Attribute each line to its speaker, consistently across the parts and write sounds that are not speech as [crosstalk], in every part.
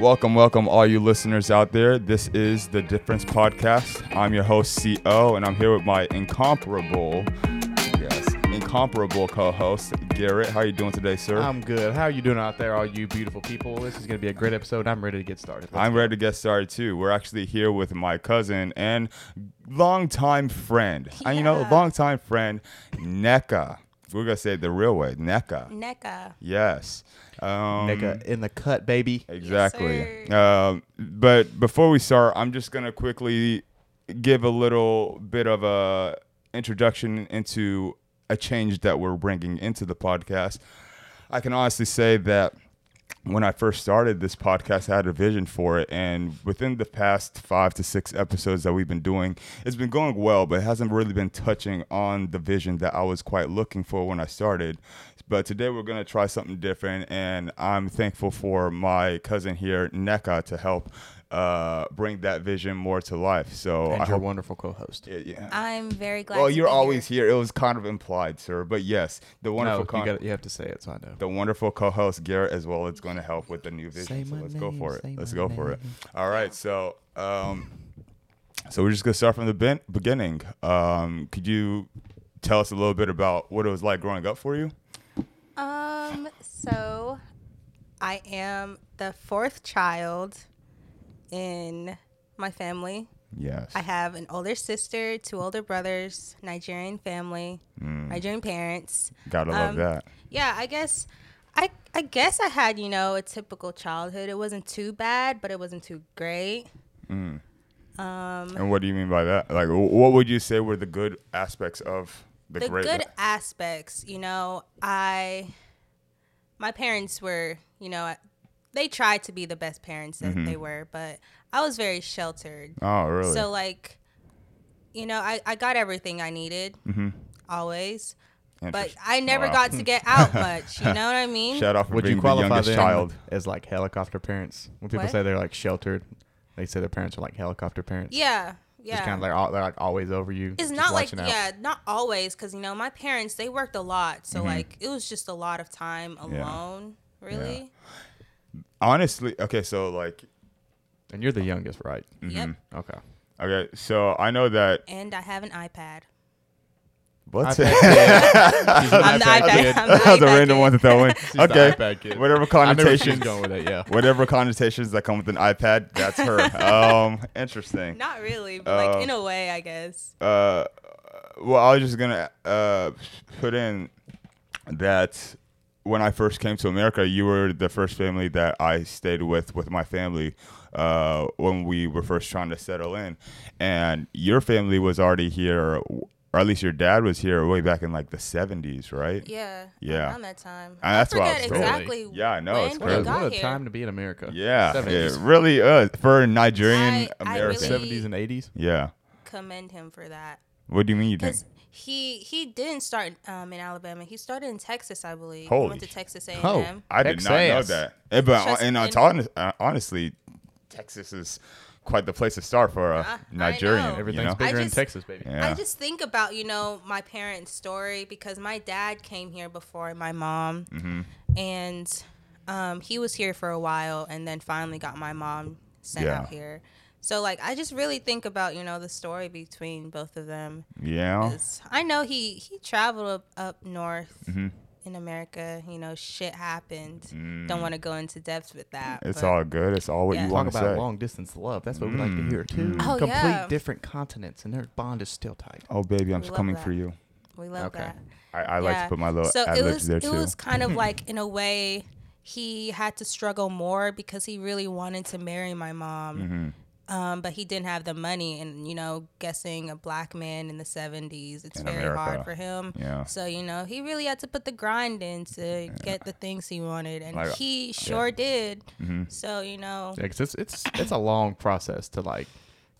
Speaker 1: Welcome, welcome, all you listeners out there. This is the Difference Podcast. I'm your host, CO, and I'm here with my incomparable, yes, incomparable co-host, Garrett. How you doing today, sir?
Speaker 2: I'm good. How are you doing out there, all you beautiful people? This is going to be a great episode. I'm ready to get started. Let's
Speaker 1: I'm ready to get started too. We're actually here with my cousin and longtime friend, and you know,
Speaker 3: Yeah.
Speaker 1: longtime friend, NECA. We're gonna say it the real way, NECA.
Speaker 3: NECA.
Speaker 1: Yes. Um,
Speaker 2: Nigga in the cut, baby.
Speaker 1: Exactly.
Speaker 3: sir.
Speaker 1: um, but before we start, I'm just gonna quickly give a little bit of a introduction into a change that we're bringing into the podcast. I can honestly say that when I first started this podcast, I had a vision for it, and within the past five to six episodes that we've been doing, it's been going well, but it hasn't really been touching on the vision that I was quite looking for when I started. But today we're gonna try something different, and I'm thankful for my cousin here, NECA, to help uh, bring that vision more to life. So
Speaker 2: And
Speaker 1: I
Speaker 2: your
Speaker 1: hope.
Speaker 2: wonderful co-host.
Speaker 1: Yeah, yeah.
Speaker 3: I'm very glad.
Speaker 1: Well,
Speaker 3: to
Speaker 1: you're
Speaker 3: be
Speaker 1: always here. It was kind of implied, sir, but yes, the wonderful.
Speaker 2: no,
Speaker 1: con-
Speaker 2: you, gotta, you have to say it, so I know.
Speaker 1: the wonderful co-host Garrett as well. It's going to help with the new vision.
Speaker 2: Say
Speaker 1: so
Speaker 2: my
Speaker 1: let's go
Speaker 2: name,
Speaker 1: for
Speaker 2: say
Speaker 1: it. Let's
Speaker 2: my
Speaker 1: go for it.
Speaker 2: name.
Speaker 1: All right. So, um, so we're just gonna start from the ben- beginning. Um, could you tell us a little bit about what it was like growing up for you?
Speaker 3: here. Um. So, I am the fourth child in my family.
Speaker 1: Yes.
Speaker 3: I have an older sister, two older brothers, Nigerian family,
Speaker 1: Hmm.
Speaker 3: Nigerian parents.
Speaker 1: Gotta love
Speaker 3: um,
Speaker 1: that.
Speaker 3: Yeah, I guess. I, I guess I had, you know, a typical childhood. It wasn't too bad, but it wasn't too great. um,
Speaker 1: And what do you mean by that? Like, wh- what would you say were the good aspects of the,
Speaker 3: the
Speaker 1: great?
Speaker 3: good aspects you know i my parents were you know they tried to be the best parents that they were but i was very sheltered
Speaker 1: oh, Mm-hmm. really?
Speaker 3: so like you know i, I got everything i needed always but
Speaker 1: Interest-
Speaker 3: i never
Speaker 1: Mm-hmm. Wow.
Speaker 3: got to get
Speaker 1: [laughs]
Speaker 3: out much you know what i mean
Speaker 1: Shout out for
Speaker 2: Would
Speaker 1: being
Speaker 2: you qualify
Speaker 1: the youngest
Speaker 2: them
Speaker 1: child.
Speaker 2: as like helicopter parents? When people
Speaker 3: What?
Speaker 2: say they're like sheltered, they say their parents are like helicopter parents.
Speaker 3: yeah yeah
Speaker 2: It's kind of like all, they're like always over you.
Speaker 3: it's
Speaker 2: just
Speaker 3: not like
Speaker 2: watching out.
Speaker 3: yeah not always because you know my parents they worked a lot
Speaker 1: Mm-hmm.
Speaker 3: so like it was just a lot of time alone really
Speaker 1: Honestly, okay. So like,
Speaker 2: And you're the youngest, right?
Speaker 1: Mm. Mm-hmm.
Speaker 3: yep
Speaker 1: [laughs]
Speaker 2: Okay.
Speaker 1: okay. So I know that.
Speaker 3: and i have an ipad
Speaker 1: What's [laughs]
Speaker 3: I'm the iPad. [laughs] I'm the
Speaker 1: That was a
Speaker 3: iPad
Speaker 1: random
Speaker 3: kid.
Speaker 1: one to throw
Speaker 2: [laughs]
Speaker 1: in.
Speaker 2: the
Speaker 1: okay.
Speaker 2: iPad kid.
Speaker 1: Whatever
Speaker 2: I knew where she
Speaker 1: connotations,
Speaker 2: was going with it. Yeah.
Speaker 1: [laughs] whatever connotations that come with an iPad, that's
Speaker 2: [laughs]
Speaker 1: her. um, interesting.
Speaker 3: Not really, but like
Speaker 1: Uh,
Speaker 3: in a way, I guess.
Speaker 1: Uh, well, I was just gonna uh put in that when I first came to America, you were the first family that I stayed with with my family uh, when we were first trying to settle in, and your family was already here. Or at least your dad was here way back in like the 70s, right?
Speaker 3: Yeah.
Speaker 1: Yeah.
Speaker 3: Around that time.
Speaker 1: Uh, that's
Speaker 3: I
Speaker 1: what I was
Speaker 3: forget
Speaker 2: told.
Speaker 3: exactly.
Speaker 1: Yeah, I know,
Speaker 3: When
Speaker 1: it's
Speaker 3: we
Speaker 2: What a,
Speaker 1: crazy.
Speaker 3: got
Speaker 2: what a
Speaker 3: here.
Speaker 2: time to be in America.
Speaker 1: Yeah,
Speaker 2: 70s.
Speaker 1: it really is for a Nigerian
Speaker 3: I- I
Speaker 1: American.
Speaker 3: really-
Speaker 2: 70s and 80s.
Speaker 1: yeah.
Speaker 3: Commend him for that
Speaker 1: What do you mean you think?
Speaker 3: because he he didn't start um, in Alabama. He started in Texas, I believe. he
Speaker 1: Holy
Speaker 3: went to
Speaker 1: sh-
Speaker 3: Texas A&M.
Speaker 2: Oh.
Speaker 1: I did not know
Speaker 2: Texas.
Speaker 1: that. Eh, but
Speaker 3: Just
Speaker 1: and
Speaker 3: in-
Speaker 1: honest, uh, honestly, Texas is quite the place to start for a
Speaker 3: Ah, I
Speaker 1: Nigerian.
Speaker 3: know.
Speaker 1: you
Speaker 2: Everything's
Speaker 1: know?
Speaker 2: bigger in
Speaker 3: just-
Speaker 2: Texas, baby.
Speaker 1: Yeah.
Speaker 3: I just think about you know my parents' story because my dad came here before my mom,
Speaker 1: Mm-hmm.
Speaker 3: and um, he was here for a while, and then finally got my mom sent
Speaker 1: Yeah.
Speaker 3: out here. So like I just really think about you know the story between both of them.
Speaker 1: yeah.
Speaker 3: 'Cause I know he he traveled up, up north
Speaker 1: Mm-hmm.
Speaker 3: in America. You know shit happened. Don't want to go into depth with that.
Speaker 1: Mm. It's
Speaker 3: but-
Speaker 1: all good. It's all what
Speaker 3: Yeah.
Speaker 1: you
Speaker 3: Talk
Speaker 1: want
Speaker 2: Talk
Speaker 1: to
Speaker 2: about
Speaker 1: say.
Speaker 2: long distance love. That's what we like to hear. Two
Speaker 3: Oh,
Speaker 2: complete
Speaker 3: yeah.
Speaker 2: different continents, and their bond is still tight.
Speaker 1: Oh baby, I'm
Speaker 3: We
Speaker 1: just
Speaker 3: love
Speaker 1: coming for
Speaker 3: that.
Speaker 1: you.
Speaker 3: We love
Speaker 2: Okay.
Speaker 3: that.
Speaker 1: I, I like to
Speaker 3: Yeah.
Speaker 1: put my little
Speaker 3: so
Speaker 1: ad
Speaker 3: it was
Speaker 1: libs there
Speaker 3: it
Speaker 1: too.
Speaker 3: was
Speaker 1: [laughs]
Speaker 3: kind of like in a way he had to struggle more because he really wanted to marry my mom
Speaker 1: Mm-hmm.
Speaker 3: um, but he didn't have the money and you know guessing a black man in the 70s it's
Speaker 1: In
Speaker 3: very
Speaker 1: America.
Speaker 3: hard for him
Speaker 1: Yeah.
Speaker 3: so you know he really had to put the grind in to get the things he wanted and
Speaker 1: Like, Mm-hmm.
Speaker 3: he sure did so you know
Speaker 2: Yeah, 'cause it's it's it's a long process to like.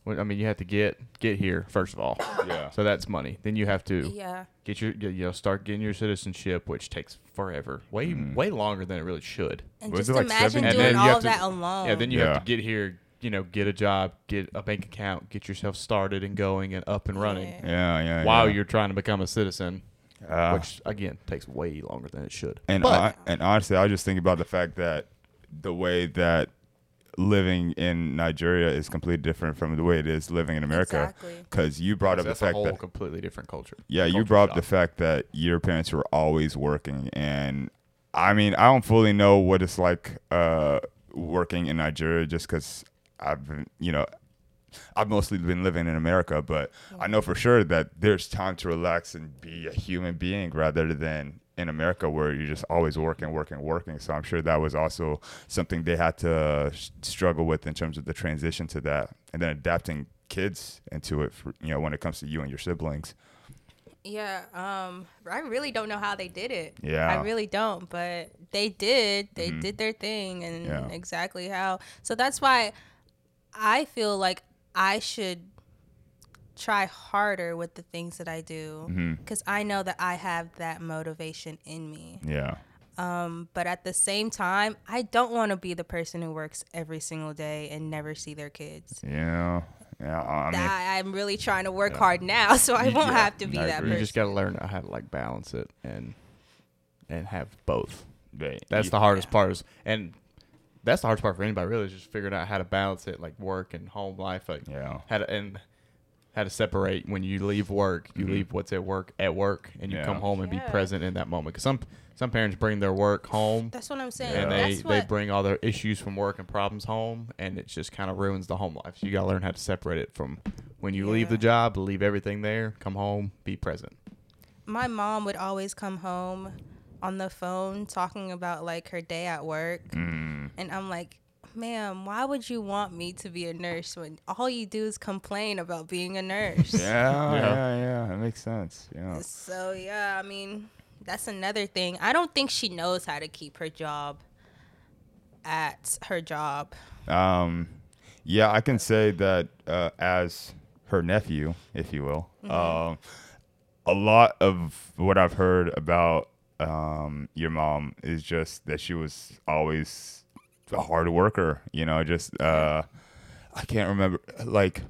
Speaker 2: when- I mean, you have to get get here first of all.
Speaker 1: Yeah.
Speaker 2: So that's money. Then you have to
Speaker 3: yeah
Speaker 2: get your you know start getting your citizenship, which takes forever, way way longer than it really should.
Speaker 3: and
Speaker 1: Was
Speaker 3: just
Speaker 1: it like
Speaker 3: imagine
Speaker 1: 70? And
Speaker 3: doing
Speaker 2: you have
Speaker 3: all
Speaker 2: to-
Speaker 3: that alone
Speaker 2: Yeah, then you
Speaker 1: Yeah.
Speaker 2: have to get here, you know, get a job, get a bank account, get yourself started and going and up and running
Speaker 3: Yeah.
Speaker 1: yeah, yeah.
Speaker 2: while
Speaker 1: yeah.
Speaker 2: you're trying to become a citizen,
Speaker 1: Ah.
Speaker 2: which again takes way longer than it should.
Speaker 1: And
Speaker 2: but
Speaker 1: hon- and honestly, I was just thinking about the fact that the way that living in Nigeria is completely different from the way it is living in America.
Speaker 3: Exactly.
Speaker 1: Because you brought up the
Speaker 2: That's a
Speaker 1: fact
Speaker 2: whole
Speaker 1: that
Speaker 2: completely different culture.
Speaker 1: yeah, you
Speaker 2: Culture
Speaker 1: brought up the
Speaker 2: shock.
Speaker 1: fact that your parents were always working, and I mean, I don't fully know what it's like uh, working in Nigeria, just because I've been, you know, I've mostly been living in America, but I know for sure that there's time to relax and be a human being rather than in America where you're just always working, working, working. So I'm sure that was also something they had to uh, s- struggle with in terms of the transition to that, and then adapting kids into it. For, you know, when it comes to you and your siblings.
Speaker 3: Yeah, um, I really don't know how they did it.
Speaker 1: Yeah.
Speaker 3: I really don't, but they did. They
Speaker 2: Mm-hmm.
Speaker 3: did their thing and
Speaker 1: Yeah.
Speaker 3: exactly how. So that's why I feel like I should try harder with the things that I do
Speaker 2: Mm-hmm.
Speaker 3: because I know that I have that motivation in me.
Speaker 1: Yeah.
Speaker 3: But at the same time, I don't want to be the person who works every single day and never see their kids.
Speaker 1: Yeah. Yeah. I mean,
Speaker 3: I, I'm really trying to work hard now, so I won't
Speaker 1: Yeah,
Speaker 3: have to be
Speaker 1: I
Speaker 3: that
Speaker 1: agree.
Speaker 2: You
Speaker 3: person.
Speaker 2: just got to learn how to like balance it and and have both.
Speaker 1: they-
Speaker 2: That's
Speaker 1: you-
Speaker 2: the hardest part is and that's the hardest part for anybody really is just figuring out how to balance it like work and home life like
Speaker 1: Yeah.
Speaker 2: how to and how to separate when you leave work you leave what's at work at work and
Speaker 1: Mm-hmm.
Speaker 2: you
Speaker 1: Yeah.
Speaker 2: come home and
Speaker 3: Yeah.
Speaker 2: be present in that moment because some some parents bring their work home
Speaker 3: That's what I'm saying.
Speaker 2: and they,
Speaker 3: That's
Speaker 2: they
Speaker 3: what
Speaker 2: bring all their issues from work and problems home and it just kind of ruins the home life so you gotta learn how to separate it from when you leave
Speaker 3: Yeah.
Speaker 2: the job leave everything there come home be present
Speaker 3: my mom would always come home on the phone talking about like her day at work and i'm like ma'am why would you want me to be a nurse when all you do is complain about being a nurse
Speaker 1: Yeah,
Speaker 2: Yeah.
Speaker 1: yeah, yeah. That makes sense. Yeah.
Speaker 3: so yeah i mean that's another thing i don't think she knows how to keep her job at her job
Speaker 1: Um, yeah, I can say that uh, as her nephew, if you will, um, a lot of what I've heard about um, your mom is just that she was always a hard worker. You know, just uh, I can't remember like.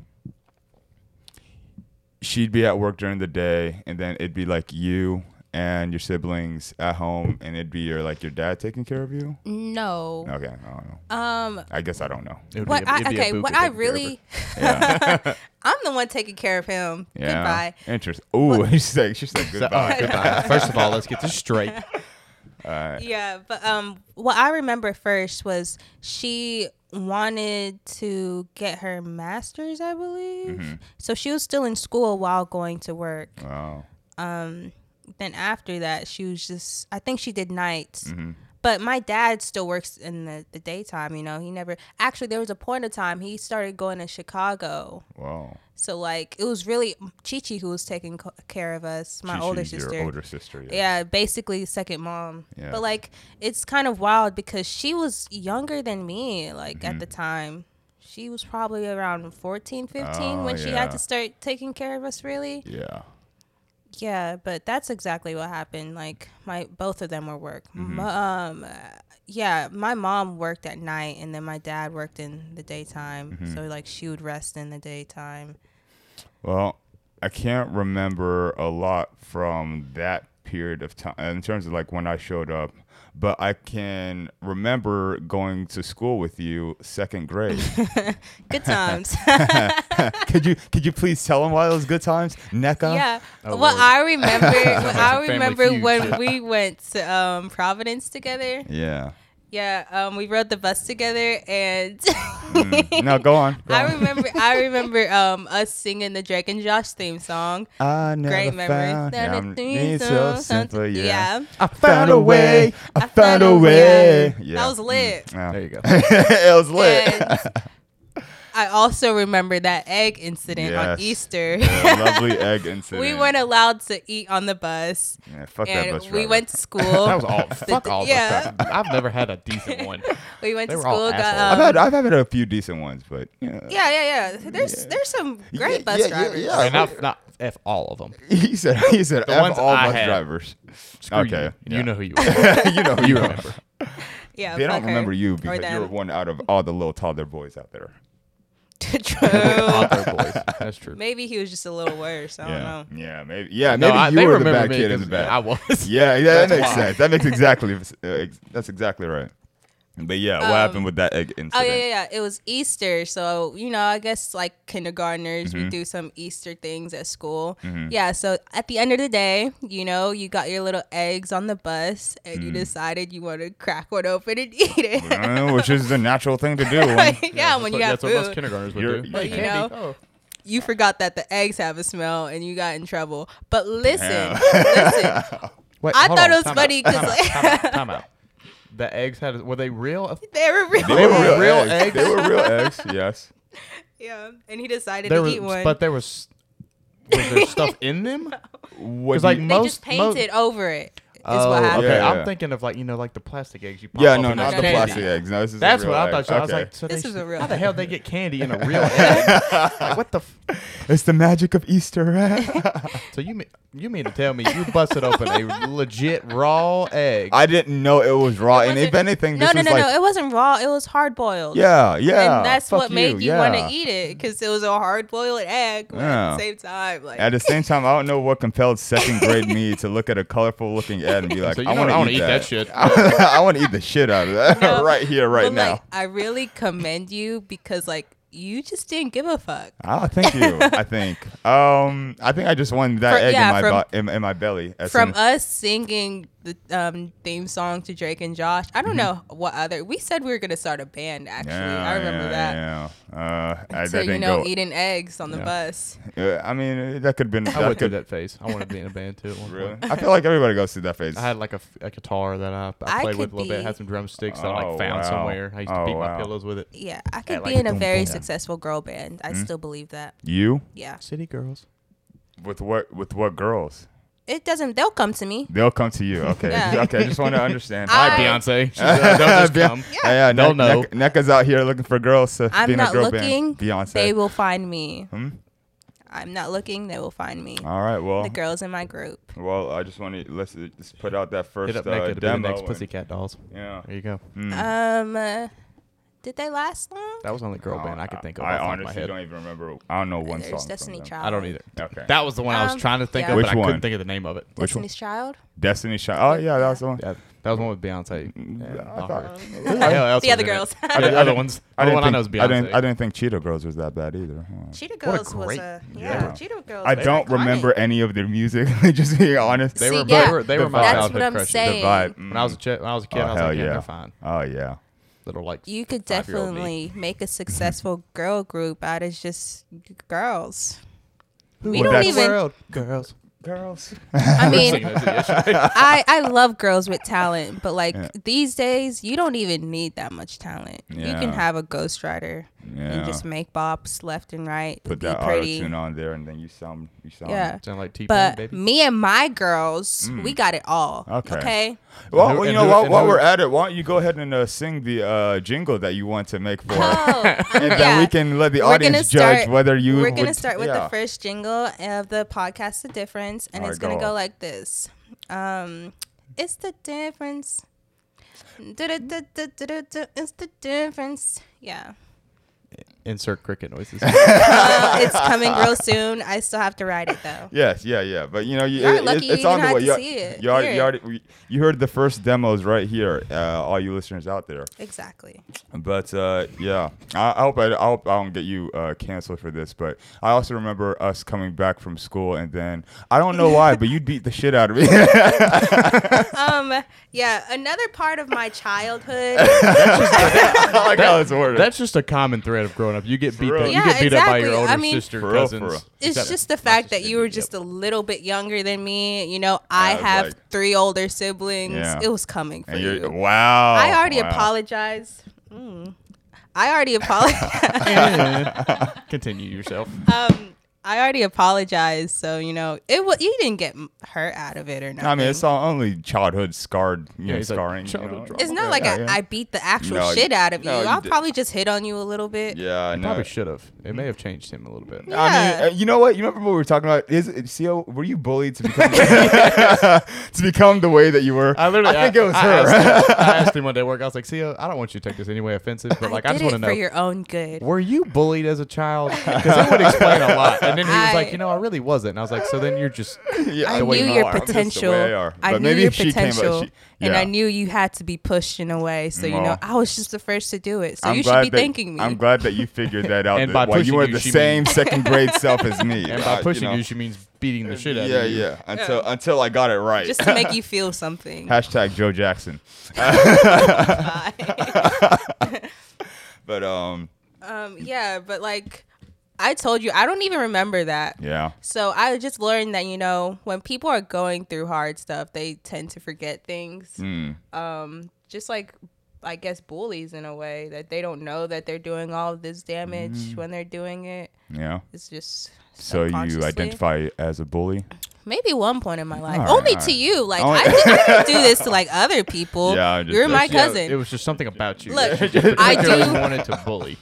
Speaker 1: She'd be at work during the day, and then it'd be like you and your siblings at home, and it'd be your like your dad taking care of you.
Speaker 3: no
Speaker 1: Okay, I don't know.
Speaker 3: um
Speaker 1: I guess I don't know.
Speaker 2: It would
Speaker 3: what
Speaker 2: be a-
Speaker 3: I,
Speaker 2: it'd be a
Speaker 3: okay
Speaker 2: boop
Speaker 3: what
Speaker 2: if
Speaker 3: i
Speaker 2: it could ever- [laughs]
Speaker 3: really [laughs] i'm the one taking care of him
Speaker 1: Yeah.
Speaker 3: goodbye
Speaker 1: Interest. Ooh, [laughs] she said she
Speaker 3: [laughs]
Speaker 1: said
Speaker 2: So- all
Speaker 1: goodbye. [laughs]
Speaker 2: right, goodbye. First of all, let's get this straight.
Speaker 3: Yeah, but um, what I remember first was she wanted to get her master's, I believe. So she was still in school while going to work.
Speaker 1: Wow.
Speaker 3: Then after that, she was just, I think she did nights. But my dad still works in the, the daytime, you know. He never, actually, there was a point of time he started going to Chicago.
Speaker 1: Wow.
Speaker 3: So, like, it was really Chi Chi who was taking co- care of us, my
Speaker 1: She-
Speaker 3: older
Speaker 1: she's
Speaker 3: sister
Speaker 1: Your older sister. Yeah.
Speaker 3: yeah basically second mom
Speaker 1: Yeah.
Speaker 3: but like it's kind of wild because she was younger than me like at the
Speaker 1: Mm-hmm.
Speaker 3: time she was probably around 14 15 when
Speaker 1: Oh,
Speaker 3: she had
Speaker 1: yeah.
Speaker 3: to start taking care of us really
Speaker 1: Yeah.
Speaker 3: yeah but that's exactly what happened like my both of them were work
Speaker 1: Mm-hmm.
Speaker 3: M- um uh, yeah my mom worked at night and then my dad worked in the daytime
Speaker 1: Mm-hmm.
Speaker 3: so like she would rest in the daytime
Speaker 1: Well, I can't remember a lot from that period of time in terms of like when I showed up, but I can remember going to school with you second
Speaker 3: [laughs]
Speaker 1: grade. [laughs]
Speaker 3: good times
Speaker 1: could you could you please tell them why those good times, NECA?
Speaker 3: Yeah.
Speaker 2: Oh, Lord.
Speaker 3: well, I
Speaker 1: [laughs]
Speaker 3: remember. what I
Speaker 2: Family
Speaker 3: remember
Speaker 2: feud.
Speaker 3: when we went to um, Providence together.
Speaker 1: Yeah.
Speaker 3: Yeah, um, we rode the bus together, and [laughs]
Speaker 1: Mm. No, go on. Go
Speaker 3: I
Speaker 1: on.
Speaker 3: remember. I remember um, us singing the Drake and Josh theme song.
Speaker 1: I never
Speaker 3: Great memories.
Speaker 1: found
Speaker 3: Now the
Speaker 1: I'm-
Speaker 3: theme
Speaker 1: it's so
Speaker 3: song,
Speaker 1: simple,
Speaker 3: something-
Speaker 1: yeah.
Speaker 2: I
Speaker 1: found a way. I found a way. Yeah.
Speaker 3: That was lit.
Speaker 1: Yeah.
Speaker 2: There you go.
Speaker 1: it was [laughs] lit. [laughs]
Speaker 3: And I also remember that egg incident
Speaker 1: Yes.
Speaker 3: on Easter.
Speaker 1: Yeah,
Speaker 3: [laughs]
Speaker 1: lovely egg incident.
Speaker 3: we weren't allowed to eat on the bus,
Speaker 1: Yeah, fuck that
Speaker 3: and
Speaker 1: bus
Speaker 3: we
Speaker 1: driver.
Speaker 3: went to school.
Speaker 1: [laughs]
Speaker 2: That was all. Fuck all
Speaker 3: Yeah.
Speaker 2: the stuff. I've never had a decent one.
Speaker 3: We went
Speaker 2: They
Speaker 3: to
Speaker 2: were all
Speaker 3: school. Got,
Speaker 2: assholes.
Speaker 1: I've
Speaker 3: um,
Speaker 1: had I've had a few decent ones, but yeah.
Speaker 3: yeah, yeah, yeah. There's there's some great
Speaker 1: Yeah,
Speaker 3: bus
Speaker 1: yeah, yeah,
Speaker 3: drivers.
Speaker 1: yeah.
Speaker 2: And not, not f all of them.
Speaker 1: [laughs] He said he said
Speaker 2: The
Speaker 1: F
Speaker 2: ones
Speaker 1: all
Speaker 2: I
Speaker 1: bus
Speaker 2: had. [laughs]
Speaker 1: drivers. [laughs]
Speaker 2: Screw
Speaker 1: okay,
Speaker 2: You,
Speaker 1: yeah.
Speaker 2: you know who you are.
Speaker 1: you know who [laughs]
Speaker 2: you
Speaker 3: [laughs]
Speaker 1: are.
Speaker 2: remember.
Speaker 3: Yeah,
Speaker 1: They
Speaker 3: fuck
Speaker 1: don't
Speaker 3: her.
Speaker 1: remember you
Speaker 3: Or
Speaker 1: because you
Speaker 3: them.
Speaker 1: were one out of all the little toddler boys out there.
Speaker 3: [laughs]
Speaker 2: [laughs]
Speaker 3: True.
Speaker 2: All their boys. That's true.
Speaker 3: Maybe he was just a little worse. I
Speaker 1: yeah, Mm-hmm.
Speaker 3: don't know.
Speaker 1: yeah, maybe yeah,
Speaker 2: No,
Speaker 1: maybe
Speaker 2: I, they
Speaker 1: you were the
Speaker 2: remember
Speaker 1: bad
Speaker 2: me
Speaker 1: kid in the
Speaker 2: 'cause
Speaker 1: back.
Speaker 2: I was.
Speaker 1: Yeah, yeah, that
Speaker 2: That's
Speaker 1: makes [laughs]
Speaker 2: why.
Speaker 1: sense. That makes exactly uh, ex- that's exactly right. But yeah, what happened with that egg incident?
Speaker 3: Um, Oh yeah, yeah, yeah. It was Easter, so you know, I guess like kindergartners, we do some Easter things at school. Yeah. So at the end of the day, you know, you got your little eggs on the bus, and you decided you want to crack one open and [laughs] eat it.
Speaker 1: Uh, which is the natural thing to
Speaker 3: [laughs]
Speaker 1: do.
Speaker 3: yeah,
Speaker 2: that's
Speaker 3: when
Speaker 2: what-
Speaker 3: you have
Speaker 2: that's what most
Speaker 3: food,
Speaker 2: kindergartners would
Speaker 1: You're-
Speaker 2: do.
Speaker 1: But,
Speaker 2: Hey,
Speaker 3: you
Speaker 2: candy.
Speaker 3: know,
Speaker 2: Oh.
Speaker 3: you forgot that the eggs have a smell, and you got in trouble. But listen,
Speaker 1: Yeah. [laughs]
Speaker 3: listen,
Speaker 2: Wait,
Speaker 3: I
Speaker 2: hold
Speaker 3: thought
Speaker 2: on,
Speaker 3: it was
Speaker 2: time
Speaker 3: funny
Speaker 2: out,
Speaker 3: 'cause,
Speaker 2: time out, time
Speaker 3: like- [laughs]
Speaker 2: out, time out. The eggs had were they real?
Speaker 3: they were real.
Speaker 1: They were real,
Speaker 2: Real
Speaker 1: eggs.
Speaker 2: eggs?
Speaker 1: They were real eggs. Yes.
Speaker 3: Yeah, and he decided
Speaker 2: There
Speaker 3: to
Speaker 2: was,
Speaker 3: eat one.
Speaker 2: but there was was
Speaker 3: [laughs]
Speaker 2: there stuff in them?
Speaker 1: What
Speaker 2: 'Cause, like,
Speaker 1: do you-
Speaker 3: they
Speaker 2: most-
Speaker 3: just painted over it. Is what happened.
Speaker 2: Oh, okay.
Speaker 1: Yeah, yeah.
Speaker 2: I'm thinking of like you know like the plastic eggs you pop
Speaker 1: yeah,
Speaker 2: up
Speaker 1: no,
Speaker 2: in
Speaker 1: not
Speaker 2: the
Speaker 1: the
Speaker 2: candy.
Speaker 1: plastic eggs. No, this is a
Speaker 2: That's
Speaker 1: real
Speaker 2: what I
Speaker 1: egg.
Speaker 2: thought. You, I was
Speaker 1: Okay.
Speaker 2: like, so
Speaker 3: This
Speaker 2: they
Speaker 3: is
Speaker 2: sh-
Speaker 3: a real
Speaker 2: How the
Speaker 3: egg.
Speaker 2: hell they get candy
Speaker 3: [laughs]
Speaker 2: in a real egg? like, what the? F-
Speaker 1: it's the magic of Easter.
Speaker 2: so you mean you mean to tell me you busted open a legit raw egg?
Speaker 1: [laughs] I didn't know it was raw, and if
Speaker 3: wasn't-
Speaker 1: anything,
Speaker 3: no,
Speaker 1: this
Speaker 3: no,
Speaker 1: was
Speaker 3: no,
Speaker 1: like,
Speaker 3: no. It wasn't raw. It was hard boiled.
Speaker 1: yeah, yeah.
Speaker 3: and that's
Speaker 1: fuck
Speaker 3: what made you
Speaker 1: yeah.
Speaker 3: want to eat it because it was a hard boiled egg. But
Speaker 1: Yeah.
Speaker 3: at the same time, like
Speaker 1: At the same time, I don't know what compelled second grade me to look at a colorful looking ad and be like,
Speaker 2: [laughs] so you
Speaker 1: I
Speaker 2: know what?
Speaker 1: want
Speaker 2: I
Speaker 1: to
Speaker 2: wanna eat that shit.
Speaker 1: [laughs] I want to eat the shit out of that
Speaker 3: No,
Speaker 1: [laughs] right here, right
Speaker 3: but,
Speaker 1: now.
Speaker 3: like, I really commend you because like you just didn't give a fuck.
Speaker 1: Ah, thank
Speaker 3: [laughs]
Speaker 1: you. I think. Um, I think I just wanted that
Speaker 3: From-
Speaker 1: egg
Speaker 3: yeah,
Speaker 1: in my
Speaker 3: from-
Speaker 1: bo- in, in my belly. as
Speaker 3: From
Speaker 1: soon-
Speaker 3: us singing the um, theme song to Drake and Josh, I don't know what other. We said we were gonna start a band. Actually,
Speaker 1: Mm-hmm. Yeah,
Speaker 3: I remember
Speaker 1: yeah,
Speaker 3: that.
Speaker 1: yeah. Uh, I,
Speaker 3: So
Speaker 1: that
Speaker 3: you
Speaker 1: didn't
Speaker 3: know, e-
Speaker 1: go.
Speaker 3: eating eggs on the bus.
Speaker 1: Uh, I mean, uh, that could have been.
Speaker 2: I
Speaker 1: That
Speaker 2: went through
Speaker 1: could,
Speaker 2: that phase. I wanted to be in a band too. At one
Speaker 1: really.
Speaker 2: point.
Speaker 1: I feel like everybody goes through that phase.
Speaker 2: I had like a, f- a guitar that I, I
Speaker 3: I
Speaker 2: played with
Speaker 3: could
Speaker 2: a little bit.
Speaker 3: be-
Speaker 2: Had some drumsticks that I
Speaker 1: Oh,
Speaker 2: like found
Speaker 1: wow.
Speaker 2: somewhere. I used to
Speaker 1: Oh,
Speaker 2: beat my
Speaker 1: wow.
Speaker 2: pillows with it.
Speaker 3: Yeah, I could
Speaker 2: like,
Speaker 3: be in a
Speaker 2: dum,
Speaker 3: very
Speaker 2: dum.
Speaker 3: successful girl band.
Speaker 1: Hmm?
Speaker 3: I still believe that.
Speaker 1: you
Speaker 3: Yeah,
Speaker 2: City girls.
Speaker 1: with what with what girls?
Speaker 3: it doesn't. They'll come to me.
Speaker 1: They'll come to you. Okay. [laughs]
Speaker 3: Yeah.
Speaker 1: Okay. I just want to understand.
Speaker 3: I-
Speaker 2: Hi, Beyonce.
Speaker 1: [laughs]
Speaker 2: She's, uh, they'll just come.
Speaker 1: Yeah, yeah
Speaker 2: They'll
Speaker 1: Neck- Neck- Necka's out here looking for girls to
Speaker 3: I'm
Speaker 1: be in
Speaker 3: not
Speaker 1: a girl
Speaker 3: looking.
Speaker 1: band. Beyonce.
Speaker 3: They will find me.
Speaker 1: Hmm? Oh.
Speaker 3: I'm not looking. They will find me.
Speaker 1: All right. Well.
Speaker 3: The girls in my group.
Speaker 1: Well, I just want to let's uh, just put out that first
Speaker 2: Hit up
Speaker 1: uh,
Speaker 2: naked to be the
Speaker 1: demo.
Speaker 2: next
Speaker 1: and-
Speaker 2: Pussycat Dolls.
Speaker 1: yeah. hmm.
Speaker 2: There you go.
Speaker 3: Um, uh, did they last long?
Speaker 2: That was the only girl band I could think of.
Speaker 1: Oh, I
Speaker 2: off the top of my
Speaker 1: honestly
Speaker 2: head.
Speaker 1: don't even remember. I don't know one
Speaker 3: There's
Speaker 1: song.
Speaker 3: Destiny
Speaker 1: from them.
Speaker 3: Child.
Speaker 2: I don't either.
Speaker 1: Okay.
Speaker 2: That was the one I was
Speaker 3: Um,
Speaker 2: trying to think
Speaker 3: yeah.
Speaker 2: of,
Speaker 1: Which
Speaker 2: but I
Speaker 1: one?
Speaker 2: couldn't think of the name of it.
Speaker 1: Which one?
Speaker 3: Destiny's Child.
Speaker 1: Destiny Child. Oh yeah, that was the one.
Speaker 2: Yeah, that was one with Beyonce. Yeah,
Speaker 1: I
Speaker 2: not
Speaker 1: thought-
Speaker 2: her. Who the hell else
Speaker 3: The
Speaker 2: was
Speaker 3: other
Speaker 2: in it?
Speaker 3: girls.
Speaker 2: Yeah,
Speaker 3: I
Speaker 2: The other ones. The
Speaker 1: I
Speaker 2: only
Speaker 1: didn't
Speaker 2: one I know is
Speaker 1: think, I didn't. I
Speaker 2: Beyonce.
Speaker 1: didn't think Cheetah Girls was that bad either. Huh.
Speaker 3: Cheetah
Speaker 2: a
Speaker 3: Girls was
Speaker 2: great-
Speaker 3: a yeah.
Speaker 1: yeah.
Speaker 3: Cheetah Girls.
Speaker 1: I
Speaker 3: was
Speaker 1: don't
Speaker 3: iconic.
Speaker 1: remember any of their music. [laughs] just being honest,
Speaker 2: They
Speaker 3: See,
Speaker 2: were-
Speaker 3: yeah,
Speaker 2: they were- they were my
Speaker 3: That's
Speaker 2: childhood
Speaker 3: what I'm
Speaker 2: crushes. The
Speaker 3: saying.
Speaker 1: vibe.
Speaker 2: When I was a chi- when I was a kid, I
Speaker 1: oh
Speaker 2: was
Speaker 1: hell
Speaker 2: like, yeah,
Speaker 1: yeah.
Speaker 2: they're fine.
Speaker 1: Oh yeah.
Speaker 2: Little like
Speaker 3: You could
Speaker 2: five-year-old me.
Speaker 3: definitely make
Speaker 1: [laughs]
Speaker 3: a successful girl group out of just girls. We
Speaker 1: would
Speaker 3: don't
Speaker 1: that-
Speaker 3: even.
Speaker 2: World girls.
Speaker 1: Girls.
Speaker 3: I mean,
Speaker 2: Singing that to you,
Speaker 3: [laughs]
Speaker 2: yesterday.
Speaker 3: I I love girls with talent, but like these days, you don't even need that much talent. You
Speaker 1: Yeah.
Speaker 3: can have a ghostwriter
Speaker 1: Yeah.
Speaker 3: and just make bops left and right.
Speaker 1: Put
Speaker 3: be
Speaker 1: that auto
Speaker 3: pretty.
Speaker 1: tune on there, and then you sound. You sound.
Speaker 3: Yeah.
Speaker 2: Sound like T-Pain,
Speaker 3: But
Speaker 2: baby.
Speaker 3: me and my girls, we got it all.
Speaker 1: Mm. Okay.
Speaker 3: Okay.
Speaker 1: Well,
Speaker 2: And who-
Speaker 1: you
Speaker 2: and
Speaker 1: know
Speaker 2: who-
Speaker 1: what?
Speaker 2: and
Speaker 1: While
Speaker 2: who-
Speaker 1: we're at it, why don't you go ahead and uh, sing the uh, jingle that you want to make
Speaker 3: [laughs]
Speaker 1: for us? [laughs]
Speaker 3: and
Speaker 1: and then we can let the
Speaker 3: We're gonna
Speaker 1: audience judge
Speaker 3: start-
Speaker 1: whether you.
Speaker 3: We're gonna
Speaker 1: would-
Speaker 3: start with
Speaker 1: yeah.
Speaker 3: the first jingle of the podcast, The Difference, and
Speaker 1: All
Speaker 3: it's
Speaker 1: right,
Speaker 3: gonna
Speaker 1: go.
Speaker 3: go like this. Um, it's the difference. Du-du-du-du-du-du-du, It's the difference. Yeah.
Speaker 2: Insert cricket
Speaker 3: [laughs]
Speaker 2: noises.
Speaker 3: Uh, it's coming
Speaker 1: [laughs]
Speaker 3: real soon. I still have to write it though.
Speaker 1: Yes, yeah, yeah. But you know, you,
Speaker 3: Y'all
Speaker 1: it-
Speaker 3: lucky
Speaker 1: it's
Speaker 3: you
Speaker 1: on
Speaker 3: even
Speaker 1: the
Speaker 3: had
Speaker 1: way.
Speaker 3: to
Speaker 1: You,
Speaker 3: see it,
Speaker 1: you already, you
Speaker 3: hear
Speaker 1: already, we- you heard the first demos right here, uh, all you listeners out there.
Speaker 3: Exactly.
Speaker 1: But uh, yeah, I, I hope I, I hope I don't get you uh, canceled for this. But I also remember us coming back from school, and then I don't know why,
Speaker 3: [laughs]
Speaker 1: but you beat the shit out of me. [laughs]
Speaker 3: Um. Yeah. Another part of my childhood.
Speaker 1: [laughs] I like how it's worded.
Speaker 2: That's just a common thread of growing up. You get beat,
Speaker 1: real.
Speaker 2: up, you
Speaker 3: Yeah,
Speaker 2: get beat up by your
Speaker 3: exactly.
Speaker 2: older
Speaker 3: I mean-
Speaker 2: sister,
Speaker 1: For real, for
Speaker 2: cousins.
Speaker 1: real.
Speaker 3: It's
Speaker 2: Except-
Speaker 3: just the fact that
Speaker 2: sister
Speaker 3: you were
Speaker 2: beat you
Speaker 3: just a little bit younger than me. You know, I
Speaker 1: I was
Speaker 3: have
Speaker 1: like-
Speaker 3: three older siblings.
Speaker 1: Yeah.
Speaker 3: It was coming for
Speaker 1: and you're,
Speaker 3: you.
Speaker 1: wow.
Speaker 3: I already
Speaker 1: wow.
Speaker 3: apologized. Mm. I already apologized.
Speaker 1: [laughs]
Speaker 3: [laughs]
Speaker 2: [laughs] Continue yourself.
Speaker 3: um, [laughs] I already apologized. So you know, it was you didn't get m- hurt out of it or nothing.
Speaker 1: I mean, it's all only childhood scarred, you know,
Speaker 2: he's like,
Speaker 1: scarring. you
Speaker 2: childhood
Speaker 1: know?
Speaker 2: trauma.
Speaker 3: It's not
Speaker 2: Yeah,
Speaker 3: like
Speaker 1: yeah,
Speaker 3: I,
Speaker 1: yeah.
Speaker 3: I beat the actual
Speaker 1: No, you-
Speaker 3: shit out of you.
Speaker 1: no, you
Speaker 3: I'll
Speaker 1: did.
Speaker 3: probably just hit on you a little bit.
Speaker 1: Yeah, I know.
Speaker 2: Probably should have. It may have changed him a little bit.
Speaker 1: I mean,
Speaker 3: Yeah.
Speaker 1: uh, you know what? You remember what we were talking about? Is it, CO, were you bullied to become
Speaker 3: [laughs]
Speaker 1: [laughs] to become the way that you were? I think it was her.
Speaker 2: asked, him,
Speaker 3: [laughs]
Speaker 2: I asked him one day at work. I was like, "See, uh, I don't want you to take this anyway offensive, but like, I,
Speaker 3: I did
Speaker 2: just want to know:
Speaker 3: it for your own good. [laughs]
Speaker 2: Were you bullied as a child? Because it would explain a lot." And then he was like,
Speaker 3: I-
Speaker 2: you know, I really wasn't. And I was like, so then you're
Speaker 3: [laughs]
Speaker 2: just
Speaker 1: [laughs] yeah,
Speaker 3: I
Speaker 2: the way
Speaker 3: knew
Speaker 2: you
Speaker 3: your
Speaker 2: are. That's
Speaker 1: the way
Speaker 3: potential.
Speaker 1: they are.
Speaker 3: I
Speaker 1: But
Speaker 3: knew
Speaker 1: maybe
Speaker 3: your
Speaker 1: if she came up,
Speaker 3: potential,
Speaker 1: she-
Speaker 3: and
Speaker 1: yeah.
Speaker 3: I knew you had to be pushed in a way. So you
Speaker 1: Well,
Speaker 3: know, I was just the first to do it. So
Speaker 1: I'm
Speaker 3: you should
Speaker 1: glad
Speaker 3: be
Speaker 1: that,
Speaker 3: thanking me.
Speaker 1: I'm glad that you figured
Speaker 2: [laughs]
Speaker 1: that out.
Speaker 2: And
Speaker 1: that-
Speaker 2: by
Speaker 1: while you
Speaker 2: pushing
Speaker 1: were
Speaker 2: you,
Speaker 1: the
Speaker 2: she [laughs]
Speaker 1: same second grade self as me.
Speaker 2: and
Speaker 1: Uh,
Speaker 2: by pushing
Speaker 1: know.
Speaker 2: you, she means beating the shit out
Speaker 1: yeah,
Speaker 2: of you.
Speaker 1: yeah. Until until I got it right.
Speaker 3: just to make you feel
Speaker 1: [laughs]
Speaker 3: something.
Speaker 1: Hashtag Joe Jackson.
Speaker 3: [laughs]
Speaker 1: [laughs] But um,
Speaker 3: um, yeah, but like I told you, I don't even remember that.
Speaker 1: yeah.
Speaker 3: So I just learned that you know when people are going through hard stuff, they tend to forget things.
Speaker 1: Hmm.
Speaker 3: Um, just like I guess bullies in a way that they don't know that they're doing all of this damage
Speaker 1: Hmm.
Speaker 3: when they're doing it.
Speaker 1: Yeah.
Speaker 3: It's just
Speaker 1: So you
Speaker 3: subconsciously.
Speaker 1: identify as a
Speaker 3: [laughs]
Speaker 1: bully?
Speaker 3: maybe one point in my life,
Speaker 1: All right,
Speaker 3: only
Speaker 1: all
Speaker 3: to
Speaker 1: right.
Speaker 3: you. Like
Speaker 1: Only-
Speaker 3: I didn't even do this to like other people.
Speaker 1: Yeah, I just-
Speaker 3: you're my
Speaker 1: that's-
Speaker 3: cousin.
Speaker 2: It was just something about you.
Speaker 3: Look,
Speaker 2: that you
Speaker 3: I
Speaker 2: particularly
Speaker 3: do-
Speaker 2: wanted to bully.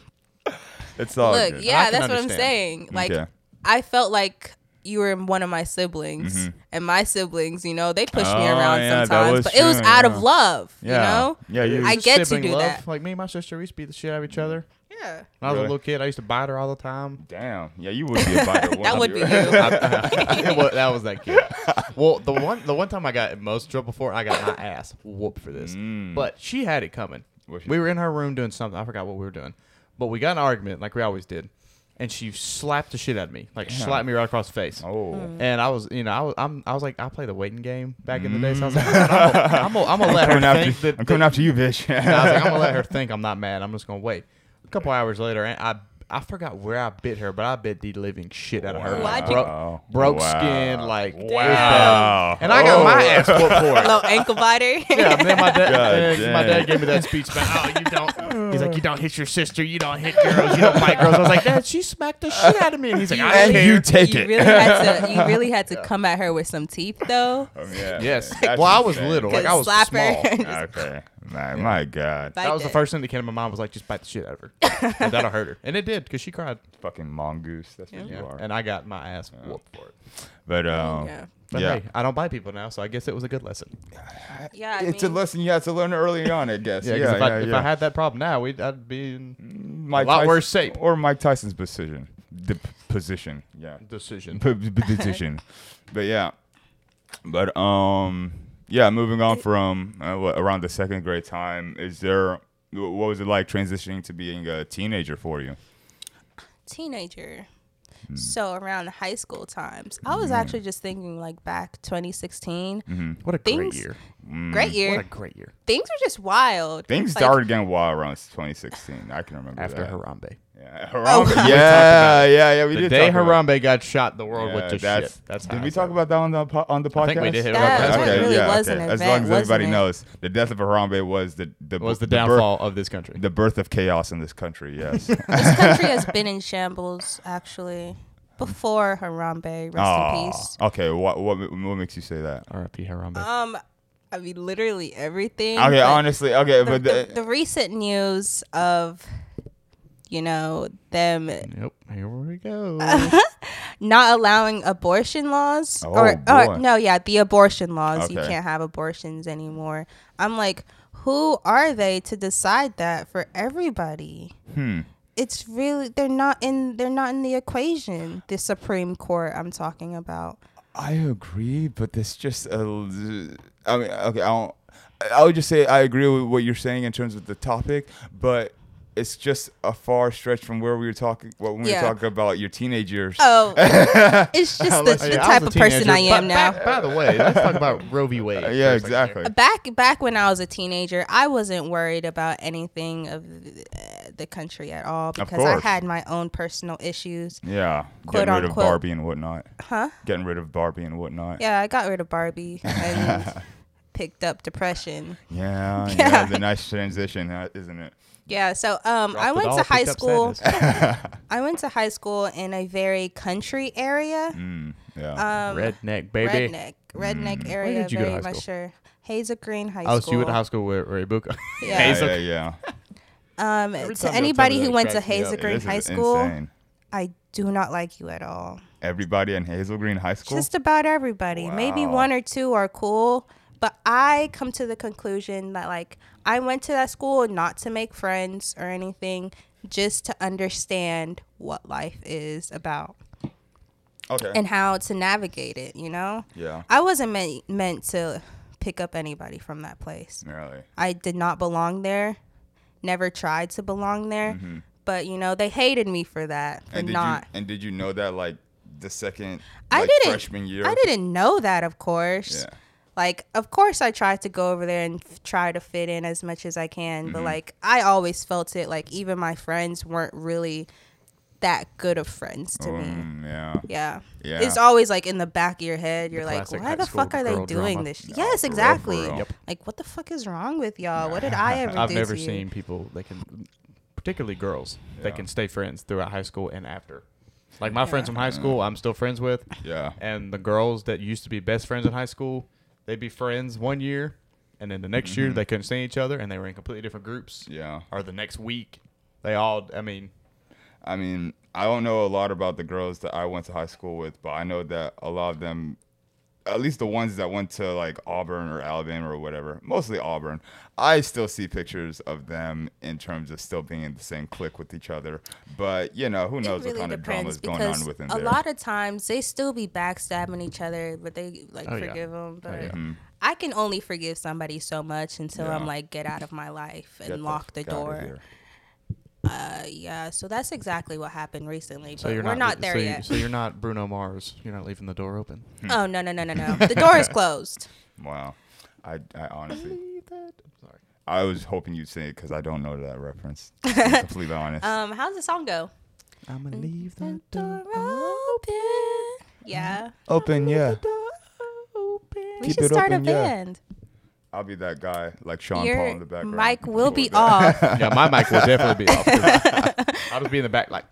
Speaker 1: It's all
Speaker 3: Look,
Speaker 1: good.
Speaker 2: I
Speaker 3: yeah,
Speaker 2: can
Speaker 3: that's what I'm
Speaker 2: understand.
Speaker 3: saying. Like
Speaker 1: Okay.
Speaker 3: I felt like you were one of my siblings, and my siblings, you know, they pushed me
Speaker 1: Mm-hmm. Oh,
Speaker 3: around
Speaker 1: yeah, that
Speaker 3: sometimes,
Speaker 1: was
Speaker 3: but it was
Speaker 1: true,
Speaker 3: out
Speaker 1: yeah.
Speaker 3: of love.
Speaker 1: Yeah.
Speaker 3: You know.
Speaker 1: Yeah, you
Speaker 3: I
Speaker 2: Just
Speaker 3: get to
Speaker 2: sibling
Speaker 3: do
Speaker 2: love.
Speaker 3: that.
Speaker 2: Like me and my sister, we used to beat the shit out of each other.
Speaker 3: Yeah.
Speaker 2: When I was
Speaker 1: Really?
Speaker 2: a little kid, I used to bite her all the time.
Speaker 3: [laughs]
Speaker 2: [laughs]
Speaker 1: Damn. Yeah, you would be a biter.
Speaker 3: That would
Speaker 1: [laughs]
Speaker 3: be you.
Speaker 2: It wa- that was that kid. Well, the one the one time I got in most trouble for, I got my ass whooped for this. But she had it coming.
Speaker 1: What she-
Speaker 2: We were in her room doing something. I forgot what we were doing, but we got in an argument like we always did, and she slapped the shit out of me, like slapped me right across the face.
Speaker 3: Hmm.
Speaker 1: Oh.
Speaker 2: And I was, you know, I was, I'm, I was like, I play the waiting game back in the day. So I was like, I'm gonna, I'm gonna, Mm. [laughs] I'm gonna let her
Speaker 1: Coming after,
Speaker 2: think that,
Speaker 1: I'm coming
Speaker 2: that-
Speaker 1: after you, [laughs] bitch.
Speaker 2: [laughs] I was like, I'm gonna let her think I'm not mad. I'm just gonna wait. A couple hours later, and I I forgot where I bit her, but I bit the living shit out of her.
Speaker 3: Why'd you-
Speaker 1: Wow.
Speaker 2: broke
Speaker 1: Wow.
Speaker 2: skin, like it was
Speaker 1: Wow.
Speaker 2: bad. And I got my
Speaker 1: Oh.
Speaker 2: ass whooped for it.
Speaker 3: Little
Speaker 1: [laughs]
Speaker 3: ankle biter.
Speaker 2: Yeah, and
Speaker 3: [laughs]
Speaker 2: then my
Speaker 1: God
Speaker 2: dad, and my
Speaker 1: dang.
Speaker 2: dad gave me that speech about, oh, you don't. He's like, you don't hit your sister, you don't hit girls, you don't fight girls. I was like, Dad, she smacked the shit out of me, and he's like, I don't
Speaker 1: and
Speaker 2: care.
Speaker 1: you take
Speaker 3: You
Speaker 1: it.
Speaker 2: [laughs]
Speaker 3: really had to. You
Speaker 1: [laughs]
Speaker 3: really had to come at her with some teeth, though.
Speaker 1: Oh, yeah.
Speaker 2: yes.
Speaker 1: That's
Speaker 2: Well, I was
Speaker 1: insane.
Speaker 2: little, like
Speaker 3: Good
Speaker 2: I was
Speaker 3: slapper.
Speaker 2: small.
Speaker 3: [laughs]
Speaker 1: Okay. My, my God.
Speaker 3: Bite
Speaker 2: That was the
Speaker 3: that.
Speaker 2: first thing that came to my mind. Was like, just bite the shit out of her. And that'll hurt her, and it did because she cried.
Speaker 1: Fucking mongoose. That's what you are.
Speaker 2: And I got my ass whooped for it.
Speaker 1: But um,
Speaker 3: Yeah.
Speaker 2: But
Speaker 1: yeah.
Speaker 2: hey, I don't buy people now, so I guess it was a good lesson.
Speaker 3: Yeah. I
Speaker 1: it's a
Speaker 3: mean,
Speaker 1: lesson you have to learn early on, I guess.
Speaker 2: Yeah,
Speaker 1: Yeah,
Speaker 2: 'cause
Speaker 1: yeah,
Speaker 2: if, I, if I had that problem now, we'd I'd be in
Speaker 1: Mike
Speaker 2: a lot
Speaker 1: Tyson-
Speaker 2: worse shape.
Speaker 1: or Mike Tyson's position, the p- position, yeah,
Speaker 2: decision.
Speaker 1: [laughs] P- p- position, but yeah, but um, yeah, moving on from uh, what, around the second grade time, is there wh- what was it like transitioning to being a teenager for you?
Speaker 3: teenager.
Speaker 1: Hmm.
Speaker 3: So around high school times, I was actually just thinking like back 2016.
Speaker 1: Hmm.
Speaker 2: What a great
Speaker 3: Things-
Speaker 2: year!
Speaker 3: Great year.
Speaker 2: What a great year
Speaker 3: Things were just wild.
Speaker 1: Things
Speaker 3: Like,
Speaker 1: started getting wild around 2016. I can remember
Speaker 2: after
Speaker 1: that.
Speaker 2: Harambe.
Speaker 1: yeah,
Speaker 3: Oh,
Speaker 1: Harambe. yeah, yeah, yeah, we
Speaker 2: The
Speaker 1: did
Speaker 2: day
Speaker 1: talk about-
Speaker 2: Harambe got shot, the world went
Speaker 1: Yeah,
Speaker 2: to
Speaker 1: that's,
Speaker 2: shit. That's how
Speaker 1: did
Speaker 2: I
Speaker 1: we
Speaker 2: felt.
Speaker 1: talk about that on the po- on the podcast?
Speaker 2: I think we did hit it
Speaker 3: That-
Speaker 2: on the
Speaker 3: that's
Speaker 2: podcast.
Speaker 3: what
Speaker 1: okay,
Speaker 3: really
Speaker 1: yeah,
Speaker 3: was
Speaker 1: okay.
Speaker 3: an
Speaker 1: As long as
Speaker 3: event,
Speaker 1: everybody
Speaker 3: wasn't it?
Speaker 1: knows, the death of Harambe was the the
Speaker 2: Was the
Speaker 1: birth-
Speaker 2: downfall of this country?
Speaker 1: the birth of chaos in this country.
Speaker 3: [laughs]
Speaker 1: Yes.
Speaker 3: This
Speaker 1: [laughs]
Speaker 3: country has been in shambles actually before Harambe. Rest in
Speaker 1: Aw,
Speaker 3: peace.
Speaker 1: Ah, okay. What, what what makes you say that?
Speaker 2: R.I.P. Harambe.
Speaker 3: Um, I mean, literally everything.
Speaker 1: Okay,
Speaker 3: but
Speaker 1: honestly, okay,
Speaker 3: the,
Speaker 1: but
Speaker 3: the,
Speaker 1: the,
Speaker 3: the recent news of, you know, them
Speaker 2: Yep, here we
Speaker 3: [laughs]
Speaker 2: go.
Speaker 3: not allowing abortion laws. or,
Speaker 1: Oh, boy.
Speaker 3: or no, yeah, the abortion laws. You
Speaker 1: Okay.
Speaker 3: can't have abortions anymore. I'm like, who are they to decide that for everybody?
Speaker 2: Hmm.
Speaker 3: It's really they're not in they're not in the equation. The Supreme Court I'm talking about.
Speaker 1: I agree, but there's just a. l- I mean, okay, I don't. I would just say I agree with what you're saying in terms of the topic, but it's just a far stretch from where we were talking. What when we
Speaker 3: Yeah.
Speaker 1: were talking about your teenage years.
Speaker 2: [laughs]
Speaker 3: Oh, it's just the, the
Speaker 2: Yeah, I was
Speaker 3: type
Speaker 2: a
Speaker 3: of person
Speaker 2: teenager.
Speaker 3: I am
Speaker 2: But
Speaker 3: now.
Speaker 2: By, by the way, let's talk
Speaker 3: [laughs]
Speaker 2: about Roe v. Wade.
Speaker 1: Uh,
Speaker 2: for a
Speaker 1: yeah,
Speaker 2: second
Speaker 1: exactly.
Speaker 3: back back when I was a teenager, I wasn't worried about anything of uh, the country at all because I
Speaker 1: course.
Speaker 3: had my own personal issues.
Speaker 1: Yeah,
Speaker 3: Quote,
Speaker 1: getting rid of
Speaker 3: unquote.
Speaker 1: Barbie and whatnot.
Speaker 3: Huh?
Speaker 1: Getting rid of Barbie and whatnot.
Speaker 3: Yeah, I got rid of Barbie and picked up depression. [laughs]
Speaker 1: Yeah, yeah,
Speaker 3: Yeah.
Speaker 1: the nice transition, uh, isn't it?
Speaker 3: Yeah, so um,
Speaker 2: Dropped
Speaker 3: I
Speaker 2: the
Speaker 3: went
Speaker 2: doll,
Speaker 3: to high
Speaker 2: picked up
Speaker 3: school.
Speaker 2: sadness.
Speaker 3: I went to high school in a very country area,
Speaker 1: Mm, yeah.
Speaker 3: um,
Speaker 2: Redneck baby.
Speaker 3: redneck, redneck area.
Speaker 2: Mm. did you go to
Speaker 3: very
Speaker 2: high
Speaker 3: much
Speaker 2: school?
Speaker 3: sure. Hazel Green High
Speaker 2: Oh,
Speaker 3: School.
Speaker 2: so you went to high school with Rebuka.
Speaker 3: Yeah.
Speaker 1: yeah,
Speaker 2: [laughs] Hazel-
Speaker 1: yeah, yeah.
Speaker 3: Um,
Speaker 2: Every
Speaker 3: to
Speaker 2: time you'll
Speaker 3: anybody
Speaker 2: tell me
Speaker 3: who
Speaker 2: that, it
Speaker 3: went to
Speaker 2: cracks me up.
Speaker 3: Hazel
Speaker 2: Yeah,
Speaker 3: Green
Speaker 1: This
Speaker 3: High
Speaker 1: is
Speaker 3: School,
Speaker 1: insane.
Speaker 3: I do not like you at all.
Speaker 1: Everybody in Hazel Green High School.
Speaker 3: Just about everybody. Maybe
Speaker 1: Wow.
Speaker 3: one or two are cool, but I come to the conclusion that like I went to that school not to make friends or anything, just to understand what life is about.
Speaker 1: Okay.
Speaker 3: and how to navigate it, you know?
Speaker 1: yeah.
Speaker 3: I wasn't meant, meant to pick up anybody from that place.
Speaker 1: Really.
Speaker 3: I did not belong there, never tried to belong there. But, you know, they hated me for that, for
Speaker 1: Mm-hmm. And did
Speaker 3: not.
Speaker 1: you and did you know that like the second
Speaker 3: I
Speaker 1: like,
Speaker 3: didn't-
Speaker 1: freshman year?
Speaker 3: I didn't know that, of course.
Speaker 1: Yeah.
Speaker 3: Like, of course, I tried to go over there and f- try to fit in as much as I can,
Speaker 1: Mm-hmm.
Speaker 3: but like, I always felt it like even my friends weren't really that good of friends to me.
Speaker 1: Mm, yeah.
Speaker 3: Yeah.
Speaker 1: Yeah.
Speaker 3: It's always like in the back of your head. You're like,
Speaker 2: classic
Speaker 3: why
Speaker 2: high
Speaker 3: the
Speaker 2: school
Speaker 3: fuck are
Speaker 2: girl
Speaker 3: they doing
Speaker 2: drama.
Speaker 3: this?
Speaker 1: No, for real,
Speaker 3: yes,
Speaker 1: for
Speaker 3: exactly.
Speaker 1: real.
Speaker 2: Yep.
Speaker 3: Like, what the fuck is wrong with y'all?
Speaker 1: [laughs]
Speaker 3: What did I ever
Speaker 2: I've
Speaker 3: do?
Speaker 2: never
Speaker 3: to you?
Speaker 2: seen people that can, particularly girls,
Speaker 1: Yeah.
Speaker 2: that can stay friends throughout high school and after. Like my friends from high school, I'm still friends [laughs] with,
Speaker 1: Yeah.
Speaker 2: and the girls that used to be best friends in high school, they'd be friends one year, and then the next year they couldn't stand each other, and they were in completely different groups.
Speaker 1: Yeah.
Speaker 2: Or the next week, they all. I mean,
Speaker 1: I mean, I don't know a lot about the girls that I went to high school with, but I know that a lot of them, at least the ones that went to like Auburn or Alabama or whatever, mostly Auburn, I still see pictures of them in terms of still being in the same clique with each other. But, you know, who knows
Speaker 3: it really
Speaker 1: what kind of drama
Speaker 3: depends
Speaker 1: is going on
Speaker 3: because
Speaker 1: within
Speaker 3: a
Speaker 1: there.
Speaker 3: lot of times they still be backstabbing each other, but they like
Speaker 2: Oh, yeah.
Speaker 3: forgive them. But
Speaker 2: yeah.
Speaker 3: I can only forgive somebody so much until
Speaker 1: Mm-hmm. Yeah.
Speaker 3: I'm like, get out of my life and
Speaker 1: Get
Speaker 3: lock the,
Speaker 1: fuck outta
Speaker 3: door.
Speaker 1: here.
Speaker 3: Uh, yeah, so that's exactly what happened recently. But
Speaker 2: so you're
Speaker 3: we're not, there
Speaker 2: so You,
Speaker 3: yet.
Speaker 2: so you're not Bruno Mars. You're not leaving the door open.
Speaker 3: oh no no no no
Speaker 1: [laughs]
Speaker 3: no! The door is closed.
Speaker 1: Wow. I, I
Speaker 3: [laughs]
Speaker 1: honestly,
Speaker 2: Leave that- I'm sorry.
Speaker 1: I was hoping you'd say it because I don't know that
Speaker 3: [laughs]
Speaker 1: reference. to be completely honest.
Speaker 3: Um, how's the song go?
Speaker 2: I'm gonna leave the
Speaker 3: Door open. Yeah.
Speaker 1: Open, yeah.
Speaker 3: We
Speaker 1: Oh, Keep
Speaker 3: should
Speaker 1: it
Speaker 3: start
Speaker 1: open,
Speaker 3: a
Speaker 1: yeah.
Speaker 3: band.
Speaker 1: I'll be that guy, like Sean
Speaker 3: Your
Speaker 1: Paul in the background.
Speaker 3: mic will be
Speaker 1: Or that- [laughs]
Speaker 3: off,
Speaker 2: yeah, my mic will definitely be off.
Speaker 3: [laughs]
Speaker 2: 'cause I'll just be in the back, like,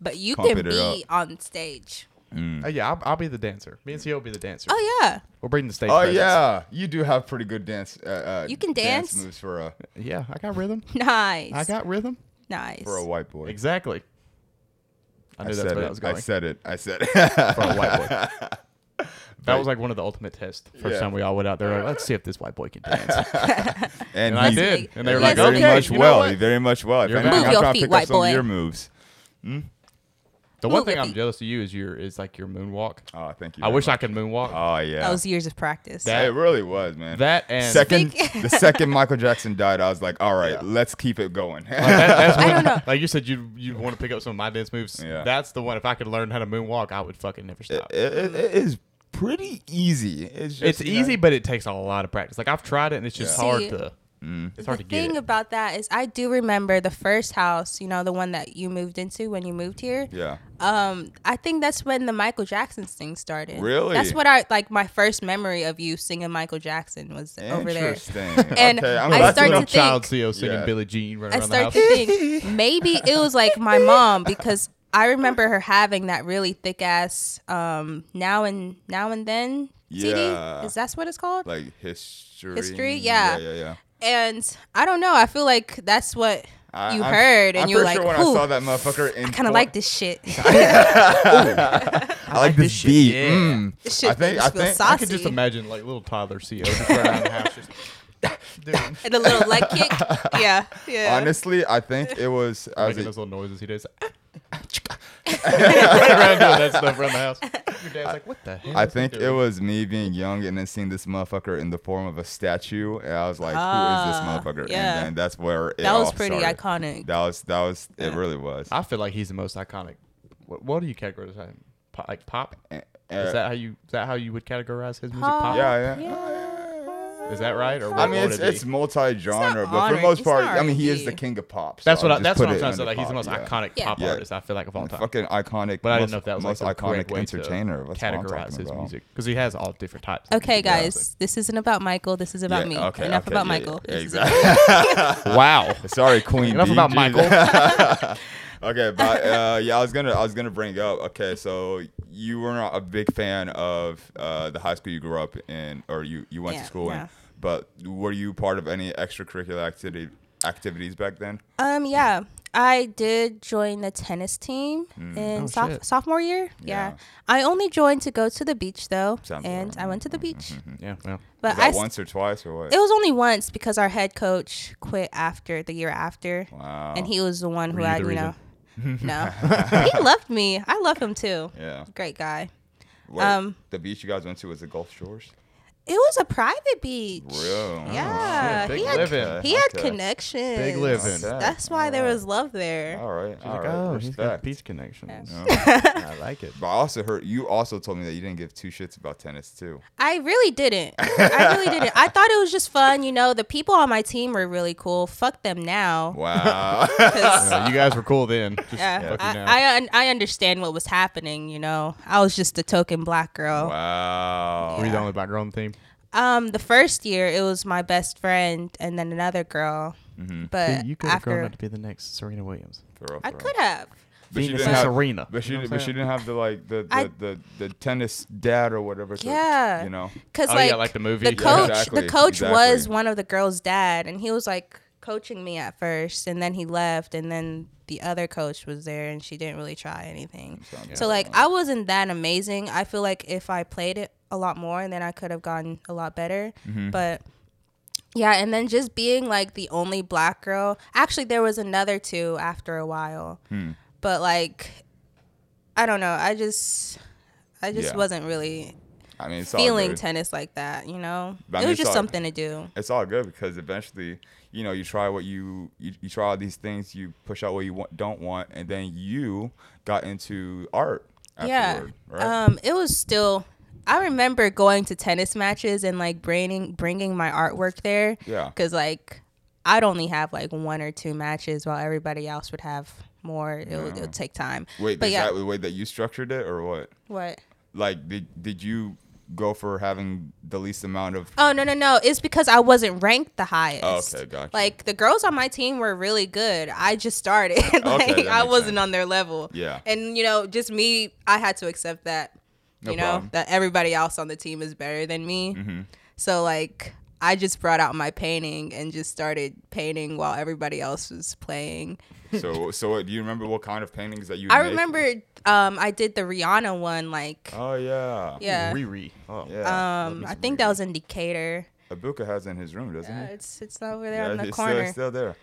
Speaker 3: but you
Speaker 1: Pump
Speaker 3: can
Speaker 1: it up.
Speaker 3: be on stage.
Speaker 2: oh, yeah, I'll, I'll be the dancer. Me and CEO will be the dancer.
Speaker 3: Oh yeah.
Speaker 2: We'll bring the stage.
Speaker 1: Oh
Speaker 2: presence.
Speaker 1: yeah, you do have pretty good dance. Uh, uh,
Speaker 3: You can dance?
Speaker 1: moves for a
Speaker 2: yeah. I got rhythm.
Speaker 3: Nice.
Speaker 2: I got rhythm.
Speaker 3: nice.
Speaker 1: for a white boy.
Speaker 2: Exactly. I knew
Speaker 1: I
Speaker 2: that's
Speaker 1: said
Speaker 2: where
Speaker 1: it.
Speaker 2: that was going.
Speaker 1: I said it. I said
Speaker 3: [laughs]
Speaker 1: it.
Speaker 2: for a white boy.
Speaker 1: [laughs]
Speaker 2: That was like one of the ultimate tests. First
Speaker 1: Yeah.
Speaker 2: time we all went out there, like, let's see if this white boy
Speaker 1: [laughs]
Speaker 2: can dance.
Speaker 1: and
Speaker 2: And I
Speaker 1: he-
Speaker 2: did, and they were
Speaker 1: he
Speaker 2: like,
Speaker 3: Yes,
Speaker 1: very
Speaker 2: "Okay,
Speaker 1: much
Speaker 2: you know
Speaker 1: well.
Speaker 2: what?"
Speaker 1: He very much well. If
Speaker 2: You're
Speaker 1: anything,
Speaker 2: back.
Speaker 1: I'm
Speaker 3: Move your
Speaker 1: trying to
Speaker 3: feet,
Speaker 1: pick up
Speaker 3: white
Speaker 1: some of
Speaker 3: boy.
Speaker 1: your moves.
Speaker 2: The one
Speaker 3: Move your
Speaker 2: thing I'm
Speaker 3: feet.
Speaker 2: jealous of you is your is like your moonwalk.
Speaker 1: Oh, thank you.
Speaker 2: I
Speaker 1: very
Speaker 2: wish I
Speaker 1: much.
Speaker 2: could moonwalk.
Speaker 1: Oh yeah.
Speaker 3: That was years of practice.
Speaker 2: That-
Speaker 1: it really was, man.
Speaker 2: that and
Speaker 1: second, [laughs]
Speaker 3: Speak-
Speaker 1: the second Michael Jackson died, I was like, all right,
Speaker 2: Yeah.
Speaker 1: let's keep it going.
Speaker 2: that- that's
Speaker 3: I
Speaker 2: one, [laughs]
Speaker 3: don't know.
Speaker 2: Like you said, you you want to pick up some of my dance moves.
Speaker 1: Yeah.
Speaker 2: That's the one. If I could learn how to moonwalk, I would fucking never stop.
Speaker 1: [laughs] It- it- it is pretty easy. It's just
Speaker 2: it's
Speaker 1: you know-
Speaker 2: easy, but it takes a lot of practice. Like I've tried it, and it's just
Speaker 3: Yeah.
Speaker 2: hard
Speaker 3: See,
Speaker 2: to.
Speaker 1: Mm.
Speaker 2: It's hard
Speaker 3: the
Speaker 2: to get.
Speaker 3: thing
Speaker 2: it.
Speaker 3: about that is, I do remember the first house, you know, the one that you moved into when you moved here.
Speaker 1: Yeah.
Speaker 3: Um, I think that's when the Michael Jackson thing started.
Speaker 1: Really?
Speaker 3: That's what I like. My first memory of you singing Michael Jackson was over there.
Speaker 1: Interesting.
Speaker 3: [laughs] And
Speaker 1: okay, I'm
Speaker 3: I
Speaker 1: glad
Speaker 3: start
Speaker 1: know.
Speaker 3: to
Speaker 2: child
Speaker 3: think-
Speaker 2: CEO singing
Speaker 1: Yeah.
Speaker 2: Billie Jean running
Speaker 3: I
Speaker 2: around the house.
Speaker 3: start to think maybe it was like my mom because I remember her having that really thick ass um now and now and then CD.
Speaker 1: Yeah.
Speaker 3: Is that's what it's called?
Speaker 1: like history.
Speaker 3: History? Yeah.
Speaker 1: Yeah, yeah, yeah.
Speaker 3: and I don't know. I feel like that's what
Speaker 1: I-
Speaker 3: you
Speaker 1: I'm-
Speaker 3: heard, and
Speaker 1: I'm
Speaker 3: you were
Speaker 1: pretty
Speaker 3: like,
Speaker 1: sure when I saw that motherfucker in
Speaker 3: kind of like this shit. [laughs]
Speaker 1: I like this,
Speaker 2: shit,
Speaker 1: beat.
Speaker 2: yeah.
Speaker 1: Mm.
Speaker 3: This shit
Speaker 1: I think
Speaker 3: makes
Speaker 1: I
Speaker 3: me
Speaker 1: think
Speaker 3: saucy.
Speaker 2: I could just imagine like little toddler CEO just running around the house, just [laughs]
Speaker 3: [laughs]
Speaker 2: doing,
Speaker 3: and a little leg
Speaker 1: [laughs]
Speaker 3: kick. Yeah, yeah.
Speaker 1: honestly,
Speaker 3: [laughs]
Speaker 1: I think it was as
Speaker 2: making
Speaker 1: a-
Speaker 2: those little noises
Speaker 1: [laughs]
Speaker 2: he does. [laughs] running around doing that stuff around the house. Your dad's like, "What the hell?"
Speaker 1: I
Speaker 2: is he
Speaker 1: think it
Speaker 2: doing?"
Speaker 1: was me being young and then seeing this motherfucker in the form of a statue, and I was like,
Speaker 3: Ah,
Speaker 1: "Who is this motherfucker?"
Speaker 3: yeah.
Speaker 1: And then that's where it
Speaker 3: that was
Speaker 1: all
Speaker 3: pretty
Speaker 1: started.
Speaker 3: iconic.
Speaker 1: oh, That was that was it. Really was.
Speaker 2: I feel like he's the most iconic. What, what do you categorize him? Pop, like pop?
Speaker 1: Uh,
Speaker 2: Is that how you? Is that how you would categorize his music?
Speaker 3: Pop.
Speaker 2: Pop.
Speaker 1: yeah, yeah.
Speaker 2: Is that right? Or
Speaker 1: I
Speaker 2: what
Speaker 1: mean,
Speaker 2: would
Speaker 1: it's,
Speaker 2: it be?
Speaker 1: it's multi-genre,
Speaker 3: It's not
Speaker 1: but for the
Speaker 3: honor-
Speaker 1: most
Speaker 3: it's not
Speaker 1: part, I mean, he is
Speaker 3: R&B.
Speaker 1: the king of pop. so
Speaker 2: that's what.
Speaker 1: I'll
Speaker 2: I,
Speaker 1: just
Speaker 2: that's
Speaker 1: put
Speaker 2: what I'm
Speaker 1: it
Speaker 2: trying to say.
Speaker 1: under
Speaker 2: Like he's the most
Speaker 1: pop, yeah.
Speaker 2: iconic
Speaker 3: Yeah.
Speaker 2: pop
Speaker 1: Yeah.
Speaker 2: artist. I feel like of all time.
Speaker 1: Fucking iconic.
Speaker 2: But
Speaker 1: most-
Speaker 2: I didn't know if that was
Speaker 1: most
Speaker 2: like the correct
Speaker 1: iconic
Speaker 2: way
Speaker 1: entertainer.
Speaker 2: to
Speaker 1: That's all I'm
Speaker 2: categorize
Speaker 1: talking
Speaker 2: his
Speaker 1: about.
Speaker 2: music because he has all different types. of
Speaker 3: Okay,
Speaker 2: music.
Speaker 3: guys, this isn't about Michael. This is about
Speaker 1: Yeah,
Speaker 3: me.
Speaker 1: okay,
Speaker 3: Enough
Speaker 1: okay,
Speaker 3: about
Speaker 1: yeah,
Speaker 3: Michael.
Speaker 1: yeah,
Speaker 3: [laughs] This is
Speaker 1: exactly.
Speaker 2: [laughs]
Speaker 3: about-
Speaker 2: Wow.
Speaker 1: [laughs] Sorry, Queen.
Speaker 2: Enough
Speaker 1: Bee,
Speaker 2: about
Speaker 1: Jesus. [laughs]
Speaker 2: Michael.
Speaker 1: okay, but uh, yeah, I was gonna I was gonna bring up. Okay, so you were not a big fan of uh, the high school you grew up in, or you you went
Speaker 3: Yeah,
Speaker 1: to school
Speaker 3: yeah.
Speaker 1: in. But were you part of any extracurricular activity activities back then?
Speaker 3: um, yeah. I did join the tennis team in
Speaker 2: Oh,
Speaker 3: soph-
Speaker 2: shit.
Speaker 3: sophomore year. Yeah.
Speaker 1: Mm. Yeah.
Speaker 3: I only joined to go to the beach though,
Speaker 1: Sounds
Speaker 3: and
Speaker 1: right.
Speaker 3: I went to the beach.
Speaker 2: Yeah. Well,
Speaker 1: mm-hmm. Was
Speaker 3: But
Speaker 1: that
Speaker 3: Uh, I s-
Speaker 1: once or twice or what?
Speaker 3: it was only once because our head coach quit after the year after,
Speaker 1: wow.
Speaker 3: and he [laughs] was the one who
Speaker 2: you
Speaker 3: had
Speaker 2: the
Speaker 3: you know.
Speaker 2: reason?
Speaker 3: [laughs] No, he loved me. I love him too.
Speaker 1: [laughs] Yeah.
Speaker 3: Great guy.
Speaker 1: Wait,
Speaker 3: Um,
Speaker 1: the beach you guys went to was the Gulf Shores.
Speaker 3: It was a private beach.
Speaker 1: Real. Oh,
Speaker 3: Yeah,
Speaker 2: Oh, shit. Big
Speaker 3: he had
Speaker 2: living.
Speaker 3: he had
Speaker 1: Okay.
Speaker 3: connections.
Speaker 2: Big living.
Speaker 1: Okay.
Speaker 3: That's why there was love there.
Speaker 1: All right. all
Speaker 2: like,
Speaker 1: right,
Speaker 2: oh, he's got
Speaker 1: respect.
Speaker 2: beach connections. [laughs] I like
Speaker 3: [laughs]
Speaker 2: it.
Speaker 1: But I also heard you also told me that you didn't give two shits about tennis too.
Speaker 3: [laughs] I really didn't.
Speaker 2: [laughs]
Speaker 3: I really didn't. I thought it was just fun. You know, the people on my team were really cool. Fuck them now.
Speaker 1: Wow.
Speaker 3: 'cause,
Speaker 2: Uh, you guys were cool then. Just
Speaker 3: yeah,
Speaker 2: fucking now.
Speaker 3: I, I un- I understand what was happening. You know, I was just a token black girl.
Speaker 1: wow.
Speaker 2: were you the only black girl on the team?
Speaker 3: Um, the first year it was my best friend and then another girl. But
Speaker 2: you could have grown
Speaker 3: Uh, after
Speaker 2: up to be the next Serena Williams.
Speaker 1: For real,
Speaker 3: I
Speaker 1: for real.
Speaker 3: could have.
Speaker 1: But she
Speaker 2: Venus
Speaker 1: didn't have-
Speaker 2: Serena.
Speaker 1: But she,
Speaker 2: You know what I'm
Speaker 1: but she
Speaker 2: saying?
Speaker 1: didn't have the like the the,
Speaker 3: I-
Speaker 1: the, the tennis dad or whatever. To,
Speaker 3: Yeah.
Speaker 1: You know.
Speaker 3: Cause
Speaker 2: Oh,
Speaker 3: like,
Speaker 2: yeah, like the movie. Yeah,
Speaker 3: coach,
Speaker 1: exactly,
Speaker 3: the coach was
Speaker 1: exactly.
Speaker 3: one of the girls' dad, and he was like coaching me at first, and then he left, and then the other coach was there, and she didn't really try anything.
Speaker 1: Sounds
Speaker 3: So like, I wasn't that amazing. I feel like if I played it a lot more, then I could have gotten a lot better.
Speaker 1: Mm-hmm.
Speaker 3: But yeah, and then just being like the only black girl. Actually, there was another two after a while,
Speaker 1: Hmm.
Speaker 3: but like, I don't know. I just, I just
Speaker 1: Yeah.
Speaker 3: wasn't really
Speaker 1: I mean, it's all
Speaker 3: feeling
Speaker 1: good.
Speaker 3: tennis like that, you know?
Speaker 1: But I
Speaker 3: it
Speaker 1: mean,
Speaker 3: was
Speaker 1: it's
Speaker 3: just
Speaker 1: all-
Speaker 3: something to do.
Speaker 1: it's all good because eventually, you know, you try what you, you you try all these things, you push out what you want, don't want, and then you got into art. Afterward,
Speaker 3: yeah.
Speaker 1: Right.
Speaker 3: Um, it was still. I remember going to tennis matches and like bringing bringing my artwork there.
Speaker 1: Yeah.
Speaker 3: Because like, I'd only have like one or two matches, while everybody else would have more. It would, it would take time.
Speaker 1: Wait,
Speaker 3: but
Speaker 1: is
Speaker 3: yeah.
Speaker 1: that the way that you structured it, or what?
Speaker 3: what?
Speaker 1: Like, did did you go for having the least amount of?
Speaker 3: Oh no no no! It's because I wasn't ranked the highest.
Speaker 1: Oh, Okay, gotcha.
Speaker 3: Like the girls on my team were really good. I just started. [laughs] like
Speaker 1: that
Speaker 3: I
Speaker 1: makes
Speaker 3: wasn't
Speaker 1: sense.
Speaker 3: on their level.
Speaker 1: Yeah.
Speaker 3: And you know, just me, I had to accept that.
Speaker 1: No
Speaker 3: you know
Speaker 1: problem. Mm-hmm.
Speaker 3: that everybody else on the team is better than me. So like I just brought out my painting and just started painting while everybody else was playing.
Speaker 1: so
Speaker 3: [laughs]
Speaker 1: so what, do you remember what kind of paintings that you?
Speaker 3: I
Speaker 1: make?
Speaker 3: remember um, I did the Rihanna one. Like
Speaker 1: Oh yeah.
Speaker 3: yeah.
Speaker 2: Riri. Oh.
Speaker 1: Yeah.
Speaker 3: Um, I think that was in Decatur.
Speaker 1: Abuka has it in his room, doesn't
Speaker 3: Uh,
Speaker 1: he?
Speaker 3: it's it's over there in the
Speaker 1: it's
Speaker 3: corner.
Speaker 1: Still, it's still there.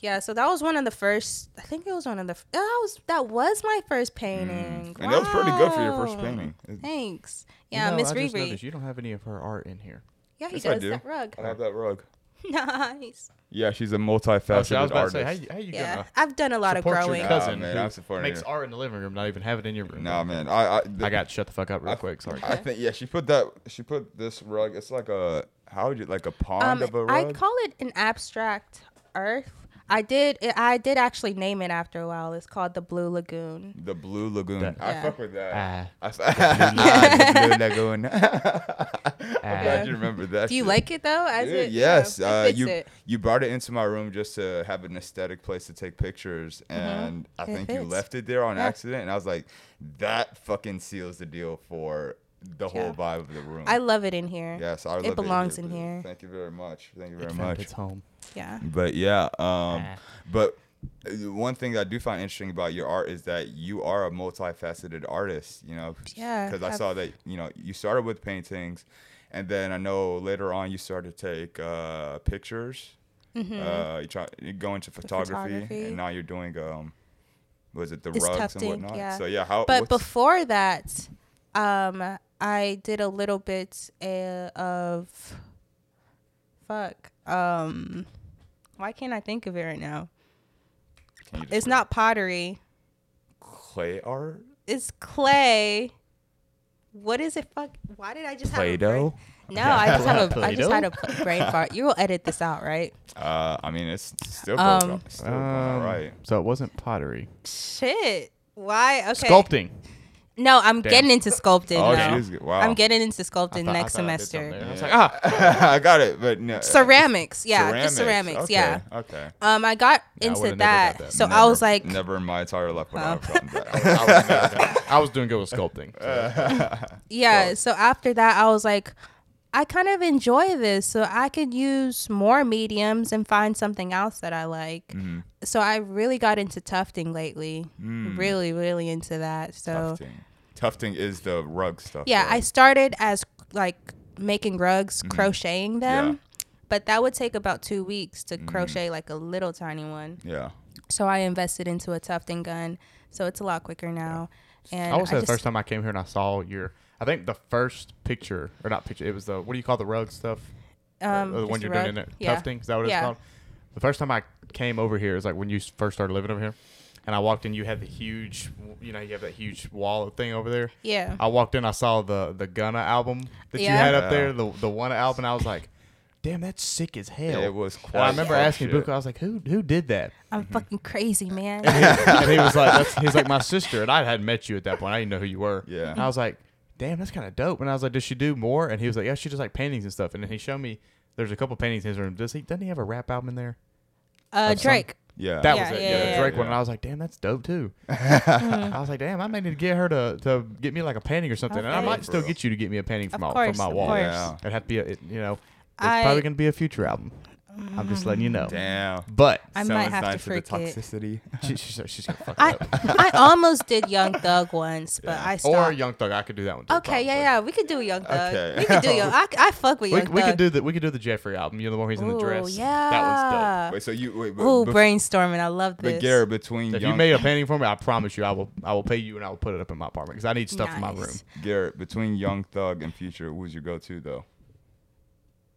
Speaker 3: Yeah, so that was one of the first. I think it was one of the. f- That was that was my first painting.
Speaker 1: Mm. And that was pretty good for your first
Speaker 3: Wow.
Speaker 1: painting. It-
Speaker 3: Thanks.
Speaker 2: You
Speaker 3: Yeah,
Speaker 2: know,
Speaker 3: Miss
Speaker 2: I just
Speaker 3: Riri.
Speaker 2: noticed You don't have any of her art in here.
Speaker 3: Yeah, he
Speaker 1: Yes, I
Speaker 3: does
Speaker 1: do.
Speaker 3: that rug.
Speaker 1: I have that rug.
Speaker 3: [laughs] nice.
Speaker 1: Yeah, she's a
Speaker 2: Oh,
Speaker 1: multifaceted
Speaker 2: shit, I was about
Speaker 1: artist.
Speaker 2: to say, how, you- how you
Speaker 3: Yeah,
Speaker 2: gonna
Speaker 3: I've done a lot of
Speaker 2: support
Speaker 3: growing.
Speaker 2: your cousin
Speaker 1: Nah, man,
Speaker 2: who
Speaker 1: I'm supporting
Speaker 2: makes
Speaker 1: her.
Speaker 2: art in the living room, not even have it in your room?
Speaker 1: Nah, man. I I,
Speaker 2: I got shut the fuck up real quick. Sorry.
Speaker 1: I think yeah, she put that. She put this rug. It's like a how would you like a pond
Speaker 3: Um,
Speaker 1: of a
Speaker 3: I
Speaker 1: rug.
Speaker 3: call it an abstract earth. I did. I did actually name it after a while. It's called the Blue Lagoon.
Speaker 1: the blue lagoon.
Speaker 2: That-
Speaker 1: I
Speaker 3: Yeah.
Speaker 1: fuck with that.
Speaker 2: Ah,
Speaker 1: I f- [laughs] the blue lagoon. [laughs]
Speaker 2: ah.
Speaker 1: Glad you remember that.
Speaker 3: Do you
Speaker 1: shit.
Speaker 3: like it though? As
Speaker 1: Dude,
Speaker 3: it,
Speaker 1: yes,
Speaker 3: yeah, it
Speaker 1: uh,
Speaker 3: fits
Speaker 1: you
Speaker 3: it.
Speaker 1: you brought it into my room just to have an aesthetic place to take pictures, and I
Speaker 3: Mm-hmm. It
Speaker 1: think you
Speaker 3: fits.
Speaker 1: left it there on
Speaker 3: Yeah.
Speaker 1: accident, and I was like, that fucking seals the deal for the whole
Speaker 3: Yeah.
Speaker 1: vibe of the room.
Speaker 3: I love it in here.
Speaker 1: yes, I love
Speaker 3: it belongs in
Speaker 1: dude.
Speaker 3: here.
Speaker 1: Thank you very much. Thank you
Speaker 2: It
Speaker 1: very
Speaker 2: found
Speaker 1: much.
Speaker 2: Its home.
Speaker 3: Yeah.
Speaker 1: But yeah, um,
Speaker 2: Ah.
Speaker 1: but uh, one thing that I do find interesting about your art is that you are a multifaceted artist. You know,
Speaker 3: Yeah,
Speaker 1: because I
Speaker 3: I've-
Speaker 1: saw that you know you started with paintings, and then I know later on you started to take uh, pictures. Uh, you try you go into photography,
Speaker 3: Mm-hmm. photography.
Speaker 1: and now you're doing um, was it the
Speaker 3: It's
Speaker 1: rugs and
Speaker 3: tufting,
Speaker 1: whatnot?
Speaker 3: yeah.
Speaker 1: So yeah, how?
Speaker 3: But
Speaker 1: what's-
Speaker 3: before that, um, I did a little bit uh, of fuck. Um, why can't I think of it right now?
Speaker 1: can you
Speaker 3: It's
Speaker 1: describe
Speaker 3: not pottery.
Speaker 1: clay art.
Speaker 3: It's clay. What is it? Fuck. Why did I just have a brain?
Speaker 1: Play-Doh.
Speaker 3: No, I just have a. I
Speaker 2: Play-Doh?
Speaker 3: just had a pl- brain fart. You will edit this out, right?
Speaker 1: Uh, I mean, it's still
Speaker 3: Um,
Speaker 1: going, on- still going all
Speaker 2: Um,
Speaker 1: right.
Speaker 2: So it wasn't pottery.
Speaker 3: Shit. Why? Okay.
Speaker 2: Sculpting.
Speaker 3: No, I'm
Speaker 2: Damn.
Speaker 3: getting into sculpting.
Speaker 1: Oh,
Speaker 3: now.
Speaker 1: she is good. Wow.
Speaker 3: I'm getting into sculpting
Speaker 2: I thought- I
Speaker 3: next
Speaker 2: thought I did
Speaker 3: semester.
Speaker 2: something. I was
Speaker 1: Yeah.
Speaker 2: like, ah,
Speaker 1: [laughs] I got it, but no.
Speaker 3: ceramics yeah just ceramics
Speaker 1: okay,
Speaker 3: yeah
Speaker 1: Okay.
Speaker 3: um i got
Speaker 2: Yeah, I
Speaker 3: into
Speaker 2: would've never
Speaker 3: that,
Speaker 2: got that.
Speaker 3: so i was
Speaker 1: Never-
Speaker 3: like
Speaker 1: never in my entire life would I have gotten that.
Speaker 2: I, was
Speaker 3: [laughs]
Speaker 2: never gonna- "Ah." [laughs] I was doing good with sculpting.
Speaker 1: [laughs]
Speaker 3: yeah so after that i was like i kind of enjoy this so i could use more mediums and find something else that i like
Speaker 2: Mm-hmm.
Speaker 3: so i really got into tufting lately
Speaker 2: Mm.
Speaker 3: really really into that so
Speaker 1: Tufting. Tufting is the rug stuff.
Speaker 3: Yeah, I
Speaker 1: right?
Speaker 3: started as like making rugs,
Speaker 2: Mm-hmm.
Speaker 3: crocheting them,
Speaker 1: Yeah.
Speaker 2: Mm-hmm.
Speaker 3: but that would take about two weeks to crochet like a little tiny one.
Speaker 1: Yeah.
Speaker 3: So I invested into a Tufton gun. So it's a lot quicker now. [laughs] And
Speaker 2: I will say the
Speaker 3: just-
Speaker 2: first time I came here and I saw your, I think the first picture or not picture, it was the what do you call the rug stuff? Uh,
Speaker 3: um,
Speaker 2: the one
Speaker 3: just
Speaker 2: you're
Speaker 3: rug-
Speaker 2: doing in there,
Speaker 3: yeah.
Speaker 2: tufting. Is that what it's
Speaker 3: Yeah.
Speaker 2: called? The first time I came over here is like when you s- first started living over here, and I walked in. You had the huge, you know, you have that huge wall thing over there.
Speaker 3: Yeah.
Speaker 2: I walked in. I saw the the Gunna album that you
Speaker 3: Yeah.
Speaker 2: had up
Speaker 1: Yeah.
Speaker 2: there, the the one album. I was like, damn, that's sick as hell.
Speaker 1: It was
Speaker 2: And I
Speaker 1: quite
Speaker 2: remember
Speaker 1: dope
Speaker 2: asking
Speaker 1: shit.
Speaker 2: Buka, I was like, who who did
Speaker 1: [laughs]
Speaker 2: that?
Speaker 3: I'm fucking crazy,
Speaker 2: [laughs]
Speaker 3: man.
Speaker 2: and he was like, that's, he's like my sister, and I hadn't met you at that point. I didn't know who you were.
Speaker 1: Yeah.
Speaker 2: And I was like, damn, that's kind of dope. And I was like, does she do more? And he was like, yeah, she does like paintings and stuff. And then he showed me there's a couple paintings in his room. Does he? Doesn't he have a rap album in there?
Speaker 3: Uh,
Speaker 2: Of some- [laughs]
Speaker 3: Drake.
Speaker 1: Yeah.
Speaker 2: That
Speaker 3: Yeah,
Speaker 2: was it.
Speaker 3: yeah,
Speaker 2: Yeah, the
Speaker 3: yeah, Uh-huh.
Speaker 2: Drake
Speaker 1: yeah.
Speaker 2: one. And I was like, damn, that's dope too.
Speaker 3: Mm-hmm.
Speaker 2: I was like, damn, I may need to get her to, to get me like a painting or something, and I
Speaker 3: Okay.
Speaker 2: might still
Speaker 1: For
Speaker 2: get you to get me a painting from
Speaker 3: Of
Speaker 2: my
Speaker 3: course,
Speaker 2: from my
Speaker 3: of
Speaker 2: wall.
Speaker 3: course.
Speaker 1: Yeah.
Speaker 2: It'd have to be a, it, you know, it's
Speaker 3: I-
Speaker 2: probably gonna be a future album. I'm just letting you know.
Speaker 1: Damn.
Speaker 2: But
Speaker 3: I
Speaker 1: Someone's
Speaker 3: might have
Speaker 1: dying
Speaker 3: to
Speaker 1: for the
Speaker 3: freak it.
Speaker 1: toxicity.
Speaker 2: she, she's she's gonna fuck it
Speaker 1: [laughs]
Speaker 3: I [laughs]
Speaker 2: up.
Speaker 3: I almost did Young Thug once, but I stopped.
Speaker 2: Or Young Thug, I could do that one. Too,
Speaker 3: okay, yeah,
Speaker 2: probably.
Speaker 3: yeah, we could do Young Thug.
Speaker 1: Okay.
Speaker 3: We could do
Speaker 1: [laughs]
Speaker 3: Young. I, I fuck with
Speaker 2: We,
Speaker 3: Young
Speaker 2: we
Speaker 3: Thug.
Speaker 2: could do the we could do the Jeffrey album. You know the one where he's in the
Speaker 3: Ooh,
Speaker 2: dress.
Speaker 3: Yeah.
Speaker 2: that one's dope.
Speaker 1: Wait, so you wait, but,
Speaker 3: Uh, Ooh,
Speaker 1: bef-
Speaker 3: brainstorming. I love this.
Speaker 1: but Garrett between
Speaker 2: If
Speaker 1: young,
Speaker 2: you made a painting for me, I promise you, I will I will pay you and I will put it up in my apartment because I need stuff in my room.
Speaker 3: Nice.
Speaker 1: Garrett between Young Thug and Future, who's your go-to though?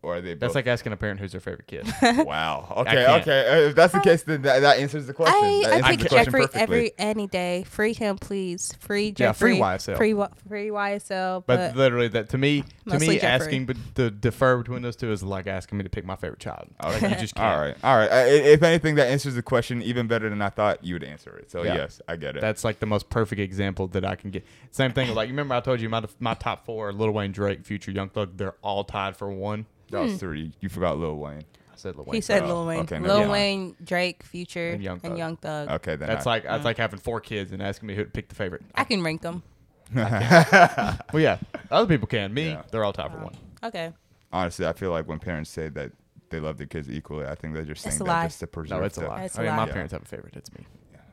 Speaker 1: Or are they
Speaker 2: That's
Speaker 1: both?
Speaker 3: [laughs]
Speaker 2: like asking a parent who's their favorite kid.
Speaker 1: wow. Okay,
Speaker 2: can't.
Speaker 1: okay. Uh, If that's the case, then that, that answers the question. That
Speaker 3: I, I
Speaker 1: answers
Speaker 3: pick
Speaker 1: the question
Speaker 3: Jeffrey
Speaker 1: perfectly.
Speaker 3: every any day. Free him, please. Free
Speaker 2: Yeah, free
Speaker 3: Jeffrey.
Speaker 2: YSL.
Speaker 3: Free, Wa- free YSL.
Speaker 2: But
Speaker 3: But,
Speaker 2: literally, that to me, to
Speaker 3: Mostly
Speaker 2: me,
Speaker 3: Jeffrey.
Speaker 2: asking but to defer between those two is like asking me to pick my favorite child. Like, you just can't.
Speaker 1: All right, all right. Uh, i- if anything, that answers the question even better than I thought you would answer it. So
Speaker 2: Yeah.
Speaker 1: yes, I get it.
Speaker 2: That's like the most perfect example that I can get. Same thing. Like you remember, I told you my my top four: are Lil Wayne, Drake, Future, Young Thug. They're all tied for one.
Speaker 1: that
Speaker 3: Hmm.
Speaker 1: was three. You forgot Lil Wayne. Oh,
Speaker 2: I said Lil Wayne.
Speaker 3: he said
Speaker 2: first.
Speaker 3: Lil Wayne.
Speaker 1: okay, never
Speaker 3: Lil
Speaker 1: mind.
Speaker 3: Wayne, Drake, Future,
Speaker 2: And
Speaker 3: and
Speaker 2: Young
Speaker 3: Young
Speaker 2: Thug.
Speaker 3: Thug.
Speaker 1: Okay, then
Speaker 2: That's
Speaker 1: I,
Speaker 2: like that's like having four kids and asking me who to pick the favorite.
Speaker 3: Uh-huh. I can rank them.
Speaker 2: Well, yeah, other people can. Me,
Speaker 1: Yeah.
Speaker 2: they're all tied for one.
Speaker 3: Okay.
Speaker 1: honestly, I feel like when parents say that they love their kids equally, I think they're just saying
Speaker 3: a
Speaker 1: that
Speaker 3: lie.
Speaker 1: just to preserve.
Speaker 2: No, it's a
Speaker 1: the-
Speaker 2: lie.
Speaker 3: It's
Speaker 2: I
Speaker 3: a
Speaker 2: mean,
Speaker 3: lie.
Speaker 2: my
Speaker 3: Yeah.
Speaker 2: parents have a favorite. It's
Speaker 3: [laughs]
Speaker 2: me.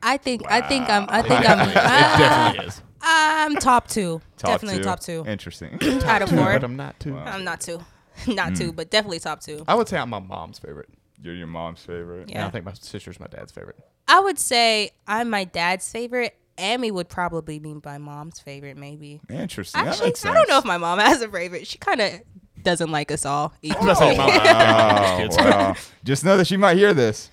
Speaker 3: I think I think I'm I think I'm
Speaker 2: It
Speaker 3: I,
Speaker 2: definitely is.
Speaker 1: [laughs]
Speaker 3: I'm top two.
Speaker 1: Top
Speaker 3: definitely
Speaker 1: two.
Speaker 3: top two. [clears throat]
Speaker 1: Interesting.
Speaker 3: Out of
Speaker 1: [laughs]
Speaker 3: four.
Speaker 2: But I'm not too.
Speaker 3: I'm not two. [laughs] Not two,
Speaker 1: Mm.
Speaker 3: but definitely top two.
Speaker 2: I would say I'm my mom's favorite.
Speaker 1: You're your mom's favorite.
Speaker 2: And I
Speaker 3: Yeah.
Speaker 2: think my sister's my dad's favorite.
Speaker 3: I would say I'm my dad's favorite. Amy would probably be my mom's favorite, maybe.
Speaker 1: Interesting. that
Speaker 3: Actually,
Speaker 1: makes
Speaker 3: I don't know if
Speaker 1: sense.
Speaker 3: my mom has a favorite. She kind of doesn't like
Speaker 1: [laughs]
Speaker 3: us all equally. [laughs]
Speaker 1: Oh, wow. Just know that she might hear this.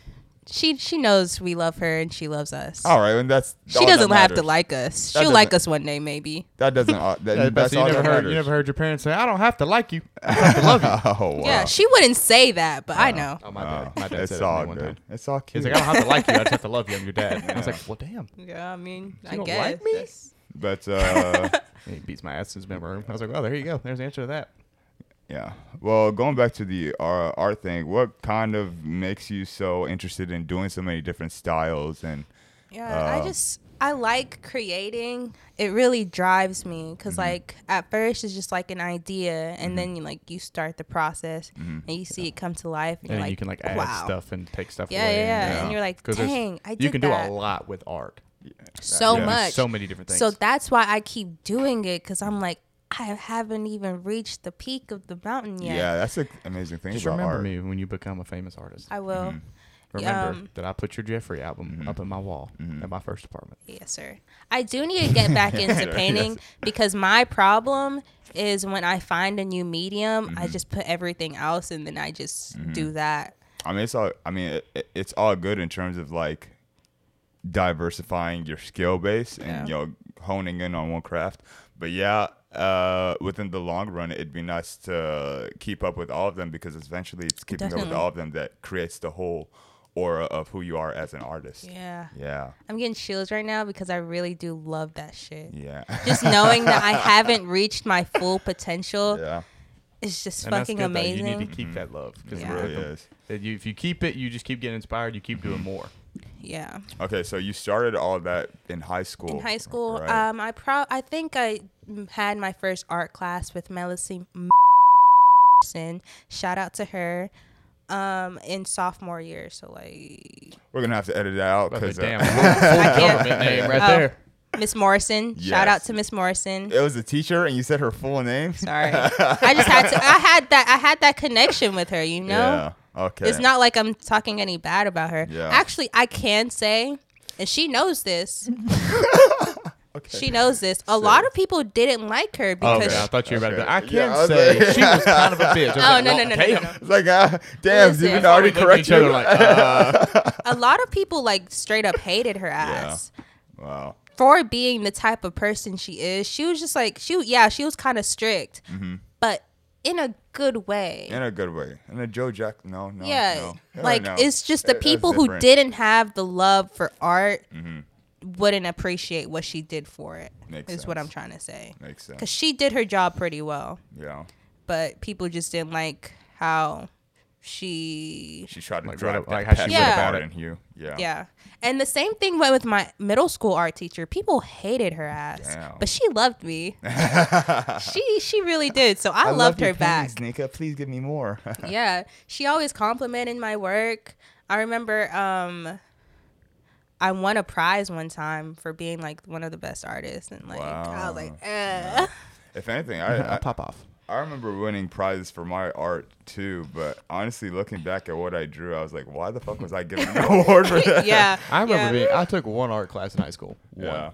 Speaker 3: She she knows we love her and she loves us.
Speaker 1: All right, and that's Oh, all
Speaker 3: she
Speaker 1: that
Speaker 3: doesn't have to
Speaker 1: matters.
Speaker 3: like us.
Speaker 1: That
Speaker 3: She'll like us
Speaker 1: doesn't-
Speaker 3: one day, maybe.
Speaker 1: That doesn't. Uh, that,
Speaker 2: Yeah, but
Speaker 1: that's
Speaker 2: so you
Speaker 1: all
Speaker 2: never
Speaker 1: that
Speaker 2: heard you
Speaker 1: matters.
Speaker 2: never heard your parents say, I don't have to like you. I have to [laughs] love you.
Speaker 1: Oh wow.
Speaker 3: Yeah, she wouldn't say that, but I know.
Speaker 2: Oh my dad.
Speaker 1: Oh,
Speaker 2: My dad
Speaker 1: it's
Speaker 2: said it to
Speaker 1: all
Speaker 2: me one
Speaker 1: good.
Speaker 2: time.
Speaker 1: It's all
Speaker 2: He's
Speaker 1: cute.
Speaker 2: like, I don't have to like you, I just have to love you. I'm your dad. And I was like, Well damn.
Speaker 3: Yeah, I mean, I
Speaker 2: don't
Speaker 3: guess.
Speaker 2: like me?
Speaker 3: that's-
Speaker 1: but
Speaker 2: [laughs]
Speaker 1: uh,
Speaker 2: And he beats my ass in his memory room. I was like, Well, there you go. There's the answer to that.
Speaker 1: yeah. Well, going back to the uh, art thing, what kind of makes you so interested in doing so many different styles and
Speaker 3: Yeah,
Speaker 2: Uh.
Speaker 3: I just I like creating. It really drives me because
Speaker 2: Mm-hmm.
Speaker 3: like at first it's just like an idea, and then you like you start the process and you see it come to life,
Speaker 2: Mm-hmm. And
Speaker 3: and, you're like,
Speaker 2: you can like add
Speaker 3: wow.
Speaker 2: stuff and take stuff
Speaker 3: Yeah,
Speaker 2: away.
Speaker 3: yeah, yeah. And you're like,
Speaker 2: 'Cause there's-
Speaker 3: dang, I
Speaker 2: You
Speaker 3: did
Speaker 2: can
Speaker 3: that.
Speaker 2: do a lot with art.
Speaker 3: so
Speaker 1: Yeah. You can do
Speaker 3: much,
Speaker 2: So many different things.
Speaker 3: So that's why I keep doing it because I'm like I haven't even reached the peak of the mountain
Speaker 1: yeah,
Speaker 3: yet.
Speaker 1: that's an amazing thing
Speaker 2: Just
Speaker 1: about
Speaker 2: remember
Speaker 1: art.
Speaker 2: me when you become a famous artist.
Speaker 3: I will.
Speaker 2: Mm-hmm. Remember
Speaker 3: um,
Speaker 2: that I put your Jeffrey album up in my wall at my first apartment.
Speaker 3: Yes, sir. I do need to get
Speaker 2: [laughs]
Speaker 3: back into painting because my problem is when I find a new medium, I
Speaker 2: Mm-hmm.
Speaker 3: just put everything else and then I just do that.
Speaker 1: I mean, it's all. I mean, it, it's all good in terms of like diversifying your skill base and you know honing in on one craft. But yeah, uh, within the long run, it'd be nice to keep up with all of them because eventually, it's keeping up with
Speaker 3: Definitely.
Speaker 1: all of them that creates the whole aura of who you are as an artist.
Speaker 3: Yeah.
Speaker 1: Yeah.
Speaker 3: I'm getting chills right now because I really do love that shit.
Speaker 1: Yeah. [laughs]
Speaker 3: Just knowing
Speaker 2: [laughs]
Speaker 3: that I haven't reached my full potential
Speaker 1: yeah.
Speaker 3: is just
Speaker 2: And that's
Speaker 3: fucking
Speaker 2: good, though. You need
Speaker 3: amazing.
Speaker 2: to keep that love because
Speaker 3: Yeah.
Speaker 1: Really is.
Speaker 2: you, if you keep it, you just keep getting inspired. You keep doing more.
Speaker 3: Yeah.
Speaker 1: Okay, so you started all that in high school.
Speaker 3: In high school,
Speaker 1: right?
Speaker 3: um, I pro- I think I mm, had my first art class with Melissa. Shout out to her. Um, in sophomore year, so like
Speaker 1: We're gonna have to edit that out
Speaker 2: But
Speaker 1: because
Speaker 2: damn,
Speaker 1: uh,
Speaker 3: [laughs] I
Speaker 2: full
Speaker 3: can't.
Speaker 2: government name right
Speaker 3: Oh.
Speaker 2: there.
Speaker 3: Miss Morrison. Shout out
Speaker 1: Yes.
Speaker 3: to Miss
Speaker 1: [laughs]
Speaker 3: Morrison.
Speaker 1: it was a teacher and you said her full name. [laughs]
Speaker 3: Sorry, I just had to. I had that. I had that connection with her. You know,
Speaker 1: Yeah. Okay.
Speaker 3: It's not like I'm talking any bad about her.
Speaker 1: Yeah.
Speaker 3: Actually, I can say, and she knows
Speaker 1: [laughs]
Speaker 3: this. She knows this. A lot of people didn't like her
Speaker 2: Oh,
Speaker 3: because
Speaker 2: okay. I thought you were about
Speaker 1: Okay.
Speaker 2: to. I
Speaker 1: Yeah,
Speaker 2: can't
Speaker 1: I was
Speaker 2: say
Speaker 1: like-
Speaker 2: she was kind of a
Speaker 3: [laughs]
Speaker 2: bitch. I was
Speaker 3: Oh,
Speaker 2: like,
Speaker 3: no,
Speaker 2: well,
Speaker 3: no, no, no, no,
Speaker 2: damn.
Speaker 3: no.
Speaker 1: It's like, ah, damn,
Speaker 3: Listen.
Speaker 1: did we already
Speaker 2: We looked at
Speaker 1: correct
Speaker 2: each other
Speaker 1: you?
Speaker 3: [laughs]
Speaker 2: like, uh,
Speaker 3: a lot of people like straight up hated her ass
Speaker 1: wow.
Speaker 3: for being the type of person she is. She was just like she yeah, she was kind of strict,
Speaker 1: Mm-hmm.
Speaker 3: but in a good way.
Speaker 1: In a good way. In a Joe Jack. No, no.
Speaker 3: yeah.
Speaker 1: no. Hell
Speaker 3: Like
Speaker 1: no.
Speaker 3: it's just the
Speaker 1: That- that's
Speaker 3: people who
Speaker 1: different. Mm-hmm.
Speaker 3: didn't have the love for art wouldn't appreciate what she did for it. Is
Speaker 1: Makes
Speaker 3: what
Speaker 1: sense.
Speaker 3: I'm trying to say.
Speaker 1: Makes
Speaker 3: Cuz
Speaker 1: sense.
Speaker 3: she did her job pretty well,
Speaker 1: Yeah.
Speaker 3: but people just didn't like how she
Speaker 1: She tried to
Speaker 2: Like,
Speaker 1: drive
Speaker 2: what- like
Speaker 1: that
Speaker 2: how
Speaker 1: passion
Speaker 2: she
Speaker 3: went
Speaker 1: yeah.
Speaker 2: about
Speaker 1: about
Speaker 2: it.
Speaker 1: in you. Yeah.
Speaker 3: Yeah. And the same thing went with my middle school art teacher. People hated her ass,
Speaker 1: Damn.
Speaker 3: but she
Speaker 1: [laughs]
Speaker 3: loved me. she she really did. So I, loved her back.
Speaker 1: Nika. Please give me
Speaker 2: [laughs]
Speaker 1: more. [laughs]
Speaker 3: yeah. She always complimented my work. I remember um I won a prize one time for being like one of the best artists and like I was like, eh.
Speaker 1: if anything, I, I
Speaker 2: "Uh, pop off.
Speaker 1: I remember winning prizes for my art too. But honestly, looking back at what I drew, I was like, why the fuck was I
Speaker 3: [laughs]
Speaker 1: given an award for that? [laughs]
Speaker 2: [laughs]
Speaker 3: yeah.
Speaker 2: I remember
Speaker 3: yeah. Mm-hmm.
Speaker 2: being. I took one art class in high school. One,
Speaker 1: Yeah.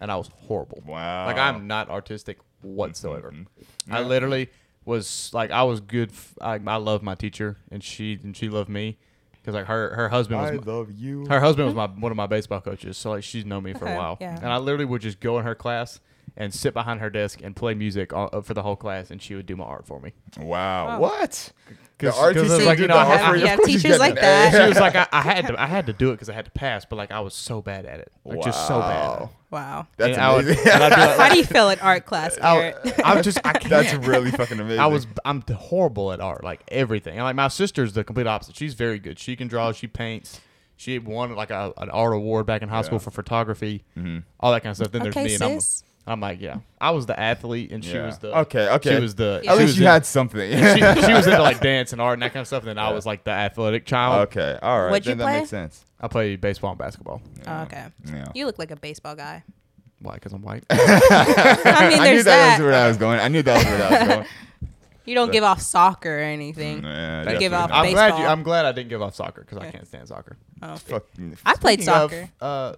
Speaker 2: and I was horrible.
Speaker 1: Wow.
Speaker 2: Like I'm not artistic whatsoever.
Speaker 3: Mm-hmm.
Speaker 2: I literally was like I was good. F- I, I loved my teacher, and she and she loved me because like her her husband was
Speaker 1: I
Speaker 2: my-
Speaker 1: love you.
Speaker 2: her husband was
Speaker 3: [laughs]
Speaker 2: my one of my baseball coaches, so like she's known me for
Speaker 3: Okay,
Speaker 2: a while.
Speaker 3: yeah.
Speaker 2: And I literally would just go in her class and sit behind her desk and play music all, uh, for the whole class, and she would do my art for me.
Speaker 1: Wow.
Speaker 3: Wow.
Speaker 1: What? The
Speaker 2: 'Cause-
Speaker 1: art
Speaker 2: 'cause it was
Speaker 1: teacher
Speaker 2: like,
Speaker 1: did
Speaker 2: you know,
Speaker 1: the
Speaker 2: I
Speaker 1: art
Speaker 2: had-
Speaker 1: for you?
Speaker 3: yeah,
Speaker 1: Of course [laughs] you
Speaker 3: teachers
Speaker 1: got
Speaker 3: like
Speaker 1: an A. [laughs]
Speaker 3: that.
Speaker 2: She was like, I, I had to I had to do it because I had to pass, but like I was so bad at it, like just so bad.
Speaker 1: Wow. [laughs]
Speaker 3: Wow.
Speaker 1: That's
Speaker 2: And I would-
Speaker 1: amazing.
Speaker 2: and I'd be like-
Speaker 3: How do you feel in
Speaker 1: [laughs]
Speaker 3: art class, Garrett?
Speaker 2: I was just I can't.
Speaker 1: That's really fucking amazing.
Speaker 2: [laughs] I was I'm horrible at art, like everything. And like my sister's the complete opposite. She's very good. She can draw. She paints. She won like a, an art award back in high school for photography,
Speaker 1: Mm-hmm.
Speaker 2: all that kind of stuff. Then
Speaker 3: Okay,
Speaker 2: there's me, and I'm,
Speaker 3: sis.
Speaker 2: I'm like, yeah, I was the athlete, and she
Speaker 1: Yeah.
Speaker 2: was the
Speaker 1: Okay, okay.
Speaker 2: She was the
Speaker 1: At
Speaker 2: she
Speaker 1: least
Speaker 2: was
Speaker 1: you
Speaker 2: in-
Speaker 1: had something. [laughs]
Speaker 2: she, she was into like dance and art and that kind of stuff. And then I was like the athletic child.
Speaker 1: okay. All right.
Speaker 3: What'd
Speaker 1: then
Speaker 3: you
Speaker 1: that
Speaker 3: play?
Speaker 1: makes sense.
Speaker 2: I played baseball and basketball.
Speaker 3: Oh, okay.
Speaker 1: Yeah.
Speaker 3: You look like a
Speaker 1: [laughs]
Speaker 3: baseball guy.
Speaker 2: Why? Because I'm
Speaker 3: [laughs]
Speaker 2: white.
Speaker 3: I mean,
Speaker 1: I knew that,
Speaker 3: there's that.
Speaker 1: was where I was going. I knew that was where I
Speaker 3: [laughs]
Speaker 1: was going.
Speaker 3: You don't give off soccer or anything.
Speaker 1: Yeah,
Speaker 3: Give
Speaker 1: definitely
Speaker 3: off
Speaker 1: not.
Speaker 2: I'm glad you.
Speaker 3: Baseball.
Speaker 2: I'm glad I didn't give off soccer because I
Speaker 3: Yeah.
Speaker 2: can't stand soccer.
Speaker 3: Oh,
Speaker 1: Fucking-
Speaker 3: I played
Speaker 2: Speaking of,
Speaker 3: soccer.
Speaker 2: uh,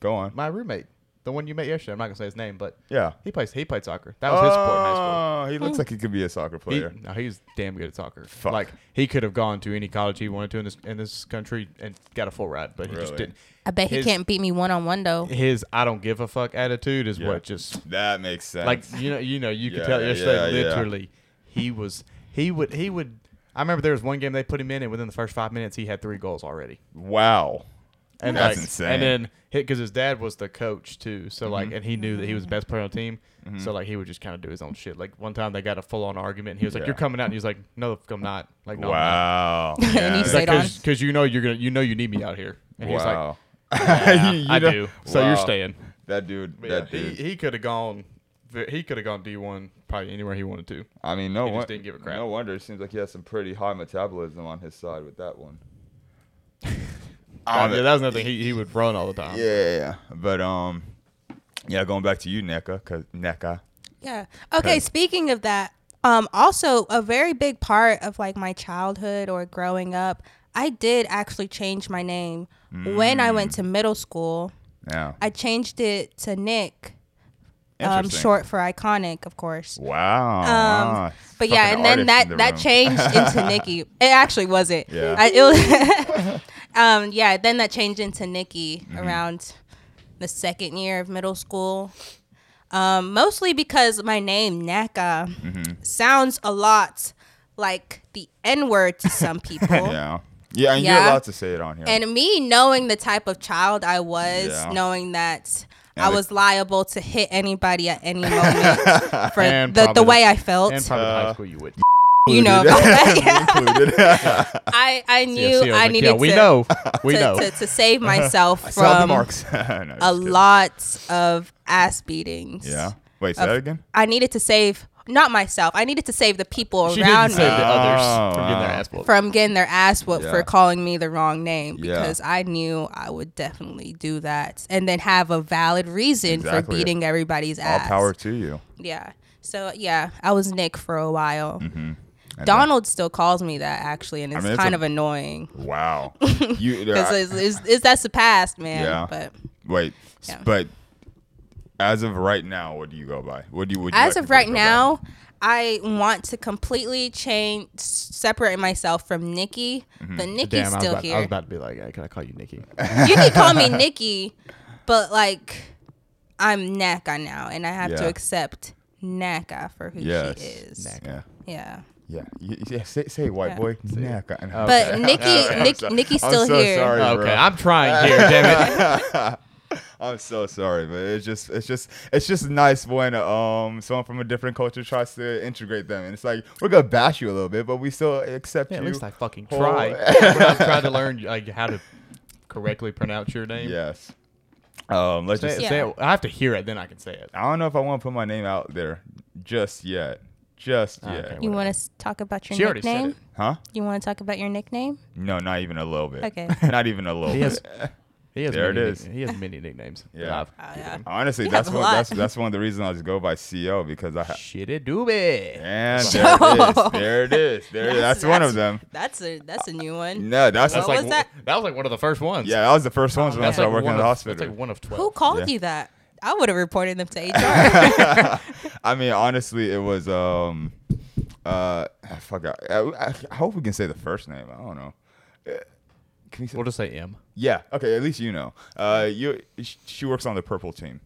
Speaker 1: go on.
Speaker 2: my roommate, the one you met yesterday. I'm not gonna say his name, but
Speaker 1: Yeah.
Speaker 2: he plays. He played soccer. That was his sport in high school.
Speaker 1: Oh, he looks like he could be a soccer Oh, player.
Speaker 2: He, no, he's damn good at soccer.
Speaker 1: Fuck.
Speaker 2: Like he could have gone to any college he wanted to in this in this country and got a full ride, but he just
Speaker 1: Really?
Speaker 2: didn't.
Speaker 3: I bet
Speaker 2: his-
Speaker 3: he can't beat me one on one though.
Speaker 2: His I don't give a fuck attitude is
Speaker 1: Yeah.
Speaker 2: what just
Speaker 1: that makes sense.
Speaker 2: like you know you know you could
Speaker 1: Yeah,
Speaker 2: tell yesterday
Speaker 1: yeah, yeah.
Speaker 2: literally he was he would he would. I remember there was one game they put him in, and within the first five minutes, he had three goals already.
Speaker 1: wow.
Speaker 2: And
Speaker 1: That's
Speaker 2: like,
Speaker 1: insane. Mm-hmm.
Speaker 2: And then because his dad was the coach too, so like, and he knew that he was the best player on the team, so like he would just kind of do his own shit. Like one time they got a full on argument, and he was like,
Speaker 1: Yeah.
Speaker 2: "You're coming out," and he was like, "No, the fuck I'm not." Like, no,
Speaker 1: Wow.
Speaker 3: [laughs]
Speaker 1: Yeah,
Speaker 3: he
Speaker 1: that-
Speaker 3: said- Right on.
Speaker 2: because you know you're gonna, you know you need me out here. And he was like,
Speaker 1: wow. [laughs]
Speaker 2: "Yeah,
Speaker 1: You- you
Speaker 2: I
Speaker 1: know-
Speaker 2: do, so you're
Speaker 1: Wow.
Speaker 2: staying."
Speaker 1: That dude.
Speaker 2: But
Speaker 1: That
Speaker 2: yeah,
Speaker 1: dude.
Speaker 2: he he could have gone, he could have gone D one probably anywhere he wanted to.
Speaker 1: I mean, no
Speaker 2: He just
Speaker 1: won-
Speaker 2: didn't give a crap.
Speaker 1: No wonder. It seems like he has some pretty high metabolism on his side with that
Speaker 2: [laughs]
Speaker 1: one.
Speaker 2: Ah, yeah, that was nothing. He, he would run all the time.
Speaker 1: Oh, Yeah, yeah, yeah. But um, yeah. Going back to you, NECA, cause NECA.
Speaker 3: Yeah. Okay.
Speaker 1: Okay.
Speaker 3: Speaking of that, um, also a very big part of like my childhood or growing up, I did actually change my name when I went to
Speaker 2: Mm.
Speaker 3: middle school.
Speaker 1: Yeah.
Speaker 3: I changed it to Nick, um,
Speaker 1: Interesting.
Speaker 3: short for iconic, of course.
Speaker 1: Wow.
Speaker 3: Um,
Speaker 1: ah,
Speaker 3: but yeah,
Speaker 1: fucking
Speaker 3: and then
Speaker 1: artist
Speaker 3: that
Speaker 1: in the
Speaker 3: that
Speaker 1: room. [laughs]
Speaker 3: changed into Nikki. It actually wasn't.
Speaker 1: Yeah.
Speaker 3: I, it was, [laughs] um, yeah. Then that changed into Nikki
Speaker 1: Mm-hmm.
Speaker 3: around the second year of middle school. Um, mostly because my name Naka
Speaker 1: Mm-hmm.
Speaker 3: sounds a lot like the N word
Speaker 1: [laughs]
Speaker 3: to some people.
Speaker 1: Yeah. Yeah, and you're
Speaker 3: Yeah.
Speaker 1: allowed to say it on here.
Speaker 3: And me knowing the type of child I was,
Speaker 1: Yeah.
Speaker 3: knowing that
Speaker 1: And
Speaker 3: I
Speaker 1: the-
Speaker 3: was liable to hit anybody at
Speaker 1: [laughs]
Speaker 3: any moment for
Speaker 2: And
Speaker 3: the, the
Speaker 2: probably-
Speaker 3: way I felt.
Speaker 2: And probably
Speaker 1: Uh,
Speaker 2: high school you would.
Speaker 3: you know, [laughs]
Speaker 1: included. [laughs]
Speaker 3: I, I
Speaker 2: CFC,
Speaker 3: knew
Speaker 2: was
Speaker 3: I
Speaker 2: like,
Speaker 3: needed
Speaker 2: yeah, we
Speaker 3: to,
Speaker 2: know. We
Speaker 3: [laughs] to,
Speaker 2: know.
Speaker 3: to, to save myself
Speaker 1: Saw the
Speaker 3: from
Speaker 1: marks. [laughs] No, just
Speaker 3: a
Speaker 1: kidding.
Speaker 3: lot of ass beatings.
Speaker 1: Yeah. Wait, say that again.
Speaker 3: I needed to save not myself. I needed to save the people
Speaker 2: [laughs] She
Speaker 3: around
Speaker 2: didn't
Speaker 3: me
Speaker 2: save the
Speaker 1: Oh,
Speaker 2: others from getting their
Speaker 1: wow.
Speaker 2: ass whooped.
Speaker 3: from getting their ass whooped
Speaker 1: Yeah.
Speaker 3: for calling me the wrong name
Speaker 1: Yeah.
Speaker 3: because I knew I would definitely do that and then have a valid reason for
Speaker 1: Exactly.
Speaker 3: beating everybody's
Speaker 1: All
Speaker 3: ass.
Speaker 1: power to you.
Speaker 3: Yeah. So yeah, I was Nick for a while. Donald still calls me that actually, and it's
Speaker 1: mean, it's
Speaker 3: kind
Speaker 1: a-
Speaker 3: of annoying [laughs]
Speaker 1: Wow. You
Speaker 3: because
Speaker 1: I-
Speaker 3: it's, it's, it's, that's the past, man.
Speaker 1: Yeah.
Speaker 3: But
Speaker 1: wait, s-
Speaker 3: Yeah.
Speaker 1: but as of right now, what do you go by? What do you? Would you
Speaker 3: as
Speaker 1: like
Speaker 3: of
Speaker 1: to go
Speaker 3: right
Speaker 1: by?
Speaker 3: now, I want to completely change, separate myself from Nikki,
Speaker 1: Mm-hmm.
Speaker 3: but Nikki's
Speaker 2: Damn, I was,
Speaker 3: still
Speaker 2: about,
Speaker 3: here.
Speaker 2: I was about to be like, hey, can I call you Nikki?
Speaker 3: you
Speaker 2: [laughs]
Speaker 3: can call me Nikki, but like I'm Naka now, and I have
Speaker 1: Yeah.
Speaker 3: to accept Naka for who
Speaker 1: Yes.
Speaker 3: she is.
Speaker 2: Naka.
Speaker 1: Yeah.
Speaker 3: Yeah,
Speaker 1: Yeah, Y- yeah. Say, say white boy. Nah, I- [laughs] I-
Speaker 3: but
Speaker 2: Okay.
Speaker 3: Nikki,
Speaker 1: I'm
Speaker 3: Nick,
Speaker 1: so-
Speaker 3: Nikki's
Speaker 1: I'm
Speaker 3: still
Speaker 1: so
Speaker 3: here.
Speaker 1: sorry.
Speaker 2: okay,
Speaker 1: bro.
Speaker 2: I'm
Speaker 1: [laughs]
Speaker 2: trying here, damn it.
Speaker 1: I'm so sorry, but it's just it's just it's just nice when um someone from a different culture tries to integrate them, and it's like we're gonna bash you a little bit, but we still accept
Speaker 2: Yeah, at
Speaker 1: you.
Speaker 2: least I fucking
Speaker 1: whole- [laughs]
Speaker 2: try. I tried to learn like how to correctly pronounce your name.
Speaker 1: yes. Um, let's
Speaker 2: Say,
Speaker 1: just.
Speaker 2: it- say it. I have to hear it, then I can say it.
Speaker 1: I don't know if I want to put my name out there just yet. Just
Speaker 2: Okay,
Speaker 1: yet.
Speaker 3: Ah, You want to talk about your
Speaker 2: She already said
Speaker 3: nickname?
Speaker 2: it.
Speaker 1: Huh?
Speaker 3: You want to talk about your nickname?
Speaker 1: No, not even a little bit.
Speaker 3: Okay.
Speaker 1: [laughs] not even a little
Speaker 2: He
Speaker 1: bit.
Speaker 2: has, he has
Speaker 1: There it
Speaker 2: many nick-
Speaker 1: is.
Speaker 2: He has many nicknames. that
Speaker 1: Yeah.
Speaker 2: I've
Speaker 3: Oh,
Speaker 2: given
Speaker 3: yeah.
Speaker 2: him.
Speaker 1: [laughs] Honestly,
Speaker 3: You
Speaker 1: that's
Speaker 3: have a
Speaker 1: one.
Speaker 3: lot.
Speaker 1: That's that's one of the reasons I just go by CO because I. Ha-
Speaker 2: Shit, it do be.
Speaker 1: and there it is. There
Speaker 3: [laughs]
Speaker 1: it is. There. it is. That's, one of them.
Speaker 3: That's a that's a new one.
Speaker 1: No, that's,
Speaker 2: That's
Speaker 1: that's
Speaker 3: What
Speaker 1: like
Speaker 2: like
Speaker 3: was that? Oh,
Speaker 2: that was like one of the first ones.
Speaker 1: yeah, that was the first ones when I
Speaker 2: that's
Speaker 1: started
Speaker 2: like
Speaker 1: working
Speaker 2: one
Speaker 1: in the
Speaker 2: of,
Speaker 1: hospital.
Speaker 2: That's like one of twelve.
Speaker 3: Who called
Speaker 1: Uh, Yeah.
Speaker 3: you that? I would have reported
Speaker 1: [laughs]
Speaker 3: them to HR.
Speaker 1: I mean, honestly, it was um, uh, I forgot. I, I, I hope we can say the first name. I don't know. Uh, Can we say?
Speaker 2: We'll just say M.
Speaker 1: Yeah. Okay. At least you know. Uh, you. sh- She works on the purple team.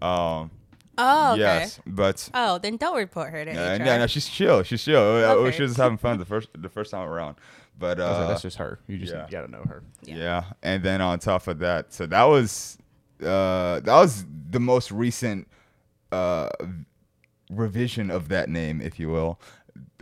Speaker 1: Um.
Speaker 3: oh, okay.
Speaker 1: Yes. But.
Speaker 3: Oh, then don't report her to
Speaker 1: Uh,
Speaker 3: HR.
Speaker 1: no, no, she's chill. She's chill. Uh,
Speaker 3: Okay.
Speaker 1: She was just having fun the first the first time around. But
Speaker 2: I was like,
Speaker 1: uh,
Speaker 2: that's just her. You just
Speaker 1: yeah.
Speaker 2: gotta know her.
Speaker 1: yeah. and then on top of that, so that was uh, that was the most recent uh, revision of that name, if you will.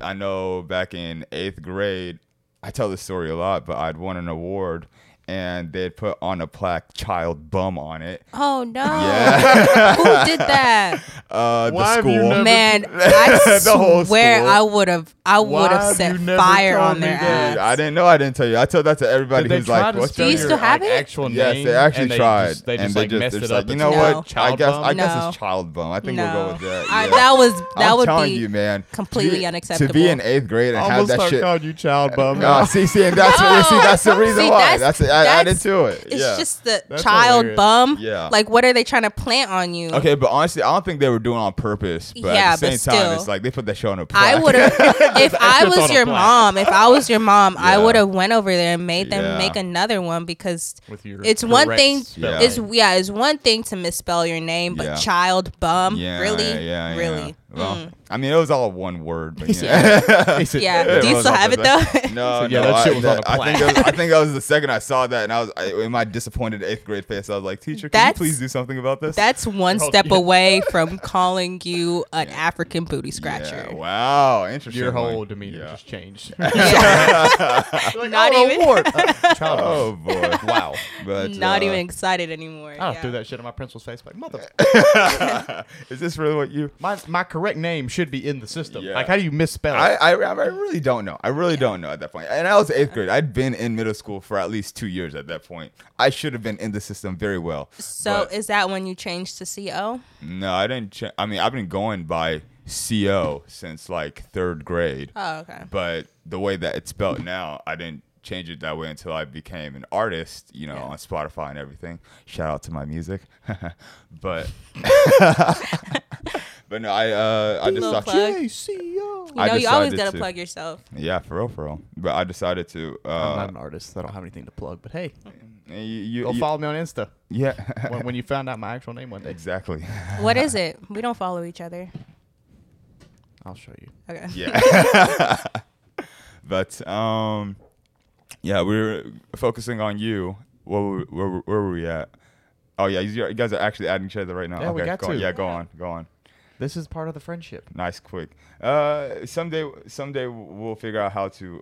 Speaker 1: I know back in eighth grade, I tell this story a lot, but I'd won an award, and they'd put on a plaque "Child Bum" on it.
Speaker 3: Oh
Speaker 2: [laughs]
Speaker 3: no. Who did that?
Speaker 1: Uh,
Speaker 2: Why
Speaker 1: [laughs] the
Speaker 2: have you
Speaker 1: school.
Speaker 2: never-
Speaker 3: Man, I
Speaker 1: The whole
Speaker 3: swear
Speaker 1: school.
Speaker 3: I would have I would
Speaker 2: Why
Speaker 3: have
Speaker 2: have
Speaker 3: set
Speaker 2: you never
Speaker 3: fire
Speaker 2: told
Speaker 3: on their
Speaker 2: me that?
Speaker 3: ass.
Speaker 1: Dude, I didn't know. I didn't tell you. I tell that to everybody
Speaker 2: Did
Speaker 1: who's
Speaker 2: they try
Speaker 1: like,
Speaker 2: to
Speaker 1: "What's
Speaker 2: steal
Speaker 1: your
Speaker 3: Do you still
Speaker 2: your, like,
Speaker 3: have it?
Speaker 2: actual
Speaker 1: Yes,
Speaker 2: name?
Speaker 1: they actually
Speaker 2: and they
Speaker 1: tried.
Speaker 2: Just, they
Speaker 1: and
Speaker 2: just
Speaker 1: they
Speaker 2: like
Speaker 1: just,
Speaker 2: messed
Speaker 1: it's
Speaker 2: it
Speaker 1: like,
Speaker 2: up.
Speaker 1: You
Speaker 2: and
Speaker 1: know
Speaker 2: said,
Speaker 1: what?
Speaker 3: No.
Speaker 1: I
Speaker 2: Child
Speaker 1: guess
Speaker 2: bum?
Speaker 1: I guess
Speaker 3: No.
Speaker 1: it's child bum. I think
Speaker 3: no.
Speaker 1: we'll go with that.
Speaker 3: I,
Speaker 1: yeah.
Speaker 3: that was that
Speaker 1: I'm
Speaker 3: would
Speaker 1: telling
Speaker 3: be
Speaker 1: you, man,
Speaker 3: completely
Speaker 1: to be, To
Speaker 3: unacceptable.
Speaker 1: be in eighth grade and have that shit.
Speaker 2: you child
Speaker 1: [laughs]
Speaker 2: bum.
Speaker 1: Uh, see, see, and that's
Speaker 3: No.
Speaker 1: see, that's the reason
Speaker 3: See,
Speaker 1: why.
Speaker 3: that's-
Speaker 1: That's, it. I added
Speaker 3: that's-
Speaker 1: to it.
Speaker 3: It's
Speaker 1: yeah.
Speaker 3: just the
Speaker 2: That's
Speaker 3: child
Speaker 2: hilarious.
Speaker 3: bum.
Speaker 1: Yeah.
Speaker 3: Like what are they trying to plant on you?
Speaker 1: okay, but honestly, I don't think they were doing it on purpose. But
Speaker 3: Yeah,
Speaker 1: at the
Speaker 3: but
Speaker 1: same time,
Speaker 3: still.
Speaker 1: it's like they put that show on a plaque.
Speaker 3: I
Speaker 1: [laughs]
Speaker 3: would have if I
Speaker 2: shit's
Speaker 3: was
Speaker 2: on a
Speaker 3: your
Speaker 2: plaque.
Speaker 3: mom, if I was your mom, I
Speaker 1: Yeah.
Speaker 3: would have went over there and made them
Speaker 1: Yeah.
Speaker 3: make another one because
Speaker 2: With your
Speaker 3: it's one
Speaker 2: correct
Speaker 3: thing
Speaker 2: spelling.
Speaker 1: Yeah.
Speaker 3: it's yeah, it's one thing to misspell your name, but
Speaker 1: Yeah.
Speaker 3: child bum,
Speaker 1: Yeah,
Speaker 3: really?
Speaker 1: yeah, yeah.
Speaker 3: really. Mm.
Speaker 1: Well, I mean, it was all one word. [laughs] But, you know.
Speaker 2: He said-
Speaker 3: Yeah. Do
Speaker 1: It
Speaker 3: you
Speaker 1: was
Speaker 3: still
Speaker 1: on
Speaker 3: have it
Speaker 1: purpose.
Speaker 3: though?
Speaker 1: No, no,
Speaker 2: Yeah, that shit was
Speaker 1: I,
Speaker 2: on a
Speaker 1: I think that was, I think that
Speaker 2: [laughs]
Speaker 1: was the second I saw that, and I was I, in my disappointed eighth grade face. I was like, "Teacher, can you
Speaker 3: That's-
Speaker 1: please do something about this?"
Speaker 3: That's one
Speaker 2: Oh,
Speaker 3: step
Speaker 2: yeah.
Speaker 3: away from calling you an African booty scratcher. [laughs]
Speaker 1: yeah, wow, interesting.
Speaker 2: Your whole
Speaker 1: Like,
Speaker 2: demeanor
Speaker 1: yeah. [laughs]
Speaker 2: just changed.
Speaker 3: Not
Speaker 2: oh,
Speaker 3: even-
Speaker 2: award. child bum.
Speaker 1: [laughs] Oh boy, wow. But
Speaker 3: [laughs] Not
Speaker 1: uh,
Speaker 3: even excited anymore.
Speaker 2: I
Speaker 3: [laughs] yeah.
Speaker 2: threw Oh, that shit in my principal's face. Like, mother,
Speaker 1: Is this really what you?
Speaker 2: my, my correct name should be in the system.
Speaker 1: Yeah.
Speaker 2: Like, how do you misspell
Speaker 1: I,
Speaker 2: it?
Speaker 1: I I really don't know. I really don't know at that point. And I was eighth grade. I'd been in middle school for at least two years at that point. I should have been in the system very well.
Speaker 3: So
Speaker 1: but
Speaker 3: is that when you changed to CO?
Speaker 1: no, I didn't. Ch- I mean, I've been going by CO since like third grade.
Speaker 3: Oh, okay.
Speaker 1: but the way that it's spelled now, I didn't change it that way until I became an artist, you know,
Speaker 3: Yeah.
Speaker 1: on Spotify and everything. Shout out to my music. [laughs] but [laughs] but no, I uh I just
Speaker 3: Little
Speaker 1: thought
Speaker 3: plug.
Speaker 2: J-C-O.
Speaker 3: You
Speaker 1: I
Speaker 3: know, you always
Speaker 1: decided
Speaker 3: gotta
Speaker 1: to. [laughs]
Speaker 3: plug yourself.
Speaker 1: Yeah, for real, for real. But I decided to
Speaker 2: I'm
Speaker 1: uh
Speaker 2: not an artist. so I don't have anything to plug. But hey,
Speaker 1: you, you,
Speaker 2: go
Speaker 1: you-
Speaker 2: follow me on Insta
Speaker 1: Yeah.
Speaker 2: when, when you found out my actual name one
Speaker 1: [laughs]
Speaker 2: day. [laughs]
Speaker 1: exactly.
Speaker 3: What is it? We don't follow each other.
Speaker 2: I'll show you.
Speaker 3: Okay. [laughs]
Speaker 1: Yeah. but um, yeah, we were focusing on you. What were, where, were- where were we at? Oh yeah, you you guys are actually adding each other right now.
Speaker 2: Yeah, we got
Speaker 1: go On.
Speaker 2: to.
Speaker 1: Yeah, go on, go on.
Speaker 2: This is part of the friendship.
Speaker 1: Nice, quick. Uh, someday, someday we'll figure out how to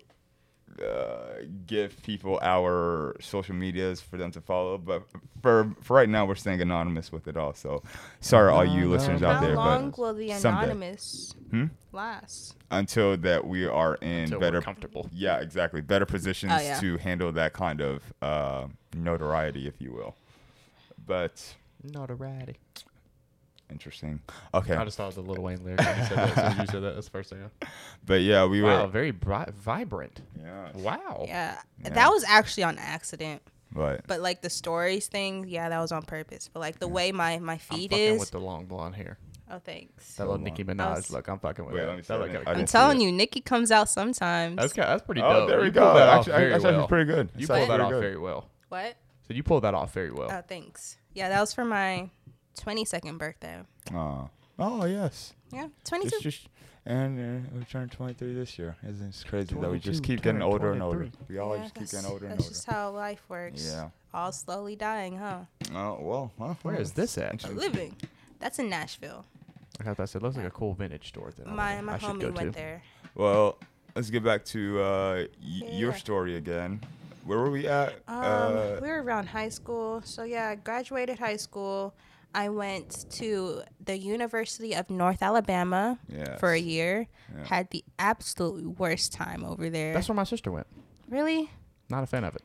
Speaker 1: uh, give people our social medias for them to follow. But for for right now, we're staying anonymous with it all. So sorry, all you listeners out
Speaker 3: How
Speaker 1: there.
Speaker 3: long
Speaker 1: but
Speaker 3: will the
Speaker 1: someday. Hmm?
Speaker 3: anonymous last?
Speaker 1: until that we are in
Speaker 2: Until we're
Speaker 1: better
Speaker 2: comfortable.
Speaker 1: Yeah, exactly. Better positions
Speaker 3: Oh, yeah.
Speaker 1: to handle that kind of uh, notoriety, if you will. But
Speaker 2: Notoriety.
Speaker 1: Interesting. Okay,
Speaker 2: I just thought it was a Little Wayne lyric. when you said that. As soon as you said that, that's
Speaker 1: [laughs]
Speaker 2: the first thing. I-
Speaker 1: but yeah, we
Speaker 2: Wow,
Speaker 1: were.
Speaker 2: very bri- vibrant.
Speaker 1: Yeah.
Speaker 2: Wow.
Speaker 3: Yeah.
Speaker 1: Oh, Yeah.
Speaker 3: That was actually on accident.
Speaker 1: But
Speaker 3: But like the stories thing, yeah, that was on purpose. But like the way my my
Speaker 2: I'm
Speaker 3: feet
Speaker 2: fucking
Speaker 3: is.
Speaker 2: with the long blonde hair.
Speaker 3: oh, thanks.
Speaker 2: That little Nicki Minaj
Speaker 3: was-
Speaker 2: look. I'm fucking with
Speaker 1: Wait,
Speaker 2: that.
Speaker 1: let me see,
Speaker 2: That
Speaker 1: let
Speaker 2: look
Speaker 1: me-
Speaker 2: kinda-
Speaker 1: I
Speaker 3: I'm
Speaker 1: didn't see
Speaker 3: telling
Speaker 1: it.
Speaker 3: you, Nikki comes out sometimes.
Speaker 2: that's kind that's pretty dope.
Speaker 1: oh, there
Speaker 2: You
Speaker 1: we
Speaker 2: pulled
Speaker 1: go.
Speaker 2: that off
Speaker 1: Actually,
Speaker 2: very
Speaker 1: actually,
Speaker 2: well.
Speaker 1: actually pretty good.
Speaker 2: You
Speaker 1: It's
Speaker 2: pulled
Speaker 1: actually
Speaker 2: that
Speaker 1: pretty
Speaker 2: off
Speaker 1: good.
Speaker 2: very well.
Speaker 3: what?
Speaker 2: So you pulled that off very well.
Speaker 3: Oh, thanks. Yeah, that was for my 22nd birthday.
Speaker 1: Aw. Oh yes.
Speaker 3: Yeah,
Speaker 1: Just,
Speaker 3: 22.
Speaker 1: just, and uh, we turned 23 this year. Isn't it crazy that we
Speaker 2: 22,
Speaker 1: just keep getting
Speaker 2: turned
Speaker 1: older and older?
Speaker 2: 23.
Speaker 1: We always
Speaker 3: Yeah,
Speaker 1: keep
Speaker 3: that's-
Speaker 1: getting older and
Speaker 3: That's
Speaker 1: older.
Speaker 3: just how life works.
Speaker 1: Yeah.
Speaker 3: All slowly dying, huh?
Speaker 1: Oh well, well,
Speaker 2: Where
Speaker 1: well,
Speaker 2: is this at?
Speaker 3: Living. That's in Nashville.
Speaker 2: I thought that said looks like a cool vintage store.
Speaker 1: Oh,
Speaker 2: That I
Speaker 3: My
Speaker 2: wanna-
Speaker 3: my
Speaker 2: I should go
Speaker 3: homie went
Speaker 2: to.
Speaker 3: there.
Speaker 1: Well, let's get back to uh, y- your
Speaker 3: Yeah.
Speaker 1: story again. Where were we at?
Speaker 3: Um,
Speaker 1: uh,
Speaker 3: we were around high school. So, yeah, I graduated high school. I went to the University of North Alabama for a
Speaker 1: Yes.
Speaker 3: year. Had the absolute worst time over there.
Speaker 2: That's where my sister went.
Speaker 3: really?
Speaker 2: Not a fan of it.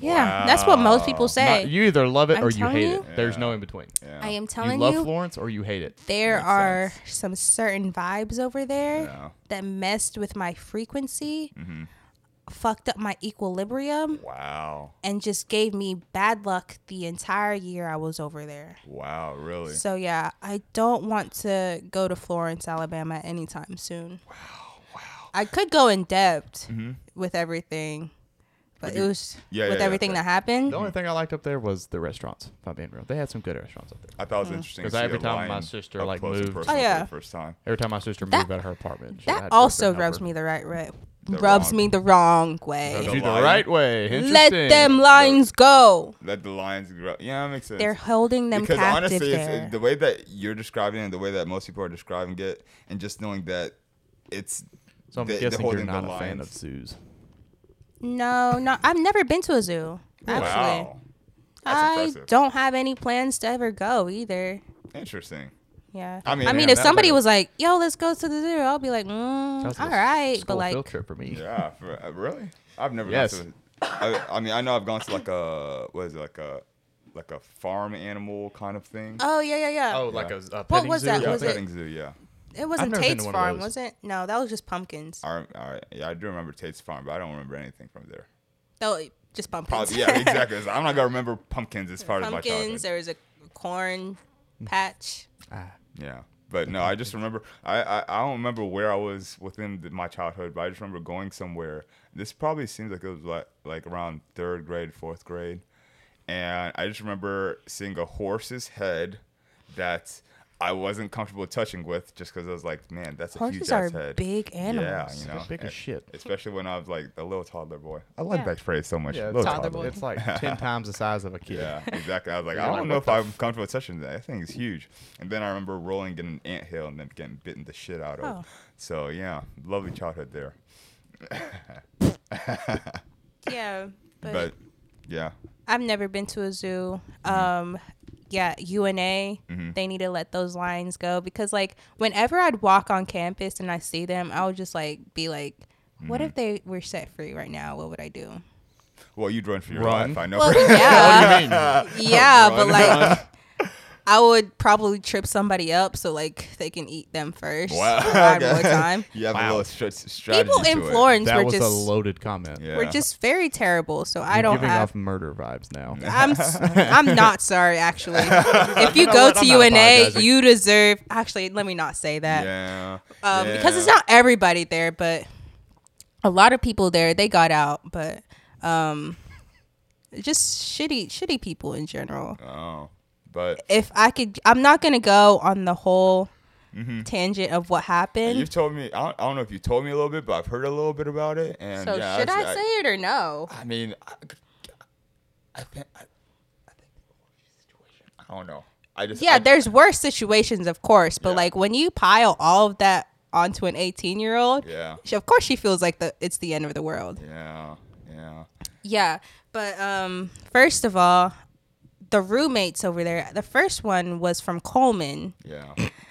Speaker 3: Yeah, that's what most people say.
Speaker 2: Not- you either love it
Speaker 3: I'm
Speaker 2: or you
Speaker 3: telling
Speaker 2: hate
Speaker 3: you-
Speaker 2: it. There's no in between.
Speaker 1: yeah.
Speaker 3: I am
Speaker 2: You
Speaker 3: telling you,
Speaker 2: love Florence or you hate it.
Speaker 3: there
Speaker 1: Makes
Speaker 3: are some certain vibes over there
Speaker 1: Yeah.
Speaker 3: that messed with my frequency,
Speaker 2: Mm-hmm.
Speaker 3: fucked up my equilibrium,
Speaker 1: Wow.
Speaker 3: and just gave me bad luck the entire year I was over there.
Speaker 1: Wow. Really.
Speaker 3: So yeah, I don't want to go to Florence, Alabama anytime soon. Wow, wow. I could go in depth with everything, but it was
Speaker 1: Mm-hmm. Yeah,
Speaker 3: with
Speaker 1: yeah, yeah,
Speaker 3: everything
Speaker 1: yeah.
Speaker 3: that happened.
Speaker 2: The only thing I liked up there was the restaurants. If I'm being real, they had some good restaurants up there.
Speaker 1: I thought it was interesting. to
Speaker 2: 'Cause every
Speaker 1: see a
Speaker 2: time my
Speaker 1: lion
Speaker 2: sister,
Speaker 1: up
Speaker 2: like,
Speaker 1: close and
Speaker 2: moved-
Speaker 1: personal
Speaker 3: Oh,
Speaker 1: for the
Speaker 3: yeah.
Speaker 1: first time.
Speaker 2: Every time my sister moved out of her apartment, she had
Speaker 3: That
Speaker 2: to go
Speaker 3: also
Speaker 2: through her
Speaker 3: rubs
Speaker 2: number.
Speaker 3: me the right way.
Speaker 1: The
Speaker 3: rubs
Speaker 1: wrong-
Speaker 3: me the wrong way.
Speaker 1: The
Speaker 2: Rubs you the
Speaker 1: lion.
Speaker 2: right way.
Speaker 3: Let
Speaker 2: Interesting.
Speaker 3: them lines go.
Speaker 1: Let the lions grow. Yeah, that makes sense.
Speaker 3: They're holding them
Speaker 1: because
Speaker 3: captive
Speaker 1: honestly,
Speaker 3: there.
Speaker 1: It's, the way that you're describing it and the way that most people are describing it, and just knowing that it's
Speaker 2: So I'm
Speaker 1: they- they're
Speaker 2: guessing you're
Speaker 1: holding the
Speaker 2: not a fan of
Speaker 1: lions.
Speaker 2: zoos.
Speaker 3: no, no, I've never been to a zoo. Actually,
Speaker 1: Wow. That's
Speaker 3: I
Speaker 1: impressive.
Speaker 3: don't have any plans to ever go either.
Speaker 1: Interesting.
Speaker 3: Yeah,
Speaker 1: I
Speaker 3: I
Speaker 1: mean,
Speaker 3: mean,
Speaker 1: yeah,
Speaker 3: if
Speaker 1: that
Speaker 3: somebody
Speaker 1: better.
Speaker 3: was like, "Yo, let's go to the zoo," I'll be like,
Speaker 2: That
Speaker 3: mm,
Speaker 2: was a
Speaker 3: "All right," but
Speaker 2: school
Speaker 3: like,
Speaker 2: field trip for me.
Speaker 3: [laughs]
Speaker 1: Yeah, for, uh, really? I've never
Speaker 2: Yes.
Speaker 1: gone to. I, I mean, I know I've gone to like a what is it like a like a farm animal kind of thing.
Speaker 3: oh yeah, yeah, yeah.
Speaker 2: Oh, like a, a
Speaker 3: what
Speaker 2: petting
Speaker 3: was
Speaker 2: zoo?
Speaker 3: that?
Speaker 1: yeah,
Speaker 3: was it-
Speaker 1: petting zoo. Yeah,
Speaker 3: It wasn't
Speaker 2: never been to
Speaker 3: Tate's
Speaker 2: one of
Speaker 3: farm,
Speaker 2: those.
Speaker 3: was it? No, that was just pumpkins.
Speaker 1: I, rem- I, yeah, I do remember Tate's farm, but I don't remember anything from
Speaker 3: [laughs]
Speaker 1: there.
Speaker 3: No, just pumpkins.
Speaker 1: Probably, yeah, exactly. I'm not gonna remember pumpkins as part of my
Speaker 3: [laughs] pumpkins.
Speaker 1: childhood.
Speaker 3: There was a corn patch.
Speaker 2: Ah,
Speaker 1: Yeah, but no, I just remember. I, I, I don't remember where I was within the, my childhood, but I just remember going somewhere. This probably seems like it was like like around third grade, fourth grade, and I just remember seeing a horse's head that I wasn't comfortable touching with, just because I was like, man, that's a huge
Speaker 3: Horses
Speaker 1: ass
Speaker 3: are
Speaker 1: head.
Speaker 3: big animals.
Speaker 1: Yeah, you know,
Speaker 2: big as
Speaker 1: and-
Speaker 2: shit.
Speaker 1: Especially when I was like a little toddler boy. I love
Speaker 3: Yeah.
Speaker 1: that phrase so much.
Speaker 2: Yeah,
Speaker 1: little
Speaker 2: it's,
Speaker 1: toddler,
Speaker 3: Toddler
Speaker 1: boy.
Speaker 3: boy.
Speaker 2: it's like ten times the size of a kid.
Speaker 1: Yeah,
Speaker 3: [laughs]
Speaker 1: exactly. I was like,
Speaker 2: You're
Speaker 1: I
Speaker 2: like,
Speaker 1: don't know
Speaker 2: what
Speaker 1: if
Speaker 2: the
Speaker 1: I'm comfortable touching that. That thing is huge. And then I remember rolling in an anthill and then getting bitten the shit out of.
Speaker 3: Oh.
Speaker 1: So yeah, lovely childhood there.
Speaker 3: Yeah, but,
Speaker 1: But yeah,
Speaker 3: I've never been to a zoo.
Speaker 2: Mm-hmm.
Speaker 3: Um, yeah, UNA, they need to let those lions go because, like, whenever I'd walk on campus and I see them, I would just like be like, "What
Speaker 2: Mm-hmm.
Speaker 3: if they were set free right now? What would I do?"
Speaker 1: well, you'd run for your
Speaker 2: Run.
Speaker 1: life. I know. [laughs]
Speaker 3: Well,
Speaker 2: Oh,
Speaker 3: [laughs]
Speaker 2: What
Speaker 3: yeah,
Speaker 2: do you mean?
Speaker 3: [laughs] yeah, but like,
Speaker 2: [laughs]
Speaker 3: I would probably trip somebody up so like they can eat them first. [laughs]
Speaker 1: Wow. [laughs]
Speaker 3: so I had
Speaker 1: Okay.
Speaker 2: [laughs]
Speaker 3: more time.
Speaker 1: you have a
Speaker 2: Wow.
Speaker 1: little str- strategy.
Speaker 3: People in
Speaker 1: to it.
Speaker 3: Florence
Speaker 2: That
Speaker 3: were
Speaker 2: was
Speaker 3: just
Speaker 2: a loaded comment.
Speaker 1: Yeah.
Speaker 3: were just very terrible. So I
Speaker 2: You're
Speaker 3: don't
Speaker 2: giving
Speaker 3: have
Speaker 2: off murder vibes now.
Speaker 3: I'm s- I'm not sorry actually. If you,
Speaker 2: know
Speaker 3: go
Speaker 2: what?
Speaker 3: to
Speaker 2: I'm not
Speaker 3: UNA,
Speaker 2: apologizing.
Speaker 3: you deserve. Actually, let me not say that
Speaker 1: Yeah.
Speaker 3: um, because it's
Speaker 1: yeah.
Speaker 3: not everybody there, but a lot of people there. They got out, but um, just shitty shitty people in general.
Speaker 1: Oh, but
Speaker 3: If I could, I'm not gonna go on the whole tangent of what
Speaker 1: and
Speaker 3: happened.
Speaker 1: you've told me. I don't, I don't know if you told me a little bit, but I've heard a little bit about it. And
Speaker 3: so
Speaker 1: yeah,
Speaker 3: should I,
Speaker 1: it's-
Speaker 3: say it or no?
Speaker 1: I mean, I, I, think I, I think I don't know. I just
Speaker 3: Yeah,
Speaker 1: I,
Speaker 3: there's worse situations, of course, but
Speaker 1: Yeah.
Speaker 3: like when you pile all of that onto an 18 year old,
Speaker 1: Yeah.
Speaker 3: she, of course she feels like the it's the end of the world.
Speaker 1: Yeah, yeah.
Speaker 3: Yeah, but um, first of all, the roommates over there, the first one was from Coleman,
Speaker 1: Yeah.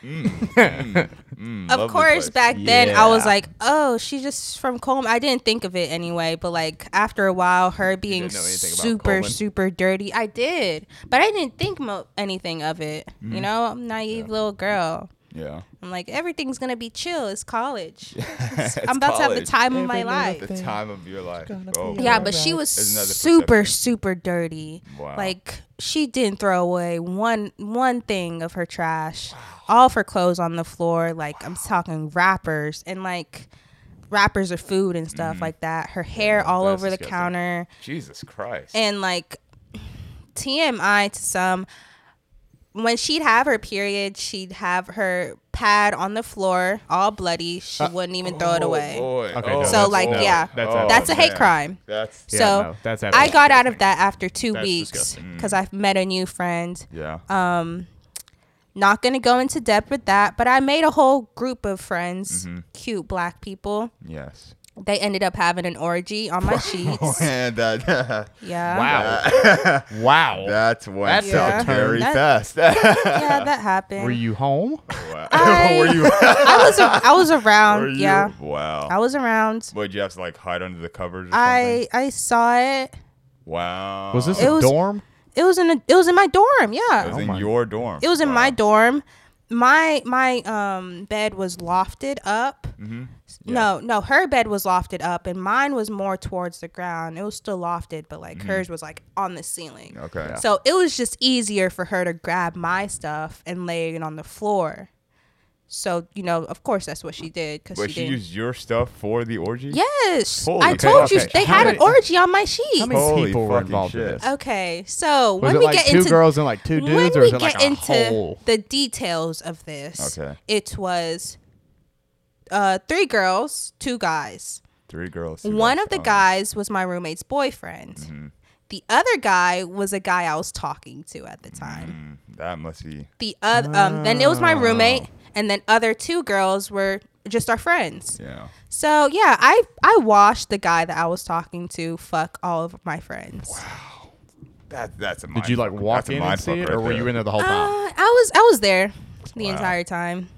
Speaker 3: of
Speaker 1: lovely
Speaker 3: course,
Speaker 1: place.
Speaker 3: back then I was
Speaker 4: Yeah.
Speaker 3: like, "Oh, she's just from Coleman." I didn't think of it anyway, but like after a while, her being
Speaker 2: know anything about
Speaker 3: super,
Speaker 2: Coleman.
Speaker 3: super dirty, I did, but I didn't think mo- anything of it. You know, I'm a naive little girl.
Speaker 1: Yeah.
Speaker 3: I'm like, everything's gonna be chill. It's college.
Speaker 4: It's
Speaker 3: [laughs] I'm about to have the
Speaker 4: college.
Speaker 3: time of my
Speaker 2: Every little
Speaker 3: life.
Speaker 1: The time of your life. Oh,
Speaker 3: Yeah, but she
Speaker 2: Alright.
Speaker 3: was
Speaker 1: There's another
Speaker 3: super,
Speaker 1: perception.
Speaker 3: super dirty.
Speaker 1: Wow.
Speaker 3: Like she didn't throw away one one thing of her trash. All of her clothes on the floor. Like I'm talking wrappers and like wrappers of food and stuff like that. Her hair all
Speaker 1: Mm-hmm. that's
Speaker 3: over the
Speaker 1: disgusting.
Speaker 3: counter
Speaker 1: Jesus Christ.
Speaker 3: and like TMI to some. When she'd have her period, she'd have her pad on the floor, all bloody. She
Speaker 1: Uh,
Speaker 3: wouldn't
Speaker 1: oh,
Speaker 3: even throw it away.
Speaker 1: Boy. Oh,
Speaker 2: Okay, no,
Speaker 3: So, like, yeah.
Speaker 2: That's
Speaker 3: That's a hate crime.
Speaker 1: That's
Speaker 2: Yeah,
Speaker 3: so
Speaker 2: no, that's
Speaker 3: I got out of
Speaker 2: absolutely
Speaker 3: that after two
Speaker 2: That's
Speaker 3: weeks
Speaker 1: Mm.
Speaker 2: disgusting.
Speaker 3: because I've met a new friend.
Speaker 1: yeah.
Speaker 3: Um, Not going to go into depth with that, but I made a whole group of friends,
Speaker 1: Mm-hmm.
Speaker 3: cute black people. [laughs]
Speaker 1: yes.
Speaker 3: They ended up having an orgy
Speaker 1: [laughs]
Speaker 3: on
Speaker 1: Oh,
Speaker 3: my sheets.
Speaker 1: And that, [laughs]
Speaker 3: Yeah.
Speaker 2: disgusting. Wow. wow.
Speaker 1: that's one
Speaker 2: That took a
Speaker 1: yeah.
Speaker 2: turn.
Speaker 1: very
Speaker 3: That-
Speaker 1: fast. [laughs]
Speaker 3: Yeah, that happened.
Speaker 2: Were you home?
Speaker 3: Um, I-
Speaker 1: Were you?
Speaker 3: I was I was
Speaker 1: were
Speaker 3: around.
Speaker 1: you-
Speaker 3: Yeah.
Speaker 1: Wow.
Speaker 3: I was around.
Speaker 1: Would you have to like hide under the covers? Or something?
Speaker 3: I I saw it.
Speaker 1: Wow.
Speaker 2: Was this
Speaker 3: It
Speaker 2: a
Speaker 3: was-
Speaker 2: dorm?
Speaker 3: It was in a, it was in my
Speaker 1: It
Speaker 3: dorm. Yeah.
Speaker 1: was in
Speaker 2: my-
Speaker 1: your dorm.
Speaker 3: It was in
Speaker 1: Wow.
Speaker 3: my dorm. My my um bed was lofted up.
Speaker 2: Mm-hmm.
Speaker 3: No, no, her bed was lofted up and mine was more towards the ground. It was still lofted, but
Speaker 2: Mm-hmm.
Speaker 3: like hers was like on the ceiling.
Speaker 2: Oh,
Speaker 1: Okay.
Speaker 3: So it was just easier for her to grab my stuff and lay it on the floor. So, you know, of course that's what she did cuz
Speaker 1: But
Speaker 3: she
Speaker 1: she
Speaker 3: didn't
Speaker 1: used your stuff for the orgy?
Speaker 3: Yes.
Speaker 1: Holy
Speaker 3: I
Speaker 1: cow.
Speaker 3: told you
Speaker 2: Okay.
Speaker 3: they
Speaker 2: How
Speaker 3: had
Speaker 2: many-
Speaker 3: an orgy on my sheet.
Speaker 2: How many
Speaker 1: Holy
Speaker 2: people were
Speaker 1: fucking
Speaker 2: involved in
Speaker 1: shit.
Speaker 2: this?
Speaker 3: Okay, so
Speaker 2: Was
Speaker 3: when
Speaker 2: it
Speaker 3: we
Speaker 2: like
Speaker 3: get
Speaker 2: two
Speaker 3: into
Speaker 2: girls and like two
Speaker 3: when
Speaker 2: dudes, or
Speaker 3: we
Speaker 2: is it like
Speaker 3: get
Speaker 2: a
Speaker 3: into
Speaker 2: whole?
Speaker 3: the details of this,
Speaker 1: Okay.
Speaker 3: it was uh, three girls, two guys.
Speaker 1: Three girls. two
Speaker 3: One
Speaker 1: guys.
Speaker 3: of the
Speaker 1: Oh.
Speaker 3: guys was my roommate's boyfriend.
Speaker 2: Mm-hmm.
Speaker 3: The other guy was a guy I was talking to at the time
Speaker 1: Mm, That must be.
Speaker 3: the other um then it was my
Speaker 2: Oh.
Speaker 3: roommate and then other two girls were just our friends
Speaker 1: Yeah.
Speaker 3: so yeah i i watched the guy that i was talking to fuck all of my friends
Speaker 1: That, that's a
Speaker 2: Did you like
Speaker 1: mindfuck.
Speaker 2: walk
Speaker 1: That's a
Speaker 2: in and see
Speaker 1: mindfuck
Speaker 2: it,
Speaker 1: right
Speaker 2: or were you
Speaker 1: there.
Speaker 2: in there the whole
Speaker 3: uh,
Speaker 2: time?
Speaker 3: i was i was there the
Speaker 1: Wow.
Speaker 3: entire time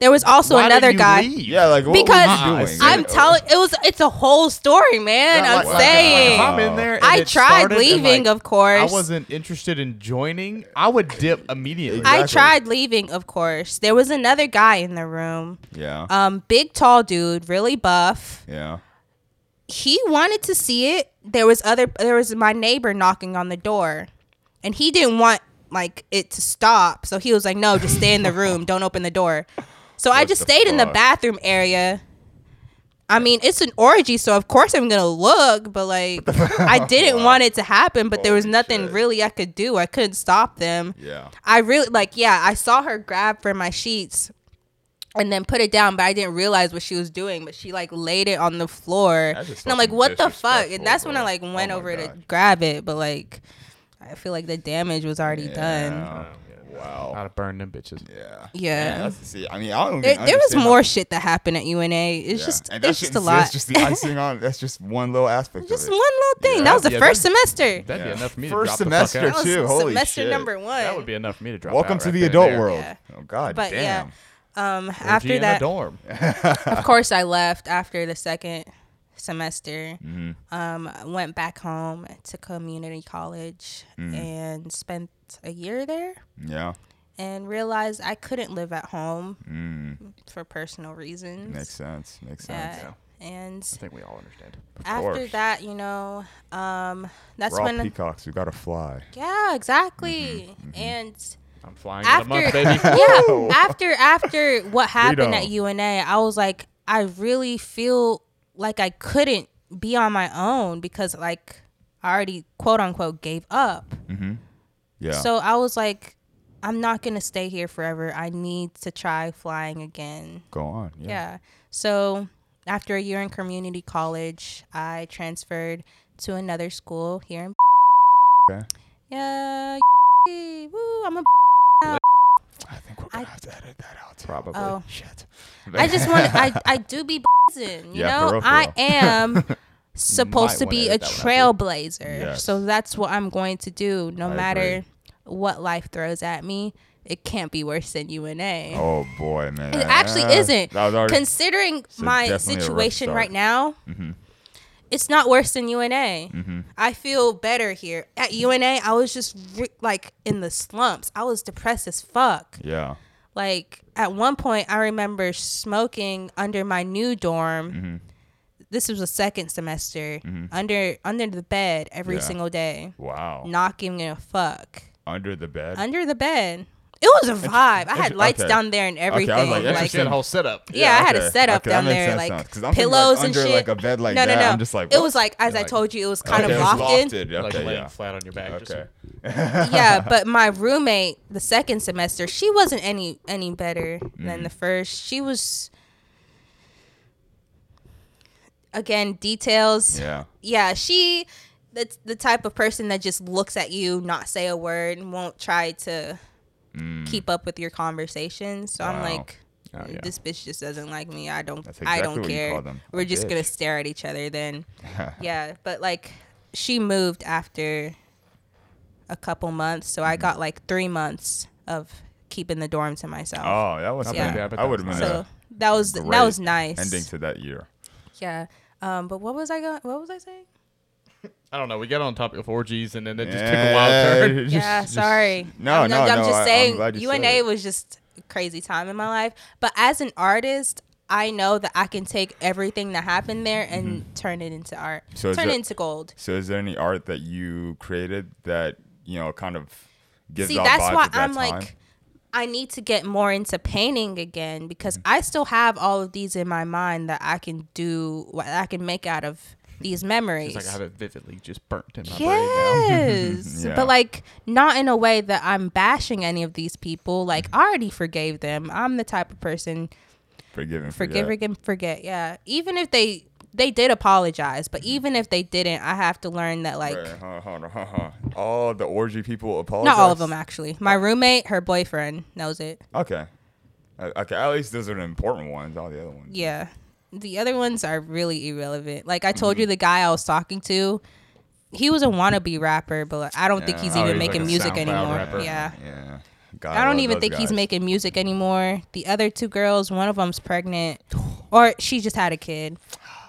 Speaker 3: there was also
Speaker 2: Why did
Speaker 3: another
Speaker 2: you
Speaker 3: guy
Speaker 2: leave?
Speaker 1: Yeah, like, what
Speaker 3: Because
Speaker 1: were you doing?
Speaker 3: i'm
Speaker 1: Uh,
Speaker 3: telling it was it's a whole story man
Speaker 2: Not
Speaker 3: i'm
Speaker 2: like- like,
Speaker 3: saying
Speaker 2: if I'm in there, and
Speaker 3: i
Speaker 2: it
Speaker 3: tried
Speaker 2: started and,
Speaker 3: leaving
Speaker 2: like,
Speaker 3: of
Speaker 2: I
Speaker 3: course
Speaker 2: wasn't interested in joining. I would dip immediately.
Speaker 3: I
Speaker 1: Exactly.
Speaker 3: tried leaving, of course. There was another guy in the room,
Speaker 1: Yeah.
Speaker 3: um, big, tall dude, really buff.
Speaker 1: yeah.
Speaker 3: he wanted to see it. There was other there was my neighbor knocking on the door and he didn't want like it to stop. So he was like, "No, just stay in the
Speaker 1: [laughs]
Speaker 3: room. Don't open the door." So I
Speaker 1: What
Speaker 3: just
Speaker 1: the
Speaker 3: stayed in the
Speaker 1: fuck?
Speaker 3: bathroom area. I mean, it's an orgy, so of course I'm going to look, but like
Speaker 1: [laughs]
Speaker 3: I didn't want it to happen, but there was
Speaker 1: Holy
Speaker 3: nothing
Speaker 1: shit.
Speaker 3: really I could do. I couldn't stop them.
Speaker 1: Yeah.
Speaker 3: I really like yeah, I saw her grab for my sheets and then put it down, but I didn't realize what she was doing. But she like laid it on the floor.
Speaker 1: That's just
Speaker 3: And I'm like,
Speaker 1: fucking
Speaker 3: what the fuck?
Speaker 1: disrespectful,
Speaker 3: And that's when I
Speaker 1: bro.
Speaker 3: like
Speaker 1: Oh
Speaker 3: went
Speaker 1: my
Speaker 3: over to
Speaker 1: God.
Speaker 3: grab it, but like I feel like the damage was already done.
Speaker 1: Yeah. Oh, Wow.
Speaker 2: I'd have burned them bitches.
Speaker 1: Yeah.
Speaker 3: Yeah.
Speaker 1: that's the see. I mean, I don't.
Speaker 3: There,
Speaker 1: even
Speaker 3: there was
Speaker 1: understand how-
Speaker 3: more shit that happened at UNA. It's
Speaker 1: Yeah.
Speaker 3: just
Speaker 1: And that
Speaker 3: there's
Speaker 1: shit
Speaker 3: just a
Speaker 1: is-
Speaker 3: lot.
Speaker 1: That's just the
Speaker 3: [laughs]
Speaker 1: icing on. That's just one little aspect.
Speaker 3: Just
Speaker 1: of it.
Speaker 3: one little thing.
Speaker 1: Yeah.
Speaker 3: That was the
Speaker 2: Yeah,
Speaker 3: first
Speaker 2: that-
Speaker 3: semester.
Speaker 2: That'd
Speaker 1: Yeah.
Speaker 2: be enough for me
Speaker 1: First
Speaker 2: to drop
Speaker 1: semester,
Speaker 2: the fuck
Speaker 3: That
Speaker 2: out.
Speaker 3: was
Speaker 1: too. Holy
Speaker 3: semester
Speaker 1: shit.
Speaker 3: number one.
Speaker 2: That would be enough for me to drop.
Speaker 1: Welcome
Speaker 2: out
Speaker 1: to
Speaker 2: right
Speaker 1: the
Speaker 2: then and
Speaker 1: adult
Speaker 2: there.
Speaker 1: world.
Speaker 3: Yeah.
Speaker 1: Oh God,
Speaker 3: But yeah.
Speaker 1: damn.
Speaker 3: Um,
Speaker 2: Orgy
Speaker 3: after
Speaker 2: in
Speaker 3: that,
Speaker 2: the dorm.
Speaker 3: of course I left after the second semester.
Speaker 1: Mm-hmm.
Speaker 3: Um, I went back home to community college
Speaker 1: Mm-hmm.
Speaker 3: and spent a year there
Speaker 1: Yeah,
Speaker 3: and realized I couldn't live at home
Speaker 1: Mm.
Speaker 3: for personal reasons.
Speaker 1: makes sense. Makes sense.
Speaker 3: Yeah. And
Speaker 2: I think we all understand.
Speaker 3: after
Speaker 1: course.
Speaker 3: that, you know, um, that's
Speaker 1: We're all
Speaker 3: when
Speaker 1: peacocks. We gotta fly.
Speaker 3: yeah, exactly.
Speaker 1: Mm-hmm,
Speaker 3: And
Speaker 2: I'm flying
Speaker 3: After-
Speaker 2: in a
Speaker 3: [laughs]
Speaker 2: month, baby.
Speaker 3: yeah, after after what happened at
Speaker 1: Oh. Freedom.
Speaker 3: UNA, I was like, I really feel like I couldn't be on my own because like I already quote unquote gave up.
Speaker 1: Yeah.
Speaker 3: So I was like, I'm not gonna stay here forever. I need to try flying again.
Speaker 1: Go on.
Speaker 3: Yeah.
Speaker 1: Yeah.
Speaker 3: So after a year in community college, I transferred to another school here in.
Speaker 1: Okay.
Speaker 3: Yeah. [laughs] Woo, I'm a.
Speaker 1: I think we're
Speaker 3: I-
Speaker 1: gonna have to edit that out. Probably.
Speaker 3: Oh.
Speaker 1: [laughs] Shit.
Speaker 3: I just want I I do be buzzing, you
Speaker 1: Yeah,
Speaker 3: know.
Speaker 1: for real, for
Speaker 3: I
Speaker 1: real. [laughs]
Speaker 3: am supposed to
Speaker 2: wanna
Speaker 3: be a
Speaker 2: edit that one out,
Speaker 3: trailblazer.
Speaker 1: Yes.
Speaker 3: So that's what I'm going to do no
Speaker 1: I
Speaker 3: matter
Speaker 1: agree.
Speaker 3: what life throws at me. it can't be worse than UNA.
Speaker 1: [laughs] Oh boy, man.
Speaker 3: It actually
Speaker 1: Uh,
Speaker 3: isn't.
Speaker 1: That was already,
Speaker 3: Considering
Speaker 1: definitely a
Speaker 3: my
Speaker 1: rough
Speaker 3: situation
Speaker 1: start. Mm-hmm.
Speaker 3: right now, it's not worse than UNA. I feel better here. At UNA, I was just re- like in the slumps. I was depressed as fuck.
Speaker 1: yeah.
Speaker 3: Like at one point, I remember smoking under my new dorm.
Speaker 1: Mm-hmm.
Speaker 3: This was the second semester. Under under the bed every
Speaker 1: Yeah. Oh.
Speaker 3: single day,
Speaker 1: Wow.
Speaker 3: not giving a fuck.
Speaker 1: Under the bed.
Speaker 3: Under the bed, it was a vibe. I had
Speaker 1: inter-
Speaker 3: lights
Speaker 1: okay.
Speaker 3: down there and
Speaker 1: was
Speaker 3: everything.
Speaker 1: like,
Speaker 2: Like,
Speaker 1: Like-
Speaker 2: she had a whole setup.
Speaker 3: yeah, I had a
Speaker 1: okay.
Speaker 3: setup
Speaker 1: Okay, that
Speaker 3: down
Speaker 1: makes
Speaker 3: there,
Speaker 1: sense now,
Speaker 3: like
Speaker 1: 'cause I'm thinking, like,
Speaker 3: pillows and
Speaker 1: under,
Speaker 3: shit.
Speaker 1: like, a bed like
Speaker 3: no, no,
Speaker 1: that,
Speaker 3: no.
Speaker 1: I'm just like,
Speaker 3: it
Speaker 1: what?
Speaker 3: was like as I
Speaker 2: Like-
Speaker 3: told you, it was kind
Speaker 1: okay,
Speaker 3: of
Speaker 1: it was
Speaker 3: lofted.
Speaker 1: lofted.
Speaker 2: Like
Speaker 1: Okay,
Speaker 2: laying
Speaker 1: yeah.
Speaker 2: flat on your back. just-
Speaker 1: Okay.
Speaker 3: yeah, but my roommate the second semester, she wasn't any any better than the first. She was again details.
Speaker 1: Yeah.
Speaker 3: Yeah, she that's the type of person that just looks at you, not say a word, and won't try to keep up with your conversation. So I'm
Speaker 1: Mm. Wow.
Speaker 3: like
Speaker 2: Oh, yeah.
Speaker 3: This bitch just doesn't like me. I don't.
Speaker 1: That's
Speaker 3: I
Speaker 1: exactly
Speaker 3: don't
Speaker 1: what you
Speaker 3: care.
Speaker 1: call them, a
Speaker 3: We're just gonna
Speaker 1: bitch. [laughs]
Speaker 3: stare at each other then. yeah, but like, she moved after a couple months, so
Speaker 1: Mm-hmm.
Speaker 3: I got like three months of keeping the dorm to myself.
Speaker 1: Oh, that was.
Speaker 3: Yeah.
Speaker 2: Yeah, but
Speaker 1: I would have been
Speaker 2: that's
Speaker 3: so
Speaker 1: a
Speaker 3: that was
Speaker 1: Oh, great
Speaker 3: that was nice.
Speaker 1: ending to that year.
Speaker 3: Yeah. Um. But what was I going? What was I saying?
Speaker 2: I don't know. We got on topic of orgies, and then it just took a wild turn.
Speaker 3: [laughs] yeah. sorry.
Speaker 1: No,
Speaker 3: I'm, not-
Speaker 1: no,
Speaker 3: I'm
Speaker 1: no,
Speaker 3: just
Speaker 1: I- I'm
Speaker 3: saying
Speaker 1: glad you said
Speaker 3: UNA
Speaker 1: it.
Speaker 3: was just a crazy time in my life. But as an artist. I know that I can take everything that happened there and turn it into art.
Speaker 1: Mm-hmm. So is
Speaker 3: turn
Speaker 1: that-
Speaker 3: it into gold.
Speaker 1: So, is there any art that you created that you know kind of gives
Speaker 3: See,
Speaker 1: off
Speaker 3: that's
Speaker 1: vibes
Speaker 3: why
Speaker 1: of that
Speaker 3: I'm
Speaker 1: time?
Speaker 3: like, I need to get more into painting again because
Speaker 1: Mm-hmm.
Speaker 3: I still have all of these in my mind that I can do, what I can make out of these memories.
Speaker 2: It's like I have it vividly just burnt in my brain now.
Speaker 1: [laughs]
Speaker 3: Yes,
Speaker 1: Yeah.
Speaker 3: but like not in a way that I'm bashing any of these people. Like I already forgave them. I'm the type of person
Speaker 1: forgive and
Speaker 3: forgive
Speaker 1: forget.
Speaker 3: and forget. Yeah, even if they they did apologize,
Speaker 1: Mm-hmm.
Speaker 3: but even if they didn't, I have to learn that like
Speaker 1: Wait, hold on, hold on, hold on. All the orgy people apologize.
Speaker 3: not all of them actually. My roommate, her boyfriend knows it.
Speaker 1: Okay. Uh, Okay, at least those are the important ones. All the other ones.
Speaker 3: Yeah. The other ones are really irrelevant. Like I told
Speaker 1: Mm-hmm.
Speaker 3: you, the guy I was talking to, he was a wannabe rapper, but like, I don't think
Speaker 1: Yeah.
Speaker 3: he's
Speaker 1: Oh,
Speaker 3: even
Speaker 1: he's like
Speaker 3: making
Speaker 1: a
Speaker 3: music
Speaker 2: SoundCloud
Speaker 3: anymore.
Speaker 2: rapper.
Speaker 3: Yeah.
Speaker 1: Yeah. God,
Speaker 3: I don't
Speaker 1: love
Speaker 3: even
Speaker 1: those
Speaker 3: think he's
Speaker 1: guys.
Speaker 3: making music anymore. The other two girls, one of them's pregnant, [sighs] or she just had a kid.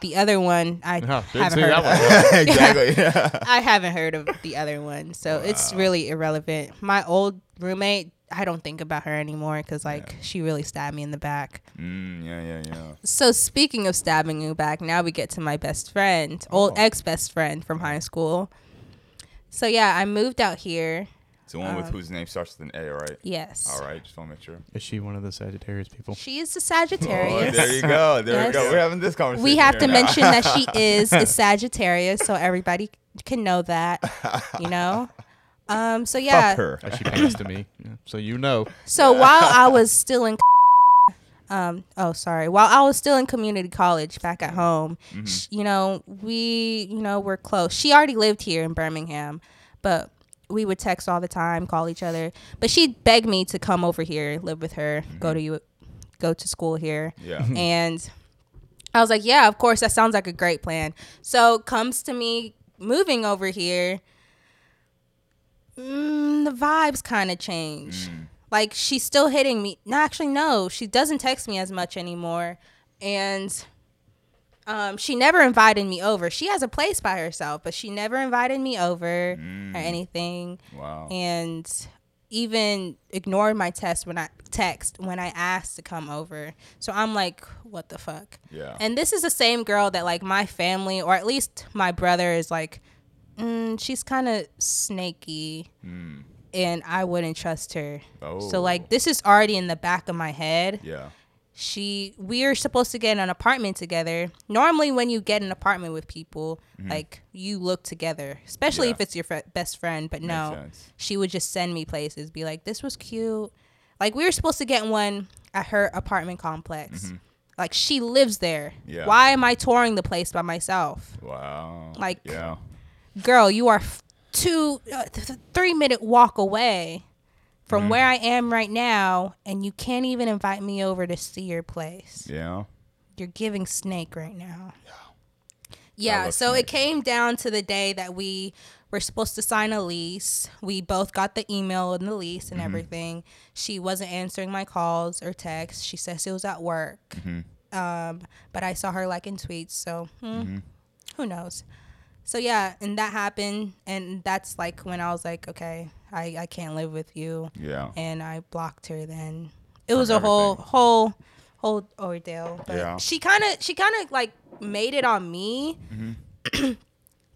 Speaker 3: The other one,
Speaker 1: [laughs]
Speaker 3: I
Speaker 2: Huh, didn't
Speaker 3: haven't
Speaker 2: see
Speaker 3: heard.
Speaker 2: that
Speaker 3: Of,
Speaker 2: one.
Speaker 1: exactly.
Speaker 3: [laughs]
Speaker 1: Yeah.
Speaker 3: I haven't heard of the other one, so it's really irrelevant. My old roommate, I don't think about her anymore because like she really stabbed me in the back.
Speaker 1: Mm, yeah, yeah, yeah.
Speaker 3: So speaking of stabbing you back, now we get to my best friend, old
Speaker 1: Oh.
Speaker 3: ex best friend from high school. So yeah, I moved out here.
Speaker 1: It's the one with whose name starts with an A, right?
Speaker 3: Uh, Yes.
Speaker 1: All right, just want to make
Speaker 3: [laughs]
Speaker 1: sure.
Speaker 2: Is she one of the Sagittarius people?
Speaker 3: She is a
Speaker 1: Oh,
Speaker 3: Sagittarius.
Speaker 1: there you go. There we
Speaker 3: Yes.
Speaker 1: go. We're having this conversation.
Speaker 3: we have
Speaker 1: here
Speaker 3: to
Speaker 1: now. [laughs]
Speaker 3: mention that she is a Sagittarius, so everybody can know that. You
Speaker 1: [laughs]
Speaker 3: know? Um so yeah.
Speaker 1: Fuck her.
Speaker 2: Uh, she passed to me, yeah. so you know.
Speaker 3: So while I was still in, um, oh sorry, while I was still in community college back at home,
Speaker 1: Mm-hmm.
Speaker 3: sh you know, we, you know, we're close. She already lived here in Birmingham, but we would text all the time, call each other. But she begged me to come over here, live with her, go
Speaker 1: Mm-hmm.
Speaker 3: to you, go to school here,
Speaker 1: Yeah.
Speaker 3: and I was like, yeah, of course, that sounds like a great plan. So comes to me moving over here. Mm, the vibes kind of change. Like she's still hitting me. No, actually, no, she doesn't text me as much anymore, and um, she never invited me over. She has a place by herself, but she never invited me over or anything
Speaker 1: Wow.
Speaker 3: and even ignored my test when I text when I asked to come over. So I'm like, what the fuck?
Speaker 1: Yeah.
Speaker 3: And this is the same girl that like my family or at least my brother is like, mm, she's kind of snaky, and I wouldn't trust her.
Speaker 1: Hmm. Oh.
Speaker 3: So like this is already in the back of my head
Speaker 1: yeah.
Speaker 3: she we are supposed to get an apartment together normally when you get an apartment with people like you look together especially
Speaker 1: Hmm. Yeah.
Speaker 3: if it's your fr- best friend but no
Speaker 1: sense.
Speaker 3: she would just send me places be like this was cute like we were supposed to get one at her apartment complex like she lives there
Speaker 1: Yeah.
Speaker 3: why am i touring the place by myself
Speaker 1: Wow.
Speaker 3: Like-
Speaker 1: yeah.
Speaker 3: girl you are f- two uh, th- th- three minute walk away from where i am right now and you can't even invite me over to see your place
Speaker 1: Yeah.
Speaker 3: you're giving snake right now. Yeah.
Speaker 1: love
Speaker 3: so
Speaker 1: snake.
Speaker 3: it came down to the day that we We're supposed to sign a lease. We both got the email and the lease
Speaker 1: Mm-hmm.
Speaker 3: and everything. She wasn't answering my calls or texts. She says she was at work.
Speaker 1: Mm-hmm.
Speaker 3: Um, but I saw her liking tweets, so hmm, who knows? So yeah, and that happened, and that's like when I was like, okay, I, I can't live with you
Speaker 1: Yeah.
Speaker 3: and I blocked her then. It was a
Speaker 1: everything.
Speaker 3: whole whole whole ordeal. But
Speaker 1: Yeah.
Speaker 3: she kind of she kind of like made it on me. [clears throat]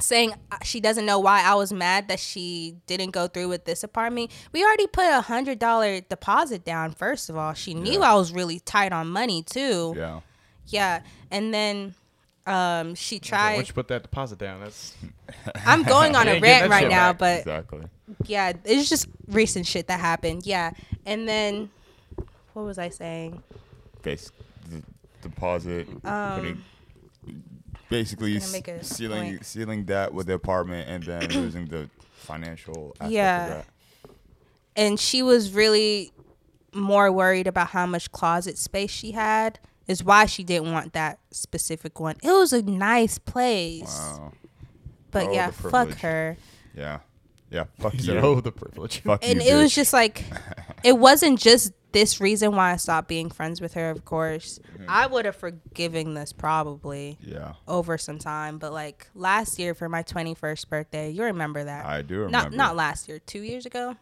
Speaker 3: saying uh, she doesn't know why I was mad that she didn't go through with this apartment. We already put a hundred dollar deposit down. First of all, she knew
Speaker 1: Yeah.
Speaker 3: I was really tight on money too. Yeah,
Speaker 1: Yeah.
Speaker 3: and then um, she
Speaker 2: Why
Speaker 3: tried.
Speaker 2: you put that deposit down? That's
Speaker 1: [laughs]
Speaker 3: I'm going on
Speaker 2: You
Speaker 3: a
Speaker 2: ain't getting that
Speaker 3: rant right
Speaker 2: shit
Speaker 3: now,
Speaker 2: back.
Speaker 3: but
Speaker 1: Exactly.
Speaker 3: yeah, it's just recent shit that happened. Yeah, and then what was I saying?
Speaker 1: Base d- deposit. putting, basically
Speaker 3: Um, gonna make a
Speaker 1: sealing
Speaker 3: point.
Speaker 1: sealing that with the apartment and
Speaker 3: [coughs]
Speaker 1: then losing the financial aspect
Speaker 3: Yeah.
Speaker 1: of that.
Speaker 3: and she was really more worried about how much closet space she had is why she didn't want that specific one it was a nice place
Speaker 1: Wow.
Speaker 3: but
Speaker 1: Oh,
Speaker 3: yeah
Speaker 1: the
Speaker 3: fuck
Speaker 1: privilege.
Speaker 3: her
Speaker 1: Yeah. Yeah. Fuck [laughs]
Speaker 2: you
Speaker 1: you.
Speaker 2: said, oh, the privilege.
Speaker 1: Fuck
Speaker 3: and
Speaker 1: you,
Speaker 3: it was
Speaker 1: bitch. [laughs]
Speaker 3: just like it wasn't just this reason why i stopped being friends with her of course i would have forgiven this probably
Speaker 1: Yeah.
Speaker 3: over some time but like last year for my 21st birthday you remember that
Speaker 1: I do remember.
Speaker 3: not not last year two years ago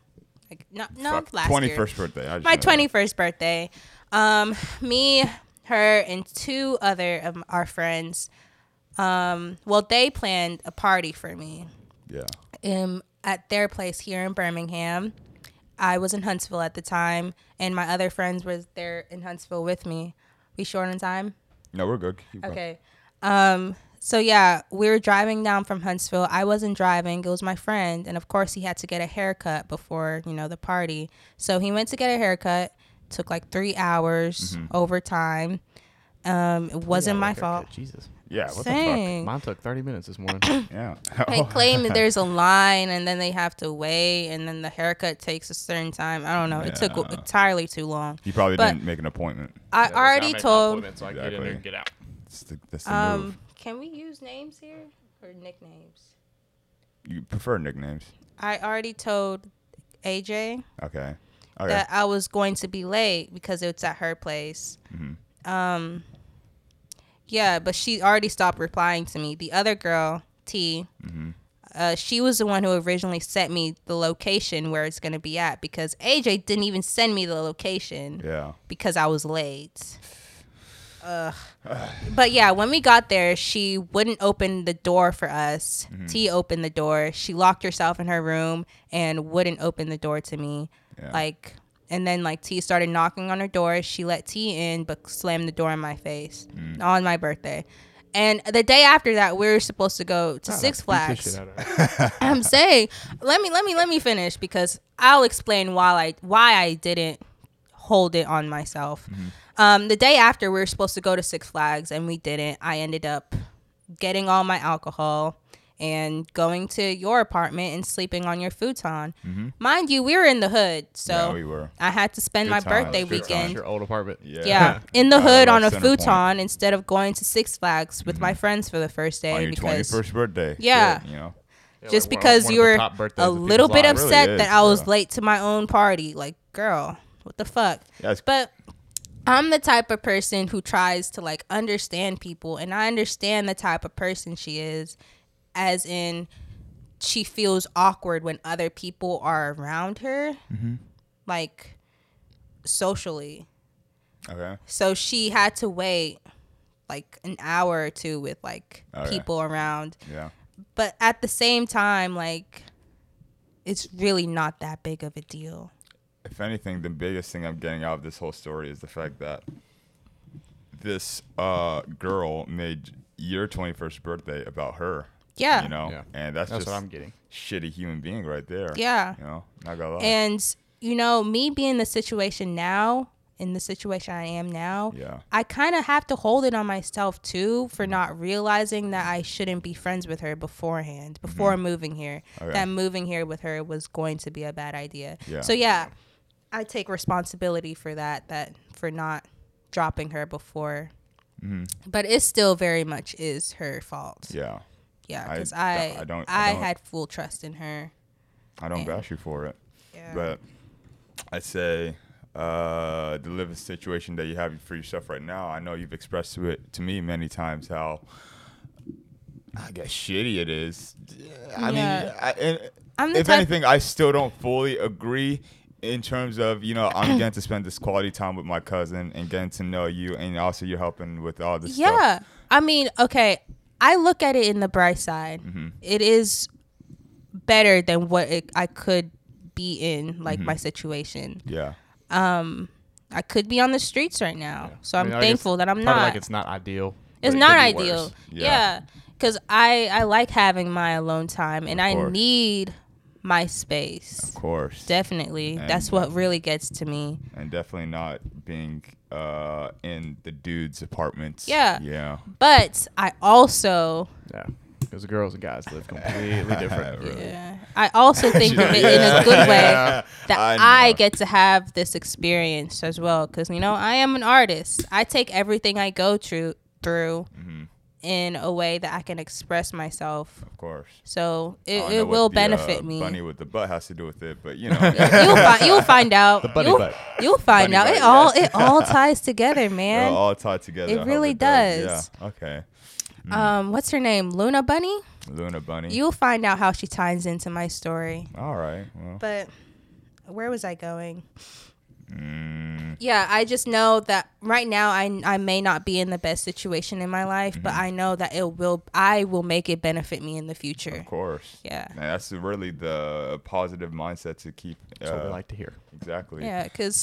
Speaker 3: like not no
Speaker 1: Fuck,
Speaker 3: last year
Speaker 1: 21st birthday. I just
Speaker 3: my
Speaker 1: know that.
Speaker 3: twenty first birthday. Um, me, her, and two other of our friends. Um, well, they planned a party for me
Speaker 1: Yeah.
Speaker 3: um, at their place here in Birmingham. I was in Huntsville at the time, and my other friends were there in Huntsville with me. We short on time.
Speaker 1: No, we're good. Keep going.
Speaker 3: Okay. Um. So yeah, we were driving down from Huntsville. I wasn't driving; it was my friend, and of course, he had to get a haircut before you know the party. So he went to get a haircut. Took like three hours
Speaker 1: Mm-hmm.
Speaker 3: over time. Um, it [laughs] wasn't my fault.
Speaker 2: Jesus.
Speaker 1: Yeah. What
Speaker 3: Dang.
Speaker 2: Mine took 30 minutes this
Speaker 3: [coughs]
Speaker 2: morning.
Speaker 1: the fuck? [laughs]
Speaker 3: They
Speaker 1: Yeah.
Speaker 3: claim that there's a line, and then they have to wait, and then the haircut takes a certain time. I don't know. It took
Speaker 1: Yeah.
Speaker 3: entirely too long.
Speaker 1: you probably
Speaker 3: But-
Speaker 1: didn't make an appointment.
Speaker 3: I already told.
Speaker 2: So I get in there and get out.
Speaker 1: That's the, that's the move.
Speaker 3: Um, can we use names here or nicknames?
Speaker 1: You prefer nicknames.
Speaker 3: I already told AJ.
Speaker 1: Okay. Okay.
Speaker 3: that I was going to be late because it's at her place. Um, yeah, but she already stopped replying to me. The other girl, T, uh, she was the one who originally sent me the location where it's going to be at because AJ didn't even send me the location
Speaker 1: yeah.
Speaker 3: because I was late. Ugh. but yeah, when we got there, she wouldn't open the door for us. T opened the door. She locked herself in her room and wouldn't open the door to me.
Speaker 1: Yeah.
Speaker 3: Like, and then like T started knocking on her door. She let T in, but slammed the door in my face on my birthday. And the day after that, we were supposed to go
Speaker 2: Ah,
Speaker 3: to Six Flags. I'm saying, let me let me let me finish because I'll explain why I why I didn't hold it on myself.
Speaker 1: Mm-hmm.
Speaker 3: Um, the day after we were supposed to go to Six Flags and we didn't. I ended up getting all my alcohol and going to your apartment and sleeping on your futon. Mind you, we were in the hood, so
Speaker 1: Mm-hmm. yeah, we were.
Speaker 3: I had to spend
Speaker 1: Good
Speaker 3: my
Speaker 1: times,
Speaker 3: birthday
Speaker 1: good
Speaker 3: weekend
Speaker 1: times.
Speaker 2: Your old apartment.
Speaker 1: Yeah. [laughs]
Speaker 3: yeah, in the
Speaker 1: Kinda
Speaker 3: hood
Speaker 1: like
Speaker 3: on a
Speaker 1: center point. Mm-hmm.
Speaker 3: futon instead of going to Six Flags with my friends for the first day
Speaker 1: On your
Speaker 3: because
Speaker 1: 21st birthday.
Speaker 3: Yeah.
Speaker 1: Shit, you know.
Speaker 2: Yeah,
Speaker 3: just
Speaker 2: like one of-
Speaker 3: because
Speaker 2: one of
Speaker 3: you
Speaker 2: the
Speaker 3: were
Speaker 2: top birthdays
Speaker 3: a
Speaker 2: in people's
Speaker 3: little bit
Speaker 2: lives.
Speaker 3: upset
Speaker 1: Really
Speaker 3: that
Speaker 1: is,
Speaker 3: I was
Speaker 1: yeah.
Speaker 3: late to my own party. Like, girl, what the fuck?
Speaker 1: Yeah, it's-
Speaker 3: But I'm the type of person who tries to like understand people, and I understand the type of person she is, as in she feels awkward when other people are around her,
Speaker 1: Mm-hmm.
Speaker 3: like socially.
Speaker 1: Okay.
Speaker 3: So she had to wait like an hour or two with like
Speaker 1: Okay.
Speaker 3: people around.
Speaker 1: Yeah.
Speaker 3: But at the same time, like it's really not that big of a deal.
Speaker 1: If anything, the biggest thing I'm getting out of this whole story is the fact that this uh, girl made your 21st birthday about her.
Speaker 3: Yeah.
Speaker 1: You know,
Speaker 2: Yeah.
Speaker 1: and that's,
Speaker 2: That's
Speaker 1: just
Speaker 2: what I'm getting.
Speaker 1: shitty human being right there.
Speaker 3: Yeah.
Speaker 1: You know, not gonna lie.
Speaker 3: And you know, me being in the situation now, in the situation I am now,
Speaker 1: yeah.
Speaker 3: I kind of have to hold it on myself too
Speaker 1: Mm.
Speaker 3: for not realizing that I shouldn't be friends with her beforehand, before moving here.
Speaker 1: Mm-hmm. Okay.
Speaker 3: That moving here with her was going to be a bad idea.
Speaker 1: Yeah.
Speaker 3: So yeah, I take responsibility for that. That for not dropping her before. But it still very much is her fault.
Speaker 1: Mm-hmm. Yeah.
Speaker 3: yeah,
Speaker 1: I
Speaker 3: because
Speaker 1: d-
Speaker 3: I,
Speaker 1: I
Speaker 3: I,
Speaker 1: don't- I don't.
Speaker 3: had full trust in her.
Speaker 1: I don't
Speaker 3: Yeah.
Speaker 1: bash you for it.
Speaker 3: Yeah.
Speaker 1: But I say uh, the living situation that you have for yourself right now. I know you've expressed to it to me many times how I guess shitty it is. I mean,
Speaker 3: Yeah.
Speaker 1: I, and
Speaker 3: I'm the
Speaker 1: if
Speaker 3: type-
Speaker 1: anything, I still don't fully agree. In terms of you know, I'm getting to spend this quality time with my cousin and getting to know you, and also you're helping with all this stuff.
Speaker 3: Yeah. I mean, okay, I look at it in the bright side.
Speaker 2: Mm-hmm.
Speaker 3: It is better than what it, I could be in, like
Speaker 2: Mm-hmm.
Speaker 3: my situation.
Speaker 1: Yeah,
Speaker 3: I could be on the streets right now. So
Speaker 2: I
Speaker 3: I'm
Speaker 2: mean, I guess
Speaker 3: thankful that I'm
Speaker 2: probably
Speaker 3: not.
Speaker 2: Like it's not ideal. but
Speaker 3: it's
Speaker 2: it
Speaker 3: not
Speaker 2: could be
Speaker 3: ideal.
Speaker 2: worse.
Speaker 1: Yeah.
Speaker 3: Yeah. Because I, I like having my alone time and I
Speaker 1: course.
Speaker 3: need my space.
Speaker 1: of course.
Speaker 3: Definitely.
Speaker 1: And-
Speaker 3: That's what really gets to me.
Speaker 1: and definitely not being uh, in the dude's apartments.
Speaker 3: Yeah.
Speaker 1: Yeah.
Speaker 3: But I also
Speaker 2: Yeah, because the girls and guys
Speaker 1: [laughs]
Speaker 2: live completely different.
Speaker 3: yeah, I
Speaker 2: [laughs]
Speaker 3: also [laughs] think of it in
Speaker 1: Yeah.
Speaker 3: a good way
Speaker 2: Yeah.
Speaker 3: that
Speaker 1: I
Speaker 3: I,
Speaker 1: know.
Speaker 3: get to have this experience as well cuz you know, I am an artist. I take everything I go through through
Speaker 1: Mm-hmm.
Speaker 3: in a way that I can express myself.
Speaker 1: Of course. I
Speaker 3: So
Speaker 1: don't
Speaker 3: it,
Speaker 1: know
Speaker 3: it
Speaker 1: what
Speaker 3: will
Speaker 1: the,
Speaker 3: benefit
Speaker 1: uh,
Speaker 3: me.
Speaker 1: Bunny with the butt has to do with it, but you know,
Speaker 3: [laughs] You'll find you'll find out.
Speaker 2: bunny
Speaker 3: you'll,
Speaker 2: butt.
Speaker 3: you'll find
Speaker 1: Bunny
Speaker 3: out.
Speaker 1: butt,
Speaker 3: it all
Speaker 1: yes.
Speaker 3: it
Speaker 1: [laughs]
Speaker 3: all ties together, man.
Speaker 1: [laughs] they're all tied together.
Speaker 3: It
Speaker 1: I hope
Speaker 3: really does.
Speaker 1: Yeah. Okay. mm-hmm.
Speaker 3: um, what's her name? Luna Bunny.
Speaker 1: Luna Bunny.
Speaker 3: You'll find out how she ties into my story.
Speaker 1: all right. Well,
Speaker 3: But where was I going?
Speaker 1: mm,
Speaker 3: Yeah, I just know that right now I I may not be in the best situation in my life, but
Speaker 1: Mm-hmm.
Speaker 3: I know that it will I will make it benefit me in the future.
Speaker 1: of course.
Speaker 3: Yeah.
Speaker 1: And that's really the positive mindset to keep.
Speaker 2: That's what we
Speaker 1: uh,
Speaker 2: like to
Speaker 1: [laughs]
Speaker 2: hear. [laughs]
Speaker 1: Exactly.
Speaker 3: Yeah, because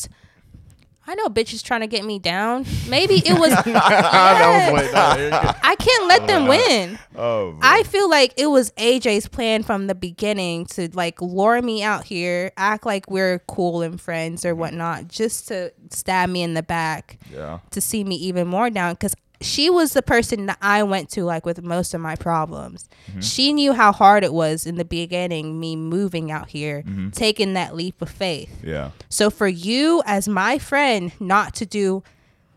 Speaker 3: I know bitches trying to get me down. Maybe it
Speaker 1: [laughs]
Speaker 3: was.
Speaker 2: That was
Speaker 3: [laughs] Yes.
Speaker 2: way- no, you're good.
Speaker 3: I can't let them win.
Speaker 1: Oh.
Speaker 3: I feel like it was AJ's plan from the beginning to like lure me out here, act like we're cool and friends
Speaker 1: Mm-hmm.
Speaker 3: or whatnot, just to stab me in the back
Speaker 1: yeah.
Speaker 3: to see me even more down because she was the person that I went to like with most of my problems.
Speaker 1: Mm-hmm.
Speaker 3: She knew how hard it was in the beginning, me moving out here,
Speaker 1: Mm-hmm.
Speaker 3: taking that leap of faith.
Speaker 1: Yeah.
Speaker 3: So for you as my friend not to do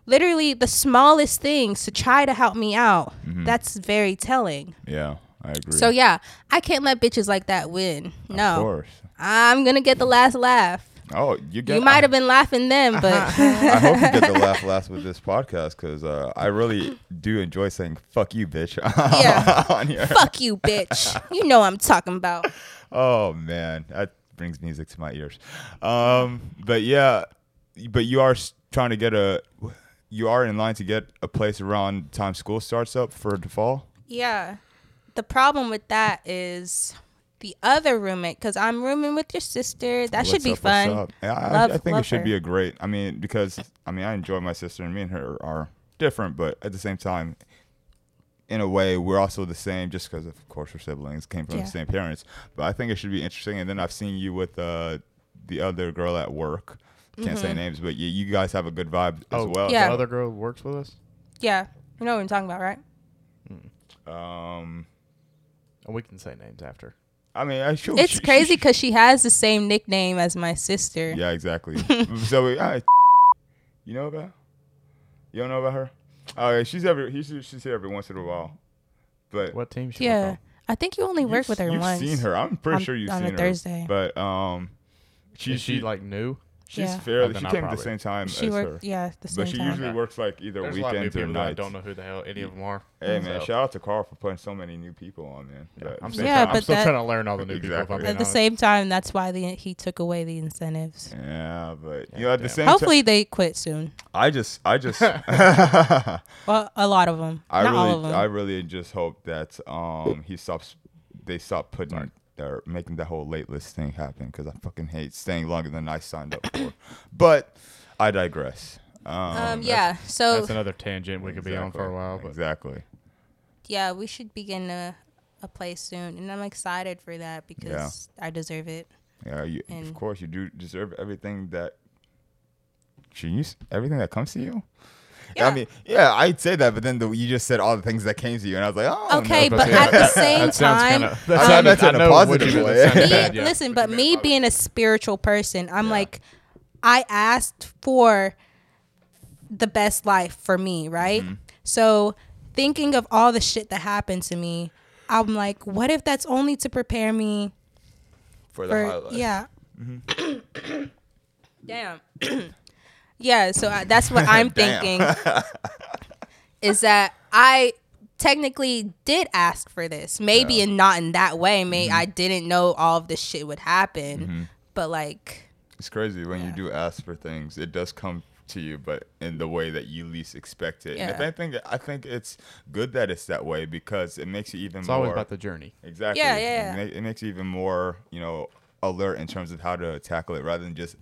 Speaker 3: literally the smallest things to try to help me out, that's very telling.
Speaker 1: Yeah. I Mm-hmm. agree.
Speaker 3: So yeah, I can't let bitches like that win.
Speaker 1: Of
Speaker 3: No.
Speaker 1: course.
Speaker 3: I'm going to get the last laugh.
Speaker 1: Oh, you get.
Speaker 3: You might have been laughing then,
Speaker 1: [laughs]
Speaker 3: but
Speaker 1: I hope you
Speaker 3: [laughs]
Speaker 1: get the laugh last with this podcast because uh, I really do enjoy saying "fuck you, bitch" [laughs]
Speaker 3: Yeah.
Speaker 1: on here.
Speaker 3: fuck you, bitch. You know I'm talking about.
Speaker 1: Oh man, that brings music to my ears. Um, but yeah, but you are s- trying to get a, you are in line to get a place around the time school starts up for the fall.
Speaker 3: Yeah. The problem with that is the other roommate cuz I'm rooming with your sister. That should
Speaker 1: What's
Speaker 3: be
Speaker 1: up, what's
Speaker 3: fun.
Speaker 1: up? Yeah, I,
Speaker 3: Love-
Speaker 1: I think it
Speaker 3: love
Speaker 1: should
Speaker 3: her.
Speaker 1: be a great. I mean, because I mean, I enjoy my sister, and me and her are different, but at the same time, in a way, we're also the same, just because of course we're siblings, came from
Speaker 3: Yeah.
Speaker 1: the same parents. But I think it should be interesting. And then I've seen you with uh, the other girl at work. Can't say names, but you, you guys have a good vibe as
Speaker 2: Oh,
Speaker 1: well.
Speaker 3: Mm-hmm. Yeah.
Speaker 2: The other girl works with us,
Speaker 3: Yeah. You know what I'm talking about, right?
Speaker 1: Um,
Speaker 2: and we can say names after.
Speaker 1: I mean, I should.
Speaker 3: It's crazy because she has the same nickname as my sister.
Speaker 1: Yeah, exactly. so, we, all right, you know about? You don't know about her? Oh, yeah, she's every he's, she's here every once in a while, but
Speaker 2: What team? She
Speaker 3: Yeah. I think you only
Speaker 1: you've-
Speaker 3: work with her
Speaker 1: you've
Speaker 3: once.
Speaker 1: seen her. I'm pretty
Speaker 3: on-
Speaker 1: sure you've
Speaker 3: on a
Speaker 1: seen her
Speaker 3: Thursday.
Speaker 1: But um, she
Speaker 2: Is she
Speaker 1: she like
Speaker 2: like new?
Speaker 1: she's
Speaker 3: Yeah.
Speaker 1: fairly.
Speaker 2: Then
Speaker 1: She
Speaker 2: I
Speaker 1: came at the
Speaker 2: probably-
Speaker 1: same time
Speaker 3: She
Speaker 1: as
Speaker 3: worked,
Speaker 1: her,
Speaker 3: yeah, the same
Speaker 1: but she
Speaker 3: time.
Speaker 1: usually works like either weekends or nights.
Speaker 2: know who the hell any of them are.
Speaker 1: Hey man, shout out to Carl for putting so many new people on, man. But
Speaker 2: I'm
Speaker 1: at the
Speaker 2: still,
Speaker 1: same
Speaker 3: Yeah,
Speaker 2: trying,
Speaker 1: time-
Speaker 2: I'm
Speaker 3: but
Speaker 2: still
Speaker 3: that-
Speaker 2: trying to learn all the new people.
Speaker 1: Exactly.
Speaker 2: If I'm
Speaker 1: At
Speaker 3: At
Speaker 2: being
Speaker 3: the
Speaker 2: honest.
Speaker 3: same time, that's why the, he took away the incentives.
Speaker 1: yeah, but you know, at the
Speaker 2: damn.
Speaker 1: same
Speaker 3: Hopefully, they quit soon.
Speaker 1: time, I just, I just, [laughs]
Speaker 2: [laughs]
Speaker 1: I
Speaker 3: Well, a lot of them, not all of
Speaker 1: really,
Speaker 3: them.
Speaker 1: I really just hope that um he stops, they stop putting or making that whole late list thing happen because I fucking hate staying longer than I signed up for. But I digress.
Speaker 3: um, yeah. So
Speaker 2: That's another tangent we could be on for a while. But
Speaker 1: Exactly.
Speaker 3: yeah, we should begin a, a play soon, and I'm excited for that because I deserve it.
Speaker 1: Yeah, you, of
Speaker 3: And-
Speaker 1: course you do deserve everything that. Jeez, everything that comes to you. I
Speaker 3: Yeah.
Speaker 1: mean, yeah, I'd say that, but then the, you just said all the things that came to you, and I was like, oh,
Speaker 3: Okay,
Speaker 1: no,
Speaker 3: but at the same
Speaker 2: that sounds
Speaker 3: time,
Speaker 2: kind of.
Speaker 1: I mean, that's in a positive way.
Speaker 3: [laughs] me,
Speaker 1: bad,
Speaker 3: listen, but me being a spiritual person, I'm like, I asked for the best life for me, right? So thinking of all the shit that happened to me, I'm like, what if that's only to prepare me
Speaker 4: for the
Speaker 3: for
Speaker 4: highlight.
Speaker 3: yeah. Damn. [coughs] yeah, so I, that's
Speaker 1: [laughs]
Speaker 3: what I'm thinking. is that I technically did ask for this. Maybe and not in that way.
Speaker 1: Mm-hmm.
Speaker 3: May I didn't know all of this shit would happen. But like
Speaker 1: It's crazy when you do ask for things, it does come to you, but in the way that you least expect it. And if
Speaker 3: Yeah.
Speaker 1: anything, I think it's good that it's that way because it makes you even
Speaker 2: It's
Speaker 1: more.
Speaker 2: always about the journey.
Speaker 1: Exactly.
Speaker 3: Yeah,
Speaker 1: It,
Speaker 3: yeah,
Speaker 1: ma- it makes you even more, you know, alert in terms of how to tackle it rather than just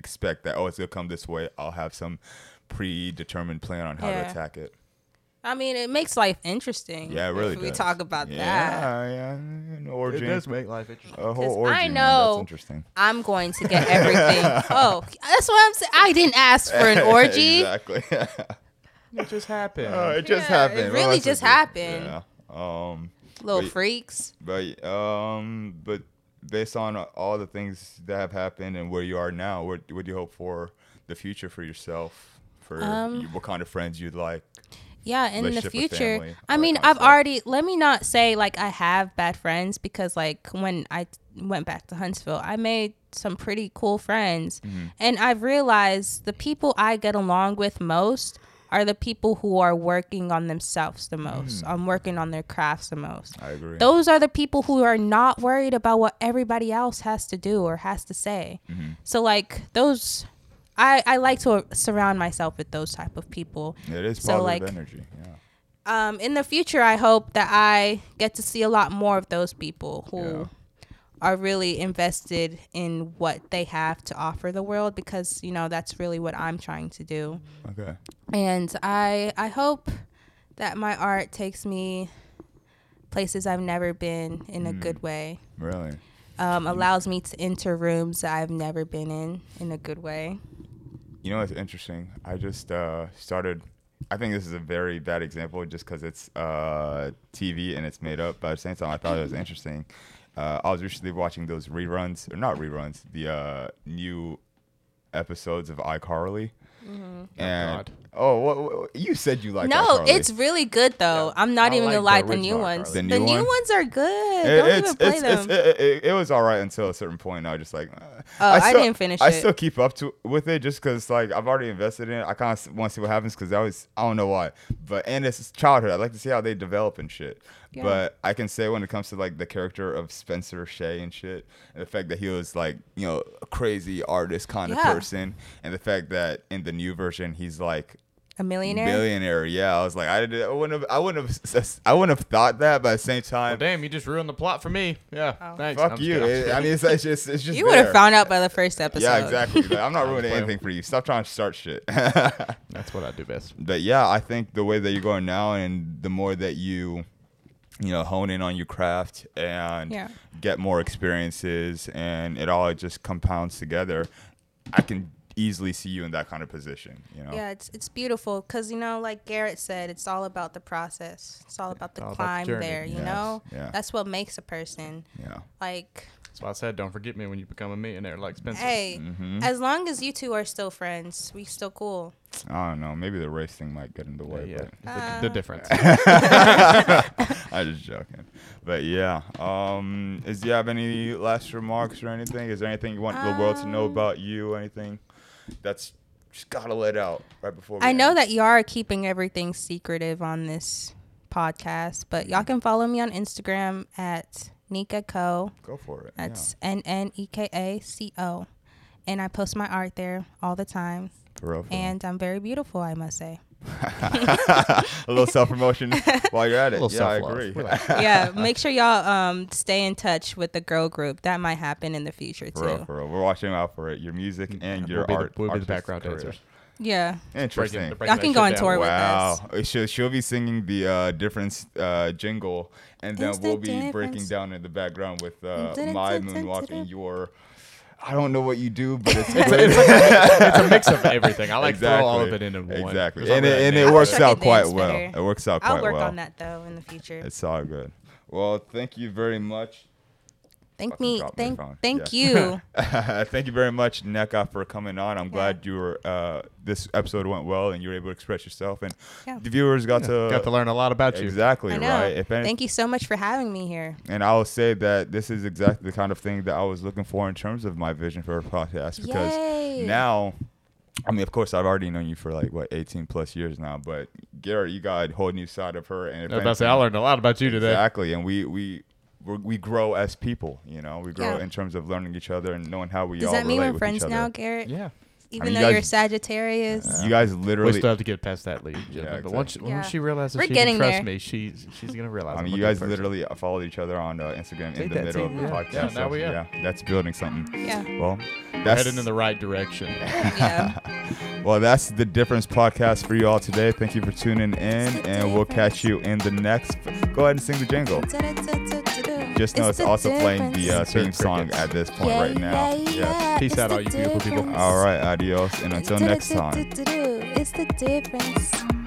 Speaker 1: expect that, oh, it's going to come this way. I'll have some predetermined plan on how to
Speaker 3: Yeah.
Speaker 1: attack it.
Speaker 3: I mean, it makes life interesting.
Speaker 1: Yeah, it really
Speaker 3: if we
Speaker 1: does.
Speaker 3: talk about that.
Speaker 1: yeah, Yeah, yeah. An orgy.
Speaker 2: make life interesting.
Speaker 1: [laughs] a whole
Speaker 3: 'Cause I
Speaker 1: orgy. man.
Speaker 3: know-
Speaker 1: That's interesting.
Speaker 3: I'm going to
Speaker 1: [laughs]
Speaker 3: get everything. oh, that's what I'm saying. I didn't ask for an orgy.
Speaker 1: exactly. [laughs]
Speaker 2: It just happened.
Speaker 1: Oh, it just
Speaker 3: Yeah, it
Speaker 1: happened. What
Speaker 3: really
Speaker 1: else
Speaker 3: just
Speaker 1: is it?
Speaker 3: happened.
Speaker 1: Yeah. Um,
Speaker 3: Little
Speaker 1: Wait.
Speaker 3: freaks.
Speaker 1: but um, but based on all the things that have happened and where you are now, what what do you hope for the future for yourself? For
Speaker 3: Um,
Speaker 1: you, what kind of friends you'd like?
Speaker 3: Yeah, in the
Speaker 1: relationship with
Speaker 3: future.
Speaker 1: family, all
Speaker 3: I
Speaker 1: that
Speaker 3: mean,
Speaker 1: kind of
Speaker 3: I've
Speaker 1: stuff.
Speaker 3: already let me not say like I have bad friends because like when I t- went back to Huntsville, I made some pretty cool friends.
Speaker 1: Mm-hmm.
Speaker 3: And I've realized the people I get along with most are the people who are working on themselves the most.
Speaker 1: Mm.
Speaker 3: I'm working on their crafts the most.
Speaker 1: I agree.
Speaker 3: Those are the people who are not worried about what everybody else has to do or has to say.
Speaker 1: Mm-hmm.
Speaker 3: So like those I, I like to surround myself with those type of people.
Speaker 1: it is
Speaker 3: so,
Speaker 1: positive
Speaker 3: like-
Speaker 1: energy. Yeah.
Speaker 3: Um, in the future, I hope that I get to see a lot more of those people who
Speaker 1: Yeah.
Speaker 3: are really invested in what they have to offer the world because you know that's really what I'm trying to do.
Speaker 1: Okay.
Speaker 3: And I I hope that my art takes me places I've never been in a
Speaker 1: Mm.
Speaker 3: good way.
Speaker 1: Really.
Speaker 3: Um, allows me to enter rooms that I've never been in in a good way.
Speaker 1: You know what's interesting? I just uh, started. I think this is a very bad example just because it's uh, TV and it's made up. But at the same time, I thought it was interesting. Uh, I was recently watching those reruns, or not reruns, the uh, new episodes of iCarly. And
Speaker 2: God.
Speaker 1: oh, what, what- you said you like
Speaker 3: Mm-hmm. no,
Speaker 1: iCarly.
Speaker 3: it's really good though. I'm not
Speaker 2: I
Speaker 3: even gonna lie.
Speaker 2: like the
Speaker 3: The new
Speaker 2: original
Speaker 3: ones,
Speaker 2: iCarly.
Speaker 1: The
Speaker 3: the
Speaker 1: new
Speaker 3: new,
Speaker 1: one?
Speaker 3: ones are good.
Speaker 1: It-
Speaker 3: [laughs] Don't
Speaker 1: it's,
Speaker 3: even play
Speaker 1: it's,
Speaker 3: them.
Speaker 1: it's, it, it, it was all right until a certain point. And I was just like, uh,
Speaker 3: Oh, I
Speaker 1: still-
Speaker 3: didn't finish
Speaker 1: I
Speaker 3: it.
Speaker 1: still keep up to with it just because like I've already invested in it. I kind of want to see what happens because that was I don't know why, but and it's childhood. I like to see how they develop and shit.
Speaker 3: Yeah.
Speaker 1: But I can say when it comes to like the character of Spencer Shea and shit, and the fact that he was like you know a crazy artist kind of
Speaker 3: Yeah.
Speaker 1: person, and the fact that in the new version he's like
Speaker 3: A millionaire.
Speaker 1: billionaire. Yeah, I was like I, did, I wouldn't have I wouldn't have s- s- I wouldn't have thought that, but at the same time.
Speaker 2: Well, damn, you just ruined the plot for me. Yeah,
Speaker 3: Oh.
Speaker 2: [laughs] thanks. I'm
Speaker 1: Fuck
Speaker 2: just
Speaker 1: you!
Speaker 2: kidding.
Speaker 1: It- I mean, it's, it's just it's just
Speaker 3: You would have
Speaker 1: there.
Speaker 3: found out by the first episode.
Speaker 1: Yeah, exactly. Like,
Speaker 2: [laughs]
Speaker 1: I'm not
Speaker 2: was
Speaker 1: ruining
Speaker 2: playing.
Speaker 1: anything for you. Stop trying to start shit. [laughs]
Speaker 2: [laughs] That's what I do best.
Speaker 1: but yeah, I think the way that you're going now, and the more that you, you know, hone in on your craft and
Speaker 3: Yeah.
Speaker 1: get more experiences, and it all just compounds together, I can easily see you in that kind of position. You know.
Speaker 3: [laughs] Yeah, it's it's beautiful because you know, like Garrett said, it's all about the process. It's all about the
Speaker 2: all about the
Speaker 3: climb
Speaker 2: journey.
Speaker 3: there. You
Speaker 1: Yes,
Speaker 3: know,
Speaker 1: yeah.
Speaker 3: that's what makes a person.
Speaker 1: Yeah.
Speaker 3: Like,
Speaker 2: That's why I said, don't forget me when you become a millionaire, like Spencer.
Speaker 3: hey,
Speaker 1: mm-hmm.
Speaker 3: as long as you two are still friends, we still cool.
Speaker 1: I don't know. Maybe the race thing might get in the way.
Speaker 2: yeah,
Speaker 1: But
Speaker 3: Uh,
Speaker 2: the, the
Speaker 1: [laughs]
Speaker 2: difference.
Speaker 1: I just joking. But yeah. Um, is do you have any last remarks or anything? Is there anything you want the world to
Speaker 3: Um,
Speaker 1: know about you? Anything that's just gotta let out right before. We
Speaker 3: I know
Speaker 1: end?
Speaker 3: that you are keeping everything secretive on this podcast, but y'all can follow me on Instagram at Nika Co.
Speaker 1: Go for it.
Speaker 3: That's N N E K A C O, and I post my art there all the time.
Speaker 1: yeah. for real, for real.
Speaker 3: and I'm very beautiful, I must say.
Speaker 1: [laughs] a little self
Speaker 3: [laughs]
Speaker 1: promotion while you're at it.
Speaker 2: A little
Speaker 1: yeah, I
Speaker 2: self-love.
Speaker 1: agree.
Speaker 2: Relax.
Speaker 3: yeah, make sure y'all um stay in touch with the girl group. That might happen in the future
Speaker 1: [laughs] For real,
Speaker 3: too.
Speaker 1: for real. We're watching out for it. Your music and your
Speaker 2: Mm-hmm. we'll be
Speaker 1: art.
Speaker 2: the, we'll be the
Speaker 1: artist
Speaker 2: background
Speaker 1: career.
Speaker 2: dancers.
Speaker 3: Yeah.
Speaker 1: Interesting.
Speaker 2: Breaking- breaking
Speaker 3: Y'all
Speaker 2: that
Speaker 3: can
Speaker 2: shit
Speaker 3: go on
Speaker 2: down.
Speaker 3: tour with
Speaker 1: Wow,
Speaker 3: us.
Speaker 1: It should- she'll be singing the uh, difference uh, jingle, and then
Speaker 3: It's the
Speaker 1: we'll be breaking
Speaker 3: difference.
Speaker 1: down in the background with uh,
Speaker 3: Dun, dun,
Speaker 1: my
Speaker 3: dun, dun,
Speaker 1: moonwalk
Speaker 3: dun,
Speaker 1: and
Speaker 3: dun.
Speaker 1: your. I don't know what you do, but
Speaker 3: [laughs]
Speaker 1: it's great. [laughs]
Speaker 2: It's a mix of everything. I like to throw all of it
Speaker 1: Exactly.
Speaker 2: into one.
Speaker 1: Exactly,
Speaker 2: There's
Speaker 1: and
Speaker 2: already
Speaker 1: it,
Speaker 2: a
Speaker 1: and
Speaker 2: name
Speaker 1: it
Speaker 2: for
Speaker 1: works
Speaker 3: I could
Speaker 1: out quite
Speaker 3: dance
Speaker 1: well.
Speaker 3: better.
Speaker 1: It works out quite
Speaker 3: I'll work
Speaker 1: well.
Speaker 3: on that though in the future.
Speaker 1: It's all good. Well, thank you very much. [laughs]
Speaker 3: Thank
Speaker 1: Fucking
Speaker 3: me.
Speaker 1: dropped my
Speaker 3: Thank
Speaker 1: phone.
Speaker 3: thank
Speaker 1: [laughs] Yeah.
Speaker 3: you.
Speaker 1: Thank you very much, NECA, for coming on. I'm glad you were. Uh, this episode went well, and you were able to express yourself, and
Speaker 3: Yeah.
Speaker 1: the viewers got to
Speaker 2: Got to learn a lot about you.
Speaker 1: exactly
Speaker 3: I know.
Speaker 1: right. If any,
Speaker 3: thank you so much for having me here.
Speaker 1: and I will say that this is exactly the kind of thing that I was looking for in terms of my vision for a podcast because
Speaker 3: Yay.
Speaker 1: now, I mean, of course, I've already known you for like what 18 plus years now, but Garrett, you got a whole new side of her, and if
Speaker 2: I was about to say, I
Speaker 1: anything-
Speaker 2: learned a lot about you today.
Speaker 1: exactly, and we we. We're, we grow as people, you know. We grow
Speaker 3: Yeah.
Speaker 1: in terms of learning each other and knowing how we
Speaker 3: Does
Speaker 1: all
Speaker 3: that mean
Speaker 1: relate
Speaker 3: we're
Speaker 1: with
Speaker 3: friends
Speaker 1: each other.
Speaker 3: now, Garrett?
Speaker 2: Yeah.
Speaker 3: Even
Speaker 1: mean, you
Speaker 3: though
Speaker 1: guys-
Speaker 3: you're a
Speaker 1: [laughs]
Speaker 3: Sagittarius.
Speaker 1: You guys
Speaker 2: We
Speaker 1: literally
Speaker 2: still have to get past that lead. Yeah, But once,
Speaker 1: exactly.
Speaker 2: once
Speaker 3: Yeah.
Speaker 2: she realizes
Speaker 3: We're
Speaker 2: she
Speaker 3: getting
Speaker 2: can trust
Speaker 3: there.
Speaker 2: me, she's she's gonna realize.
Speaker 1: I
Speaker 2: I'm
Speaker 1: mean,
Speaker 2: a
Speaker 1: you
Speaker 2: good
Speaker 1: guys
Speaker 2: person.
Speaker 1: literally followed each other on uh, Instagram in
Speaker 2: Take
Speaker 1: the
Speaker 2: that,
Speaker 1: middle of
Speaker 2: take
Speaker 1: the
Speaker 2: that.
Speaker 1: podcast.
Speaker 2: Yeah, now
Speaker 1: so,
Speaker 2: we are.
Speaker 1: yeah, that's building something.
Speaker 3: Yeah.
Speaker 1: [laughs] Well,
Speaker 2: We're
Speaker 1: that's
Speaker 2: heading in the right direction.
Speaker 3: yeah.
Speaker 1: [laughs] well, that's the difference podcast for you all today. Thank you for tuning in,
Speaker 3: the
Speaker 1: and we'll catch you in the next. Go ahead and sing the
Speaker 3: [laughs]
Speaker 1: jingle. Just know it's,
Speaker 3: the
Speaker 1: also playing the uh,
Speaker 3: difference.
Speaker 1: theme song
Speaker 2: Crickets.
Speaker 1: at this point right now.
Speaker 3: Yeah,
Speaker 1: Yeah.
Speaker 3: yeah,
Speaker 2: Peace
Speaker 3: it's
Speaker 2: out,
Speaker 3: the
Speaker 2: all you beautiful people.
Speaker 3: difference.
Speaker 1: All right, adios, and until next time.
Speaker 3: It's the difference.